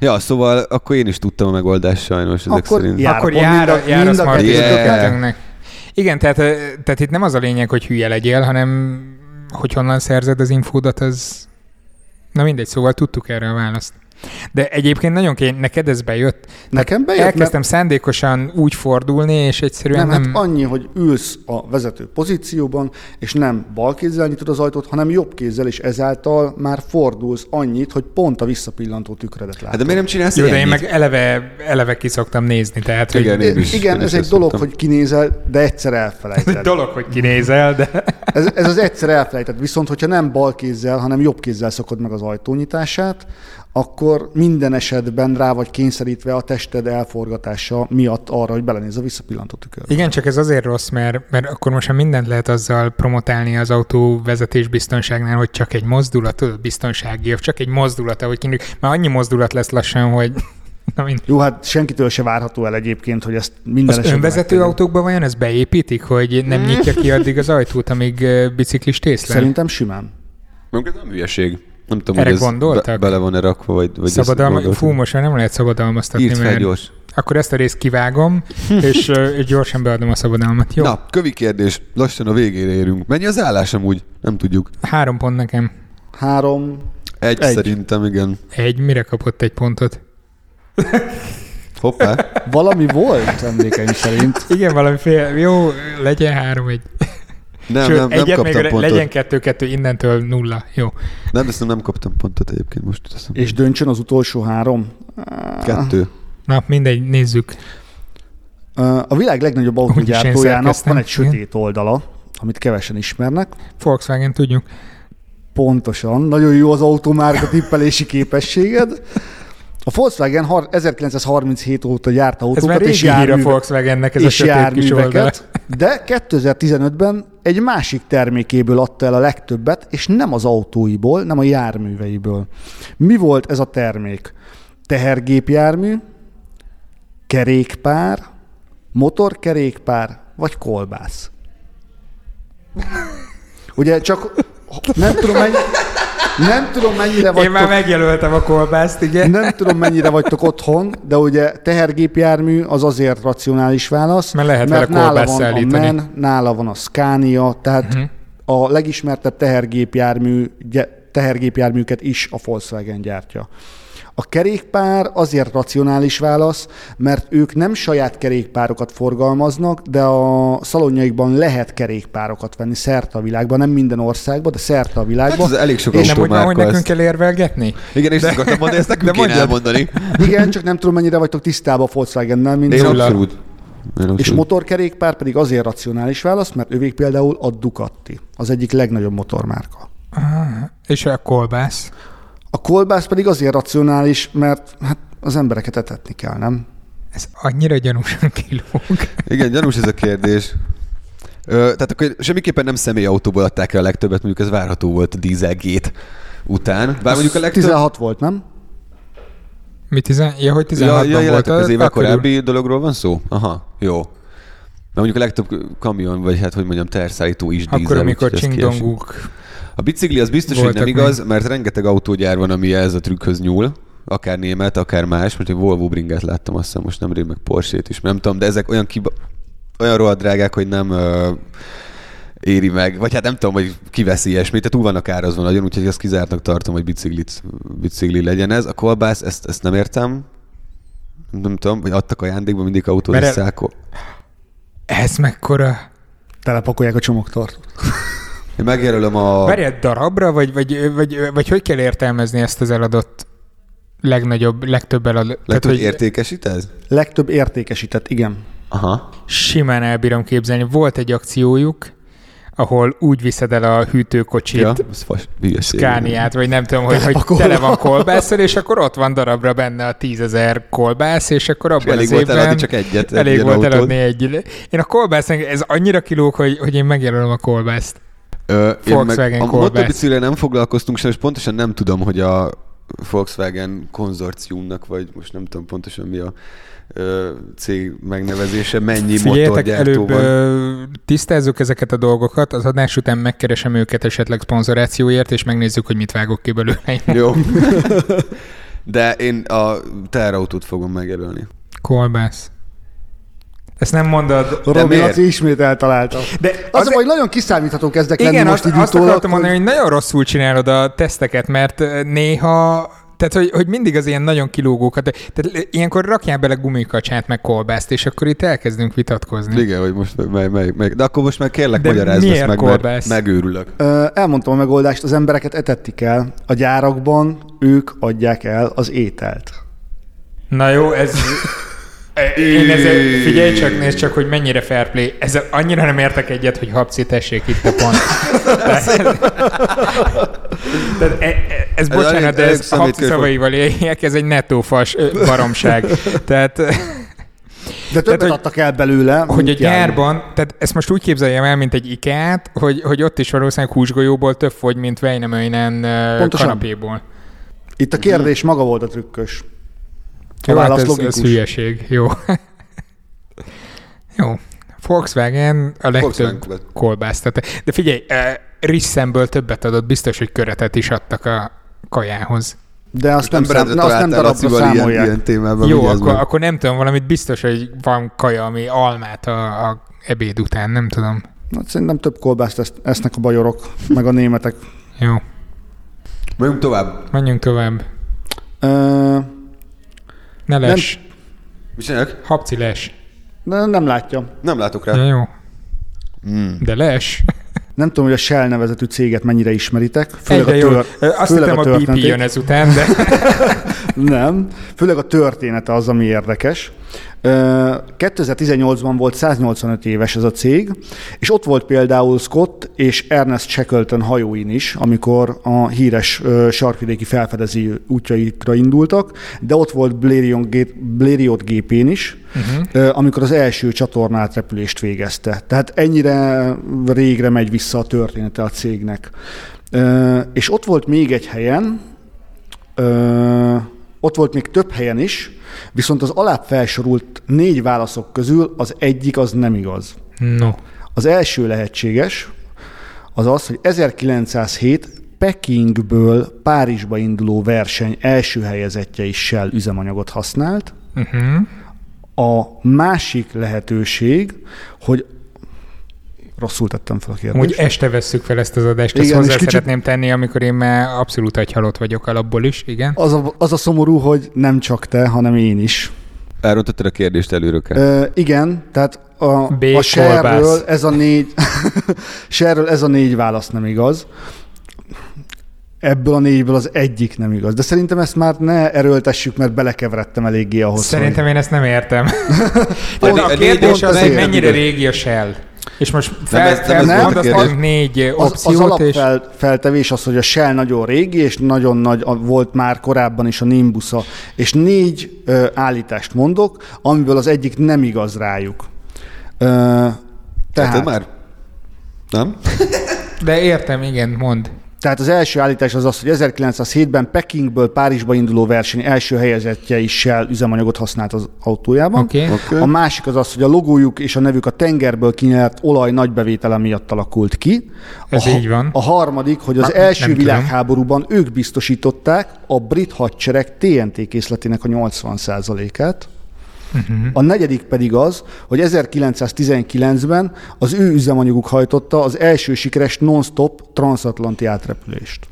Speaker 2: Ja, szóval akkor én is tudtam a megoldást sajnos ezek
Speaker 3: Akkor
Speaker 2: szerint.
Speaker 3: jár.
Speaker 1: Akkor
Speaker 3: Akkor
Speaker 1: jár,
Speaker 3: mind a-
Speaker 1: jár a
Speaker 3: mind a
Speaker 1: smart
Speaker 2: kettő
Speaker 1: yeah.
Speaker 2: tökéletesnek.
Speaker 1: Igen, tehát, ö, tehát itt nem az a lényeg, hogy hülye legyél, hanem hogy honnan szerzed az infódat, az... Na mindegy, szóval tudtuk erre a választ. De egyébként nagyon kény, neked ez bejött.
Speaker 3: Nekem bejött, mert-
Speaker 1: Elkezdtem szándékosan úgy fordulni, és egyszerűen
Speaker 3: Nem,
Speaker 1: nem...
Speaker 3: hát annyi, hogy ülsz a vezető pozícióban, és nem bal kézzel nyitod az ajtót, hanem jobb kézzel, és ezáltal már fordulsz annyit, hogy pont a visszapillantó tükredet
Speaker 2: Hát
Speaker 3: látod.
Speaker 2: de miért nem csinálsz
Speaker 1: Jó, de én
Speaker 2: ilyenit?
Speaker 1: meg eleve, eleve kiszoktam nézni, tehát hogy
Speaker 2: Igen, én is.
Speaker 3: Igen,
Speaker 2: én
Speaker 3: ez
Speaker 2: is
Speaker 3: egy
Speaker 2: ezt
Speaker 3: dolog,
Speaker 2: szoktam.
Speaker 3: hogy kinézel, de
Speaker 2: (laughs)
Speaker 3: egyszer
Speaker 1: egy
Speaker 3: elfelejted.
Speaker 1: (laughs) dolog, hogy kinézel, de...
Speaker 3: Ez, ez az egyszer elfelejted. Viszont, hogyha nem bal kézzel, hanem jobb kézzel szokod meg az ajtónyitását, akkor minden esetben rá vagy kényszerítve a tested elforgatása miatt arra, hogy belenéz a visszapillantó tükörbe.
Speaker 1: Igen, csak ez azért rossz, mert, mert akkor most már mindent lehet azzal promotálni az autó vezetés biztonságnál, hogy csak egy mozdulat, tudod, biztonsági, év, csak egy mozdulat, ahogy kinő. Már annyi mozdulat lesz lassan, hogy... Na, mind.
Speaker 3: Jó, hát senkitől se várható el egyébként, hogy ezt minden
Speaker 1: Az
Speaker 3: esetben
Speaker 1: önvezető
Speaker 3: megtegyük.
Speaker 1: autókban vajon ezt beépítik, hogy nem nyitja ki addig az ajtót, amíg ö, biciklist észlel?
Speaker 3: Szerintem simán.
Speaker 2: Mondjuk ez nem hülyeség. Nem tudom,
Speaker 1: Erre
Speaker 2: hogy ez
Speaker 1: gondoltak?
Speaker 2: be- bele van-e rakva, vagy... vagy
Speaker 1: Szabadalma... Fú, most már nem lehet szabadalmaztatni,
Speaker 2: Írd fel
Speaker 1: mert...
Speaker 2: gyors.
Speaker 1: Akkor ezt a részt kivágom,
Speaker 3: (laughs)
Speaker 1: és ö, gyorsan beadom a szabadalmat. Jó?
Speaker 2: Jó. Na, kövi kérdés. Lassan a végére érünk. Mennyi az állás amúgy? Nem tudjuk.
Speaker 1: Három pont nekem.
Speaker 3: Három,
Speaker 2: Egy,
Speaker 3: Egy.
Speaker 2: Egy. szerintem, igen.
Speaker 1: Egy, mire kapott egy pontot? (laughs)
Speaker 2: Hoppá.
Speaker 3: Valami
Speaker 2: (laughs)
Speaker 3: volt emlékeim szerint.
Speaker 1: Igen, valami fél... Jó, legyen három, egy.
Speaker 2: Nem,
Speaker 1: Sőt,
Speaker 2: nem, nem
Speaker 1: egyet
Speaker 2: kaptam
Speaker 1: még
Speaker 2: pontot.
Speaker 1: legyen kettő-kettő, innentől nulla. Jó.
Speaker 2: Nem, azt hiszem, nem kaptam pontot egyébként most. Azt hiszem.
Speaker 3: És döntsön az utolsó három.
Speaker 2: Kettő.
Speaker 1: Na, mindegy, nézzük.
Speaker 3: A világ legnagyobb
Speaker 1: Úgyis én
Speaker 3: autógyártójának
Speaker 1: szerkeztem.
Speaker 3: van egy sötét oldala, amit kevesen ismernek.
Speaker 1: Volkswagen, tudjuk.
Speaker 3: Pontosan. Nagyon jó az automárka tippelési képességed. A Volkswagen har- 1937 óta
Speaker 1: Ez
Speaker 3: gyárt
Speaker 1: már
Speaker 3: autókat és
Speaker 1: régi hír a
Speaker 3: járműve-
Speaker 1: Volkswagennek, ez a
Speaker 3: és
Speaker 1: sötét kis oldal.
Speaker 3: járműveket, de 2015-ben egy másik termékéből adta el a legtöbbet, és nem az autóiból, nem a járműveiből. Mi volt ez a termék? Tehergépjármű, kerékpár, motorkerékpár vagy kolbász? Ugye csak nem tudom, mennyi, nem tudom mennyire
Speaker 1: Én már
Speaker 3: vagytok
Speaker 1: megjelöltem a kolbászt, igen.
Speaker 3: nem tudom, mennyire vagytok otthon, de ugye tehergépjármű az azért racionális válasz,
Speaker 1: Mert lehet vele
Speaker 3: nála
Speaker 1: kolbászt
Speaker 3: van
Speaker 1: szállítani.
Speaker 3: a MEN, nála van a Scania,
Speaker 1: Mhm.
Speaker 3: tehát uh-huh. a legismertebb tehergépjármű, gy- tehergépjárműket is a Volkswagen gyártja. A kerékpár azért racionális válasz, mert ők nem saját kerékpárokat forgalmaznak, de a szalonjaikban lehet kerékpárokat venni szerte a világban, nem minden országban, de szerte a világban.
Speaker 2: Hát ez elég sok
Speaker 1: És nem úgy van, hogy
Speaker 2: automárka.
Speaker 1: nekünk
Speaker 2: ezt-
Speaker 1: kell érvelgetni?
Speaker 2: Igen, és ezt akartam mondani, ezt nekünk
Speaker 1: De
Speaker 2: kéne
Speaker 1: mondjad.
Speaker 2: elmondani.
Speaker 3: Igen, csak nem tudom, mennyire vagytok tisztában a Volkswagennel, mint
Speaker 2: Én
Speaker 1: Nulla.
Speaker 2: abszolút. Én abszolút.
Speaker 3: És motorkerékpár pedig azért racionális válasz, mert övék például a Ducati, az egyik legnagyobb motormárka.
Speaker 1: Ah, És a kolbász.
Speaker 3: A kolbász pedig azért racionális, mert hát az embereket etetni kell, nem?
Speaker 1: Ez annyira gyanúsan (laughs) kilóg.
Speaker 2: Igen, gyanús ez a kérdés. Ö, tehát akkor semmiképpen nem személyautóból adták el a legtöbbet, mondjuk ez várható volt a dieselgét után. Bár mondjuk a legtöbb...
Speaker 3: 16 volt, nem?
Speaker 1: Mi tizen... Ja, hogy
Speaker 2: Ja,
Speaker 1: 16-ban
Speaker 2: ja, ja,
Speaker 1: volt
Speaker 2: látod, az évek
Speaker 1: körül.
Speaker 2: korábbi dologról van szó? Aha, jó. Na mondjuk a legtöbb kamion, vagy hát hogy mondjam, teherszállító is dízel.
Speaker 1: Akkor, amikor
Speaker 2: úgyhogy ez kiesik.
Speaker 1: csingdonguk.
Speaker 2: A bicikli az biztos, hogy nem
Speaker 1: Voltak
Speaker 2: igaz, mert rengeteg autógyár van, ami ez a trükkhöz nyúl. Akár német, akár más. Most egy Volvo bringát láttam, azt hiszem most nemrég, meg Porsét is, nem tudom, de ezek olyan, kiba... olyan rohadt drágák, hogy nem ö... éri meg. Vagy hát nem tudom, hogy kiveszi ilyesmit, tehát túl vannak árazva nagyon, úgyhogy ezt kizártnak tartom, hogy biciklit, bicikli legyen ez. A kolbász, ezt, ezt nem értem. Nem tudom, vagy adtak ajándékba mindig autót
Speaker 1: Mert
Speaker 2: és
Speaker 1: el-
Speaker 2: száko.
Speaker 1: Ez mekkora...
Speaker 3: Telepakolják a csomagtartót.
Speaker 2: Én megjelölöm a...
Speaker 1: Várjál, darabra, vagy, vagy, vagy, vagy hogy kell értelmezni ezt az eladott legnagyobb, legtöbb eladott?
Speaker 2: Lehet, hogy
Speaker 1: hogy
Speaker 2: értékesít ez?
Speaker 3: Legtöbb értékesített, igen.
Speaker 2: Aha.
Speaker 1: simán elbírom képzelni. Volt egy akciójuk, ahol úgy viszed el a hűtőkocsit,
Speaker 2: Ja,
Speaker 1: ja.
Speaker 2: ez fas, hülyeség.
Speaker 1: Kániát, vagy nem tudom,
Speaker 2: (laughs)
Speaker 1: hogy, hogy
Speaker 3: Telepakol.
Speaker 1: tele van kolbászsal, és akkor ott van darabra benne a tízezer kolbász, és akkor abban
Speaker 2: elég
Speaker 1: az
Speaker 2: volt
Speaker 1: évben
Speaker 2: eladni csak egyet, egy
Speaker 1: elég
Speaker 2: ilyen
Speaker 1: volt
Speaker 2: autót.
Speaker 1: eladni egy. Én a kolbász, ez annyira kilóg, hogy, hogy én megjelölöm a kolbászt.
Speaker 2: Ö, én
Speaker 1: Volkswagen
Speaker 2: meg a
Speaker 1: Corvette.
Speaker 2: motorbiciklire nem foglalkoztunk sem, és pontosan nem tudom, hogy a Volkswagen konzorciumnak, vagy most nem tudom pontosan mi a ö, cég megnevezése, mennyi
Speaker 1: Figyeljetek,
Speaker 2: motorgyártó
Speaker 1: előbb
Speaker 2: van.
Speaker 1: ö, tisztázzuk ezeket a dolgokat, az adás után megkeresem őket esetleg szponzorációért, és megnézzük, hogy mit vágok ki belőle.
Speaker 2: (laughs) Jó. (laughs) De én a teherautót fogom megjelölni.
Speaker 1: Kolbász. Ezt nem mondod.
Speaker 3: Robi
Speaker 2: miért?
Speaker 3: Laci ismét eltalálta.
Speaker 1: De
Speaker 3: Az, az hogy nagyon kiszámítható kezdek
Speaker 1: Igen,
Speaker 3: lenni
Speaker 1: azt,
Speaker 3: most így
Speaker 1: azt
Speaker 3: utólag,
Speaker 1: akartam mondani, hogy nagyon rosszul csinálod a teszteket, mert ö, néha tehát, hogy, hogy mindig az ilyen nagyon kilógókat. Tehát l- ilyenkor rakjál bele gumikacsát, meg kolbászt, és akkor itt elkezdünk vitatkozni.
Speaker 2: Igen, hogy most mely, mely, mely. De akkor most már kérlek,
Speaker 1: Hm. De
Speaker 2: magyarázd ezt
Speaker 1: miért
Speaker 2: meg, mert
Speaker 1: Corvette?
Speaker 2: megőrülök.
Speaker 3: Ö, Elmondtam a megoldást, az embereket etettik el. A gyárakban ők adják el az ételt.
Speaker 1: Na jó, ez... E, Én ezért, figyelj csak, nézd csak, hogy mennyire fair play. Ezzel annyira nem értek egyet, hogy habci, tessék itt a pont.
Speaker 2: (laughs)
Speaker 1: (laughs) Tehát e- e- ez
Speaker 2: Ez
Speaker 1: bocsánat,
Speaker 2: elég-
Speaker 1: de
Speaker 2: elég
Speaker 1: ez a habci
Speaker 2: szemétkőfog.
Speaker 1: szavaival éljek, ez egy nettófas ö, baromság. Tehát
Speaker 3: De többet
Speaker 1: hogy-
Speaker 3: Tehát, adtak el belőle.
Speaker 1: hogy a
Speaker 3: mint jármű.
Speaker 1: gyárban, tehát ezt most úgy képzeljem el, mint egy ikát, hogy, hogy ott is valószínűleg húsgolyóból több fogy, mint Weinemöinen
Speaker 3: Pontosan.
Speaker 1: kanapéból.
Speaker 3: Itt a kérdés maga volt a trükkös. A
Speaker 1: Jó, hát
Speaker 3: válasz
Speaker 1: ez, ez
Speaker 3: logikus.
Speaker 1: hülyeség. Jó. Jó. Volkswagen a
Speaker 2: Volkswagen
Speaker 1: legtöbb
Speaker 2: Corvette.
Speaker 1: kolbászt. Tehát- De figyelj, eh, Rissemből többet adott, biztos, hogy köretet is adták a kajához.
Speaker 3: De azt nem, szám,
Speaker 2: Brandre
Speaker 3: na, azt nem
Speaker 2: találtál
Speaker 3: darabra
Speaker 2: Lacival ilyen,
Speaker 3: számolják.
Speaker 2: ilyen témában.
Speaker 1: Jó,
Speaker 2: vigyázz
Speaker 1: akkor,
Speaker 2: meg.
Speaker 1: akkor nem tudom, valamit biztos, hogy van kaja, ami almát a, a ebéd után, nem tudom.
Speaker 3: Hát szerintem több kolbászt esz- esznek a bajorok, meg a németek.
Speaker 1: Jó,
Speaker 2: Menjünk tovább.
Speaker 1: menjünk tovább.
Speaker 3: Ö,
Speaker 1: Ne les.
Speaker 2: Mit csinálok?
Speaker 1: Habci les.
Speaker 3: de nem látja.
Speaker 2: Nem látok
Speaker 1: Ja,
Speaker 2: rá.
Speaker 1: jó.
Speaker 2: Mm.
Speaker 1: De les.
Speaker 3: Nem tudom, hogy a Shell nevezetű céget mennyire ismeritek. Főleg
Speaker 1: Egyre
Speaker 3: a,
Speaker 1: jól.
Speaker 3: tör,
Speaker 1: Ö, Azt
Speaker 3: főleg
Speaker 1: hittem a,
Speaker 3: a
Speaker 1: a BP
Speaker 3: történetét.
Speaker 1: jön ezután, de (laughs)
Speaker 3: nem, főleg a története az, ami érdekes. 2018-ban volt 185 éves ez a cég, és ott volt például Scott és Ernest Shackleton hajóin is, amikor a híres sarkvidéki felfedező útjaikra indultak, de ott volt Blériot gép, gépén is, uh-huh. amikor az első csatornát repülést végezte. Tehát ennyire régre megy vissza a története a cégnek. És ott volt még egy helyen, ott volt még több helyen is, viszont az alább felsorult négy válaszok közül az egyik az nem igaz.
Speaker 1: No.
Speaker 3: Az első lehetséges az az, hogy 1907 Pekingből Párizsba induló verseny első helyezettje is Shell üzemanyagot használt.
Speaker 1: Uh-huh.
Speaker 3: A másik lehetőség, hogy rosszul tettem fel a kérdést.
Speaker 1: Úgy este vesszük fel ezt az adást, igen, ezt hozzá kicsit... szeretném tenni, amikor én már abszolút agyhalott vagyok alapból is, igen.
Speaker 3: Az a, az a szomorú, hogy nem csak te, hanem én is.
Speaker 2: Elrontottad a kérdést előről
Speaker 3: Ö, igen, tehát a,
Speaker 1: B.
Speaker 3: a
Speaker 1: Kolbász.
Speaker 3: serről ez a négy (laughs) serről ez a négy válasz nem igaz. Ebből a négyből az egyik nem igaz. De szerintem ezt már ne erőltessük, mert belekeveredtem eléggé ahhoz.
Speaker 1: Szerintem én ezt nem értem.
Speaker 2: Pont-
Speaker 1: a
Speaker 2: pont
Speaker 1: kérdés az, hogy
Speaker 3: ezért.
Speaker 1: mennyire régi a Shell. És most
Speaker 2: Nem,
Speaker 1: fel,
Speaker 2: ez- nem
Speaker 1: fel,
Speaker 2: ez
Speaker 3: volt a
Speaker 1: mondasz
Speaker 2: kérdés.
Speaker 1: ad négy
Speaker 3: Az, az
Speaker 1: opciót, és
Speaker 3: alapfeltevés az, hogy a Shell nagyon régi, és nagyon nagy a- volt már korábban is a Nimbusza, és négy ö, állítást mondok, amiből az egyik nem igaz rájuk. Ö, tehát,
Speaker 2: Tehát már? Nem?
Speaker 1: de értem, igen, mond.
Speaker 3: tehát az első állítás az az, hogy 1907-ben Pekingből Párizsba induló verseny első helyezettje is Shell üzemanyagot használt az autójában.
Speaker 1: Oké. Okay.
Speaker 2: Oké.
Speaker 3: A másik az az, hogy a logójuk és a nevük a tengerből kinyert olaj nagybevétele miatt alakult ki.
Speaker 1: Ez
Speaker 3: a,
Speaker 1: így van.
Speaker 3: A harmadik, hogy az
Speaker 1: Hát, nem
Speaker 3: első
Speaker 1: tudom.
Speaker 3: világháborúban ők biztosították a brit hadsereg TNT készletének a 80%-át.
Speaker 1: Mhm.
Speaker 3: Uh-huh. A negyedik pedig az, hogy 1919-ben az ő üzemanyaguk hajtotta az első sikeres non-stop transatlanti átrepülést.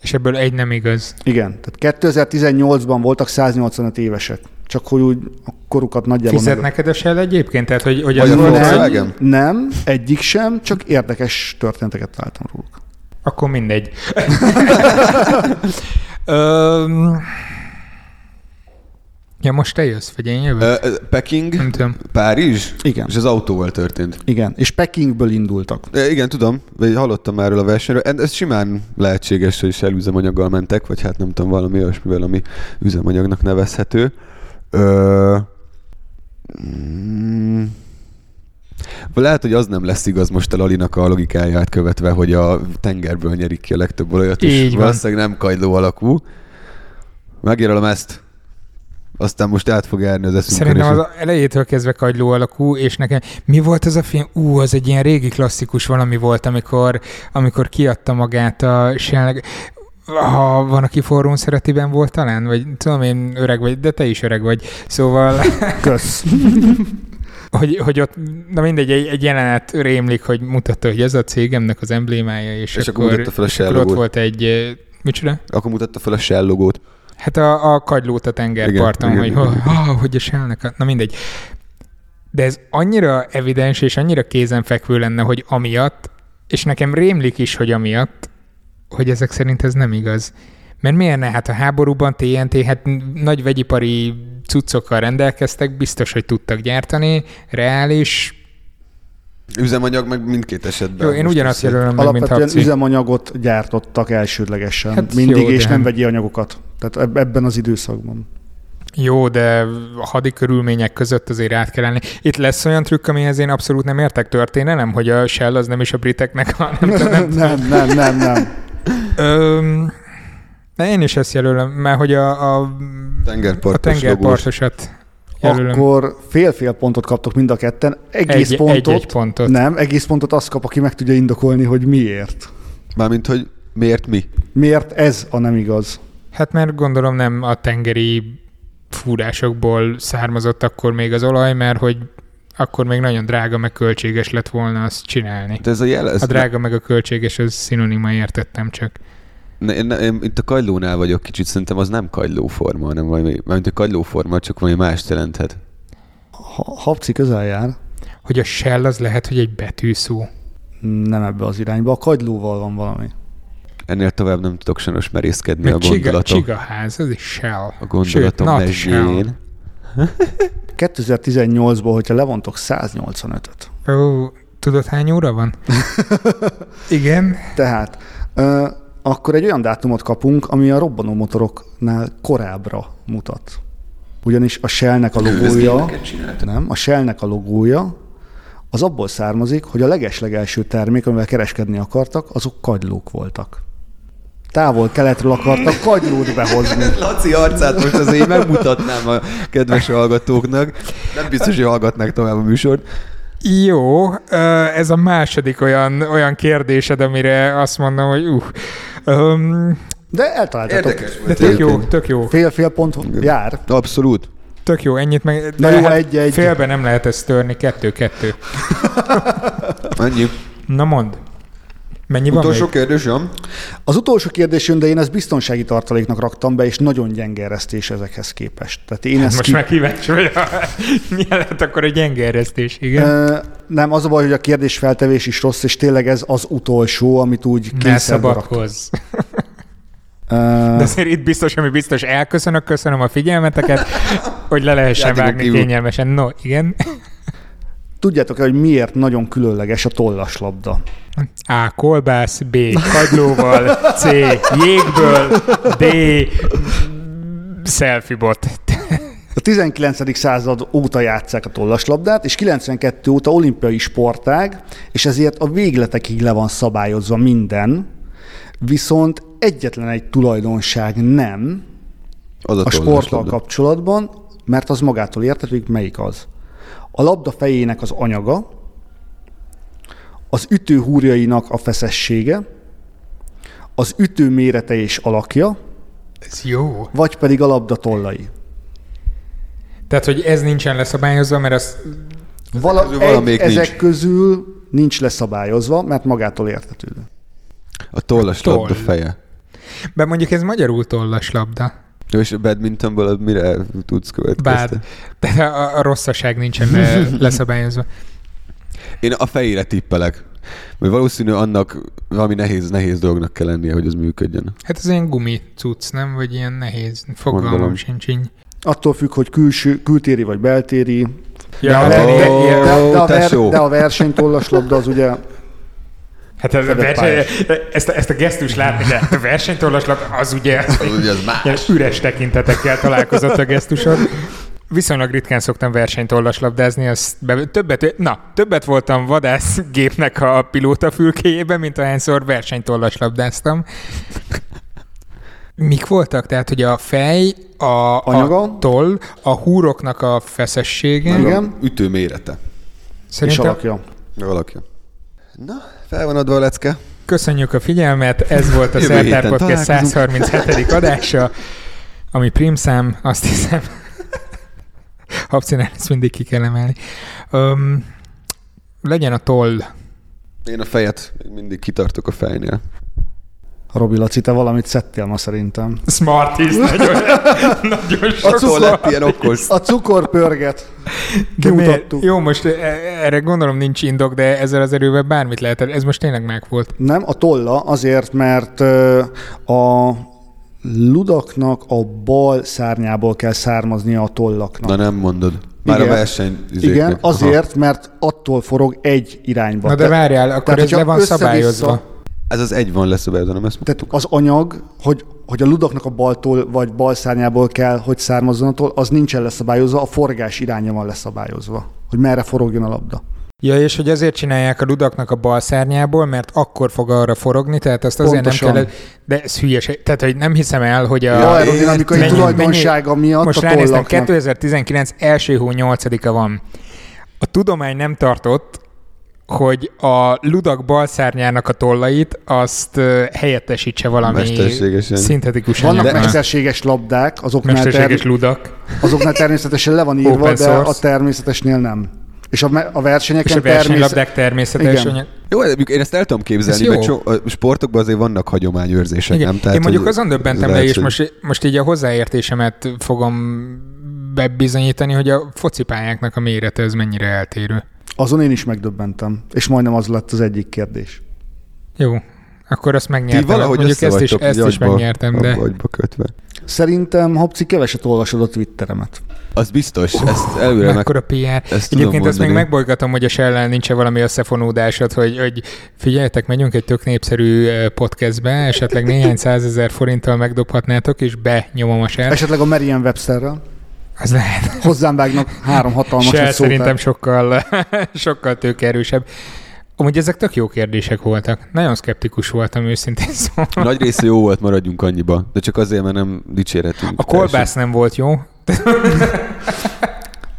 Speaker 1: És ebből egy nem igaz.
Speaker 3: Igen, tehát 2018-ban voltak 185 évesek. Csak hogy úgy a korukat nagyjából
Speaker 1: Fizet
Speaker 3: meg-
Speaker 1: neked a Shell egyébként? Tehát, hogy, hogy az
Speaker 2: Vagy a
Speaker 1: volt,
Speaker 2: Volkswagen?
Speaker 1: hogy
Speaker 2: Volkswagen?
Speaker 3: Nem, egyik sem, csak érdekes történeteket váltam róluk.
Speaker 1: akkor mindegy. Öm... Ja, most te jössz, vagy én jövök?
Speaker 2: Ö, ö, Peking,
Speaker 1: Nem tudom.
Speaker 2: Párizs,
Speaker 3: Igen.
Speaker 2: és az autóval történt.
Speaker 3: Igen, és Pekingből indultak.
Speaker 2: E, igen, tudom, vagy hallottam már erről a versenyről. En- Ez simán lehetséges, hogy is elüzemanyaggal mentek, vagy hát nem tudom, valami olyasmivel, ami üzemanyagnak nevezhető. Ö... mm, Lehet, hogy az nem lesz igaz most a Lalinak a logikáját követve, hogy a tengerből nyerik ki a legtöbb olajat, és
Speaker 1: Így van.
Speaker 2: valószínűleg nem kagyló alakú. Megjelölöm ezt. Aztán most át fog járni az eszünkön.
Speaker 1: Szerintem
Speaker 2: és-
Speaker 1: az elejétől kezdve kagyló alakú, és nekem mi volt az a film? Ú, az egy ilyen régi klasszikus valami volt, amikor, amikor kiadta magát a Shell. Ha van, aki forrón szeretiben volt talán, vagy tudom én öreg vagy, de te is öreg vagy. Szóval (laughs)
Speaker 3: Kösz.
Speaker 1: hogy, hogy ott, na mindegy, egy, egy jelenet rémlik, hogy mutatta, hogy ez a cégemnek az emblémája, és,
Speaker 2: És akkor
Speaker 1: akkor,
Speaker 2: mutatta fel a
Speaker 1: és akkor
Speaker 2: Shell
Speaker 1: ott
Speaker 2: logót.
Speaker 1: volt egy, eh, micsoda?
Speaker 2: Akkor mutatta fel a Shell logót.
Speaker 1: Hát a, a kagylót a tengerparton,
Speaker 2: Igen,
Speaker 1: hogy
Speaker 2: igen,
Speaker 1: ho,
Speaker 2: igen.
Speaker 1: ha, hogy a Shellnek, a- na mindegy. De ez annyira evidens és annyira kézenfekvő lenne, hogy amiatt, és nekem rémlik is, hogy amiatt, hogy ezek szerint ez nem igaz. Mert miért ne? Hát a háborúban TNT, hát n- nagy vegyipari cuccokkal rendelkeztek, biztos, hogy tudtak gyártani, reális,
Speaker 2: Üzemanyag meg mindkét esetben.
Speaker 1: Jó, én
Speaker 2: Most
Speaker 1: ugyanazt
Speaker 2: ezt-
Speaker 1: jelölöm meg, mint
Speaker 3: Alapvetően
Speaker 1: Habci.
Speaker 3: üzemanyagot gyártottak elsődlegesen
Speaker 1: Hát
Speaker 3: hát mindig,
Speaker 1: jó,
Speaker 3: jó, és
Speaker 1: de-
Speaker 3: nem vegyi anyagokat. Tehát eb- ebben az időszakban.
Speaker 1: Jó, de a hadi körülmények között azért át kell állni. Itt lesz olyan trükk, amihez én abszolút nem értek történelem, hogy a Shell az nem is a briteknek, (laughs) hanem
Speaker 3: Nem, (laughs) nem, nem, nem. nem.
Speaker 1: Öm, de én is ezt jelölöm, mert hogy a, a, a
Speaker 2: Tengerpartos logós.
Speaker 1: tengerpartosat jelölöm.
Speaker 3: Akkor fél-fél pontot kaptok mind a ketten. Egész
Speaker 1: egy,
Speaker 3: pontot.
Speaker 1: Egy-egy pontot.
Speaker 3: Nem, egész pontot azt kap, aki meg tudja indokolni, hogy miért.
Speaker 2: Mármint, hogy miért mi?
Speaker 3: Miért ez a nem igaz?
Speaker 1: Hát mert gondolom nem a tengeri fúrásokból származott akkor még az olaj, mert hogy akkor még nagyon drága, meg költséges lett volna azt csinálni.
Speaker 2: De Hát ez a jel, ez
Speaker 1: A drága meg a költséges, az szinonima értettem csak.
Speaker 2: Ne, én, én, itt a kagylónál vagyok kicsit, szerintem az nem kagylóforma, hanem valami, mármint a kagylóforma, csak valami más jelenthet.
Speaker 3: Ha, Habci közel jár.
Speaker 1: Hogy a shell az lehet, hogy egy betűszó.
Speaker 3: Nem ebbe az irányba. A kagylóval van valami.
Speaker 2: Ennél tovább nem tudok sajnos merészkedni
Speaker 1: Meg
Speaker 2: a
Speaker 1: csiga,
Speaker 2: gondolatom.
Speaker 1: csigaház, az is shell.
Speaker 2: A
Speaker 1: Sőt,
Speaker 2: gondolatom
Speaker 1: not shell.
Speaker 2: mezsén.
Speaker 3: 2018-ból, hogyha levontok 185-öt.
Speaker 1: Ó, tudod hány óra
Speaker 3: (laughs)
Speaker 1: van? Igen.
Speaker 3: Tehát ö, akkor egy olyan dátumot kapunk, ami a robbanó motoroknál korábbra mutat. Ugyanis a Shellnek a logója,
Speaker 2: ilyeneket csináltak.
Speaker 3: nem, a Shellnek a logója, az abból származik, hogy a legeslegelső termék, amivel kereskedni akartak, azok kagylók voltak. Távol keletről akartak kagylót behozni.
Speaker 2: Laci arcát most azért megmutatnám a kedves hallgatóknak. Nem biztos, hogy hallgatnák tovább a műsort.
Speaker 1: Jó, ö, ez a második olyan, olyan kérdésed, amire azt mondom, hogy uh, um,
Speaker 3: De eltaláltatok.
Speaker 2: Érdekes
Speaker 1: de
Speaker 2: volt.
Speaker 1: tök jó, tök jó,
Speaker 3: Fél-fél pont jár.
Speaker 2: Abszolút.
Speaker 1: tök jó, ennyit meg...
Speaker 3: Na
Speaker 1: de
Speaker 3: jó,
Speaker 1: hát
Speaker 3: egy-egy.
Speaker 1: Félbe nem lehet ezt törni, kettő-kettő.
Speaker 2: Annyi.
Speaker 1: Na mond, mennyi van
Speaker 2: Utolsó
Speaker 1: még?
Speaker 2: kérdés, Jan?
Speaker 3: Az utolsó kérdés jön, de én ezt biztonsági tartaléknak raktam be, és nagyon gyenge eresztés ezekhez képest. Tehát én ezt
Speaker 1: Hát Most
Speaker 3: ki...
Speaker 1: már kíváncsi vagyok, (laughs) mi lett akkor a gyenge eresztés, igen?
Speaker 3: Ö, nem, az a baj, hogy a kérdésfeltevés is rossz, és tényleg ez az utolsó, amit úgy
Speaker 1: Ne
Speaker 3: kényszerbe raktam.
Speaker 1: szabadkozz.
Speaker 3: Ö,
Speaker 1: De azért itt biztos, ami biztos, elköszönök, köszönöm a figyelmeteket, hogy le lehessen
Speaker 2: Játékon
Speaker 1: vágni
Speaker 2: kívül.
Speaker 1: kényelmesen. No, igen.
Speaker 3: Tudjátok-e, hogy miért nagyon különleges a tollaslabda?
Speaker 1: A. Kolbász, B. Kagylóval, C. Jégből, D. Selfiebot.
Speaker 3: A 19. század óta játszák a tollaslabdát, és 92 óta olimpiai sportág, és ezért a végletekig le van szabályozva minden, viszont egyetlen egy tulajdonság nem,
Speaker 2: Az a,
Speaker 3: a sporttal
Speaker 2: kap.
Speaker 3: kapcsolatban, mert az magától értetődik, melyik az. A labda fejének az anyaga, az ütő húrjainak a feszessége, az ütő mérete és alakja,
Speaker 1: Ez jó.
Speaker 3: vagy pedig a labda tollai.
Speaker 1: Tehát, hogy ez nincsen leszabályozva, mert az...
Speaker 3: Vala,
Speaker 2: közül
Speaker 3: egy,
Speaker 2: valamelyik nincs.
Speaker 3: ezek közül nincs leszabályozva, mert magától értetődő.
Speaker 2: A tollas
Speaker 1: Toll.
Speaker 2: labda feje.
Speaker 1: Be mondjuk ez magyarul tollas labda.
Speaker 2: Jó, és a badmintonból mire tudsz következni?
Speaker 1: Bád. Tehát a, a rosszaság nincsen le, leszabályozva.
Speaker 2: Én a fejére tippelek. Mert valószínű annak valami nehéz, nehéz dolognak kell lennie, hogy az működjön.
Speaker 1: Hát ez ilyen gumi cucc, nem? Vagy ilyen nehéz. Fogalmam
Speaker 2: Gondolom.
Speaker 1: sincs így.
Speaker 3: Attól függ, hogy külső, kültéri vagy beltéri.
Speaker 1: Ja,
Speaker 3: de, a
Speaker 1: hát,
Speaker 3: ver-
Speaker 1: de,
Speaker 2: Ó,
Speaker 1: ilyen-
Speaker 3: de, de, a
Speaker 2: tesó.
Speaker 3: ver- de a versenytollaslabda az ugye
Speaker 1: Hát ez a
Speaker 3: Fedett
Speaker 1: verseny, ezt, a- ezt a gesztus látni, de a versenytorlaslap az ugye
Speaker 2: Az ugye az más.
Speaker 1: ilyen üres tekintetekkel találkozott a gesztusod. Viszonylag ritkán szoktam versenytollaslabdázni, azt be, többet, na, többet voltam vadászgépnek a pilóta fülkéjében, mint ahányszor versenytollaslabdáztam. Mik voltak? Tehát, hogy a fej, a, a
Speaker 3: Anyaga?
Speaker 1: toll, a húroknak a feszessége.
Speaker 3: Igen.
Speaker 2: Ütő mérete.
Speaker 3: és
Speaker 1: Szerintem
Speaker 3: alakja.
Speaker 2: Valakja. Na, fel van adva a lecke.
Speaker 1: Köszönjük a figyelmet, ez volt a
Speaker 2: Jövő
Speaker 1: Szertár
Speaker 2: héten
Speaker 1: Podcast
Speaker 2: találkozunk.
Speaker 1: 137.
Speaker 2: (laughs)
Speaker 1: adása, ami primszám, azt hiszem. Habcinál ezt mindig ki kell emelni. Um, legyen a toll.
Speaker 2: Én a fejet még mindig kitartok a fejnél.
Speaker 3: Robi Laci, te valamit szedtél ma szerintem.
Speaker 1: (laughs) Smarties, nagyon, nagyon sok.
Speaker 2: Attól lett ilyen okos.
Speaker 3: A cukor pörget.
Speaker 1: De miért?
Speaker 3: Kimutattuk.
Speaker 1: Jó, most e- erre gondolom nincs indok, de ezzel az erővel bármit lehet. Ez most tényleg meg volt.
Speaker 3: Nem, a tolla azért, mert ö, a ludaknak a bal szárnyából kell származnia a tollaknak.
Speaker 2: Na nem mondod. Már
Speaker 3: Igen.
Speaker 2: a verseny izéknek.
Speaker 3: Igen,
Speaker 2: Aha.
Speaker 3: azért, mert attól forog egy irányba.
Speaker 1: Na de
Speaker 3: Te-
Speaker 1: várjál, akkor ez
Speaker 3: hogyha
Speaker 1: le van
Speaker 3: össze-vissza-
Speaker 1: szabályozva.
Speaker 2: Ez az egy van lesz a beadon, nem ezt
Speaker 3: Tehát
Speaker 2: mondtuk.
Speaker 3: az anyag, hogy, hogy a ludaknak a baltól vagy bal szárnyából kell, hogy származzon attól, az nincsen leszabályozva, a forgás iránya van leszabályozva, hogy merre forogjon a labda.
Speaker 1: Ja, és hogy azért csinálják a ludaknak a bal szárnyából, mert akkor fog arra forogni, tehát azt azért
Speaker 3: Pontosan.
Speaker 1: nem kell... De ez hülyeség. Tehát, hogy nem hiszem el, hogy a...
Speaker 3: Ja, a aerodinamikai
Speaker 1: Mennyi-
Speaker 3: tulajdonsága miatt
Speaker 1: Most
Speaker 3: a
Speaker 1: ránéztem,
Speaker 3: tollaknak.
Speaker 1: 2019 első hó 8-a van. A tudomány nem tartott, hogy a ludak bal szárnyának a tollait azt ö, helyettesítse valami
Speaker 2: Mesterségesen.
Speaker 1: szintetikus
Speaker 3: Vannak
Speaker 1: anyaggal.
Speaker 3: mesterséges labdák, azoknál,
Speaker 1: Mesterséges
Speaker 3: ter-
Speaker 1: ludak.
Speaker 3: azoknál természetesen le van írva,
Speaker 1: Open
Speaker 3: de
Speaker 1: source.
Speaker 3: a természetesnél nem. És a, me- a
Speaker 1: És
Speaker 3: versenyeken
Speaker 1: a
Speaker 3: természet...
Speaker 1: versenylabdák természetes
Speaker 3: Igen.
Speaker 1: anyag.
Speaker 2: Jó, de mondjuk én ezt el tudom képzelni,
Speaker 1: Ez jó.
Speaker 2: mert so, a sportokban azért vannak hagyományőrzések,
Speaker 1: Igen.
Speaker 2: nem? Tehát,
Speaker 1: Én mondjuk
Speaker 2: hogy
Speaker 1: azon döbbentem
Speaker 2: lehet,
Speaker 1: le, és
Speaker 2: hogy-
Speaker 1: most, most így a hozzáértésemet fogom bebizonyítani, hogy a focipályáknak a mérete ez mennyire eltérő.
Speaker 3: Azon én is megdöbbentem, és majdnem az lett az egyik kérdés.
Speaker 1: Jó, akkor azt
Speaker 2: Ti
Speaker 1: megnyertem.
Speaker 2: valahogy
Speaker 1: mondjuk ezt is, ezt is megnyertem, de
Speaker 2: Agyba kötve.
Speaker 3: Szerintem, Hopci, keveset olvasod a Twitteremet.
Speaker 2: Az biztos, ezt előre meg...
Speaker 1: Mekkora PR.
Speaker 2: Ezt tudom
Speaker 1: Egyébként ezt még
Speaker 2: mondani.
Speaker 1: megbolygatom, hogy a Sellel nincs valami összefonódásod, hogy, hogy figyeljetek, megyünk egy tök népszerű eh, podcastbe, esetleg néhány százezer forinttal megdobhatnátok, és benyomom a Shell.
Speaker 3: Esetleg a Merriam Websterrel.
Speaker 1: Az lehet.
Speaker 3: Hozzám vágnak három hatalmas
Speaker 1: Shell
Speaker 3: egy szótár.
Speaker 1: szerintem sokkal, (laughs) sokkal tőkerősebb. Amúgy ezek tök jó kérdések voltak. Nagyon szkeptikus voltam őszintén szóval.
Speaker 2: Nagy része jó volt, maradjunk annyiba. De csak azért, mert nem dicséretünk.
Speaker 1: A kolbász nem volt jó.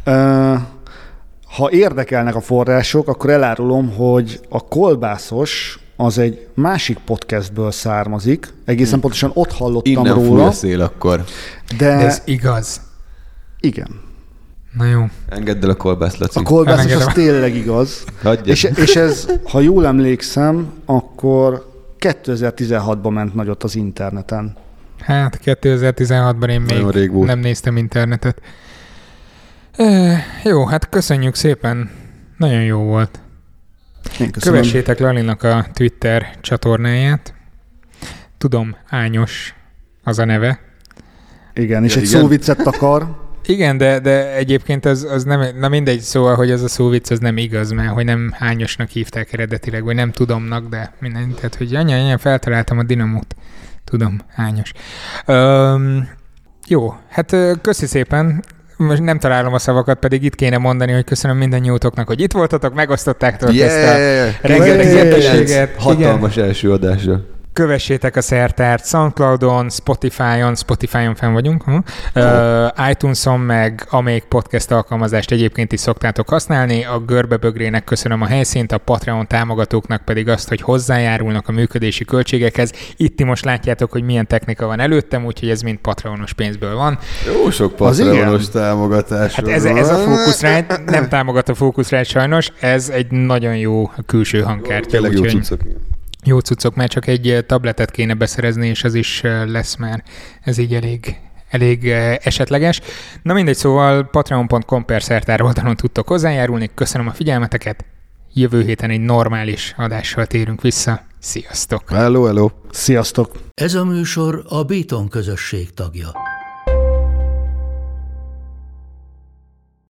Speaker 3: Ö, ha érdekelnek a források, akkor elárulom, hogy a kolbászos az egy másik podcastből származik.
Speaker 1: Hm.
Speaker 3: Egészen pontosan ott hallottam
Speaker 2: Innen fúj
Speaker 3: róla,
Speaker 2: a szél akkor.
Speaker 3: de,
Speaker 2: E-
Speaker 1: De ez igaz.
Speaker 3: igen.
Speaker 1: Na jó.
Speaker 2: Engedd el a kolbászt, Laci.
Speaker 3: A kolbászos
Speaker 1: Elengedem.
Speaker 3: az tényleg igaz.
Speaker 2: Hagyjad.
Speaker 3: És, és ez, ha jól emlékszem, akkor 2016-ban ment nagyot az interneten.
Speaker 1: Hát 2016-ban én még
Speaker 2: Nagyon rég volt.
Speaker 1: nem néztem internetet. E, jó, hát köszönjük szépen. Nagyon jó volt.
Speaker 3: Én köszönöm.
Speaker 1: Kövessétek Lalinak a Twitter csatornáját. Tudom, Ányos az a neve.
Speaker 3: Igen, és
Speaker 2: Ja,
Speaker 3: egy
Speaker 2: igen.
Speaker 3: szóviccet akar.
Speaker 1: Igen, de, de egyébként az, az nem, na mindegy, szóval, hogy az a szóvic az nem igaz, mert hogy nem hányosnak hívták eredetileg, vagy nem tudomnak, de minden, tehát hogy anya, anya, feltaláltam a dinamót. Tudom, hányos. Öm, jó, hát ö, köszi szépen. Most nem találom a szavakat, pedig itt kéne mondani, hogy köszönöm minden jótoknak, hogy itt voltatok, megosztották tőlük ezt a
Speaker 2: Yeah!
Speaker 1: rengeteg
Speaker 3: Hey!
Speaker 1: érdekességet. Igen.
Speaker 2: Hatalmas első adásra.
Speaker 1: Kövessétek a szertárt Soundcloudon, Spotify-on, Spotify-on fenn vagyunk, hm? uh, iTunes-on, meg amelyik podcast alkalmazást egyébként is szoktátok használni. A Görbebögrének köszönöm a helyszínt, a Patreon támogatóknak pedig azt, hogy hozzájárulnak a működési költségekhez. Itt ti most látjátok, hogy milyen technika van előttem, úgyhogy ez mind Patreonos pénzből van.
Speaker 2: Jó sok
Speaker 3: Az igen.
Speaker 2: patreonos támogatás.
Speaker 1: Hát ez, ez a Focusrite, nem támogat a Focusrite sajnos, ez egy nagyon jó külső hangkártya.
Speaker 2: Tényleg jó
Speaker 1: úgyhogy-
Speaker 2: cuccok. igen.
Speaker 1: jó cuccok, már csak egy eh, tabletet kéne beszerezni, és az is eh, lesz már. Ez így elég elég eh, esetleges. Na mindegy, szóval patreon.com per szertár oldalon tudtok hozzájárulni. Köszönöm a figyelmeteket. Jövő héten egy normális adással térünk vissza. Sziasztok!
Speaker 2: Hello, hello.
Speaker 3: Sziasztok!
Speaker 4: Ez a műsor a Béton közösség tagja.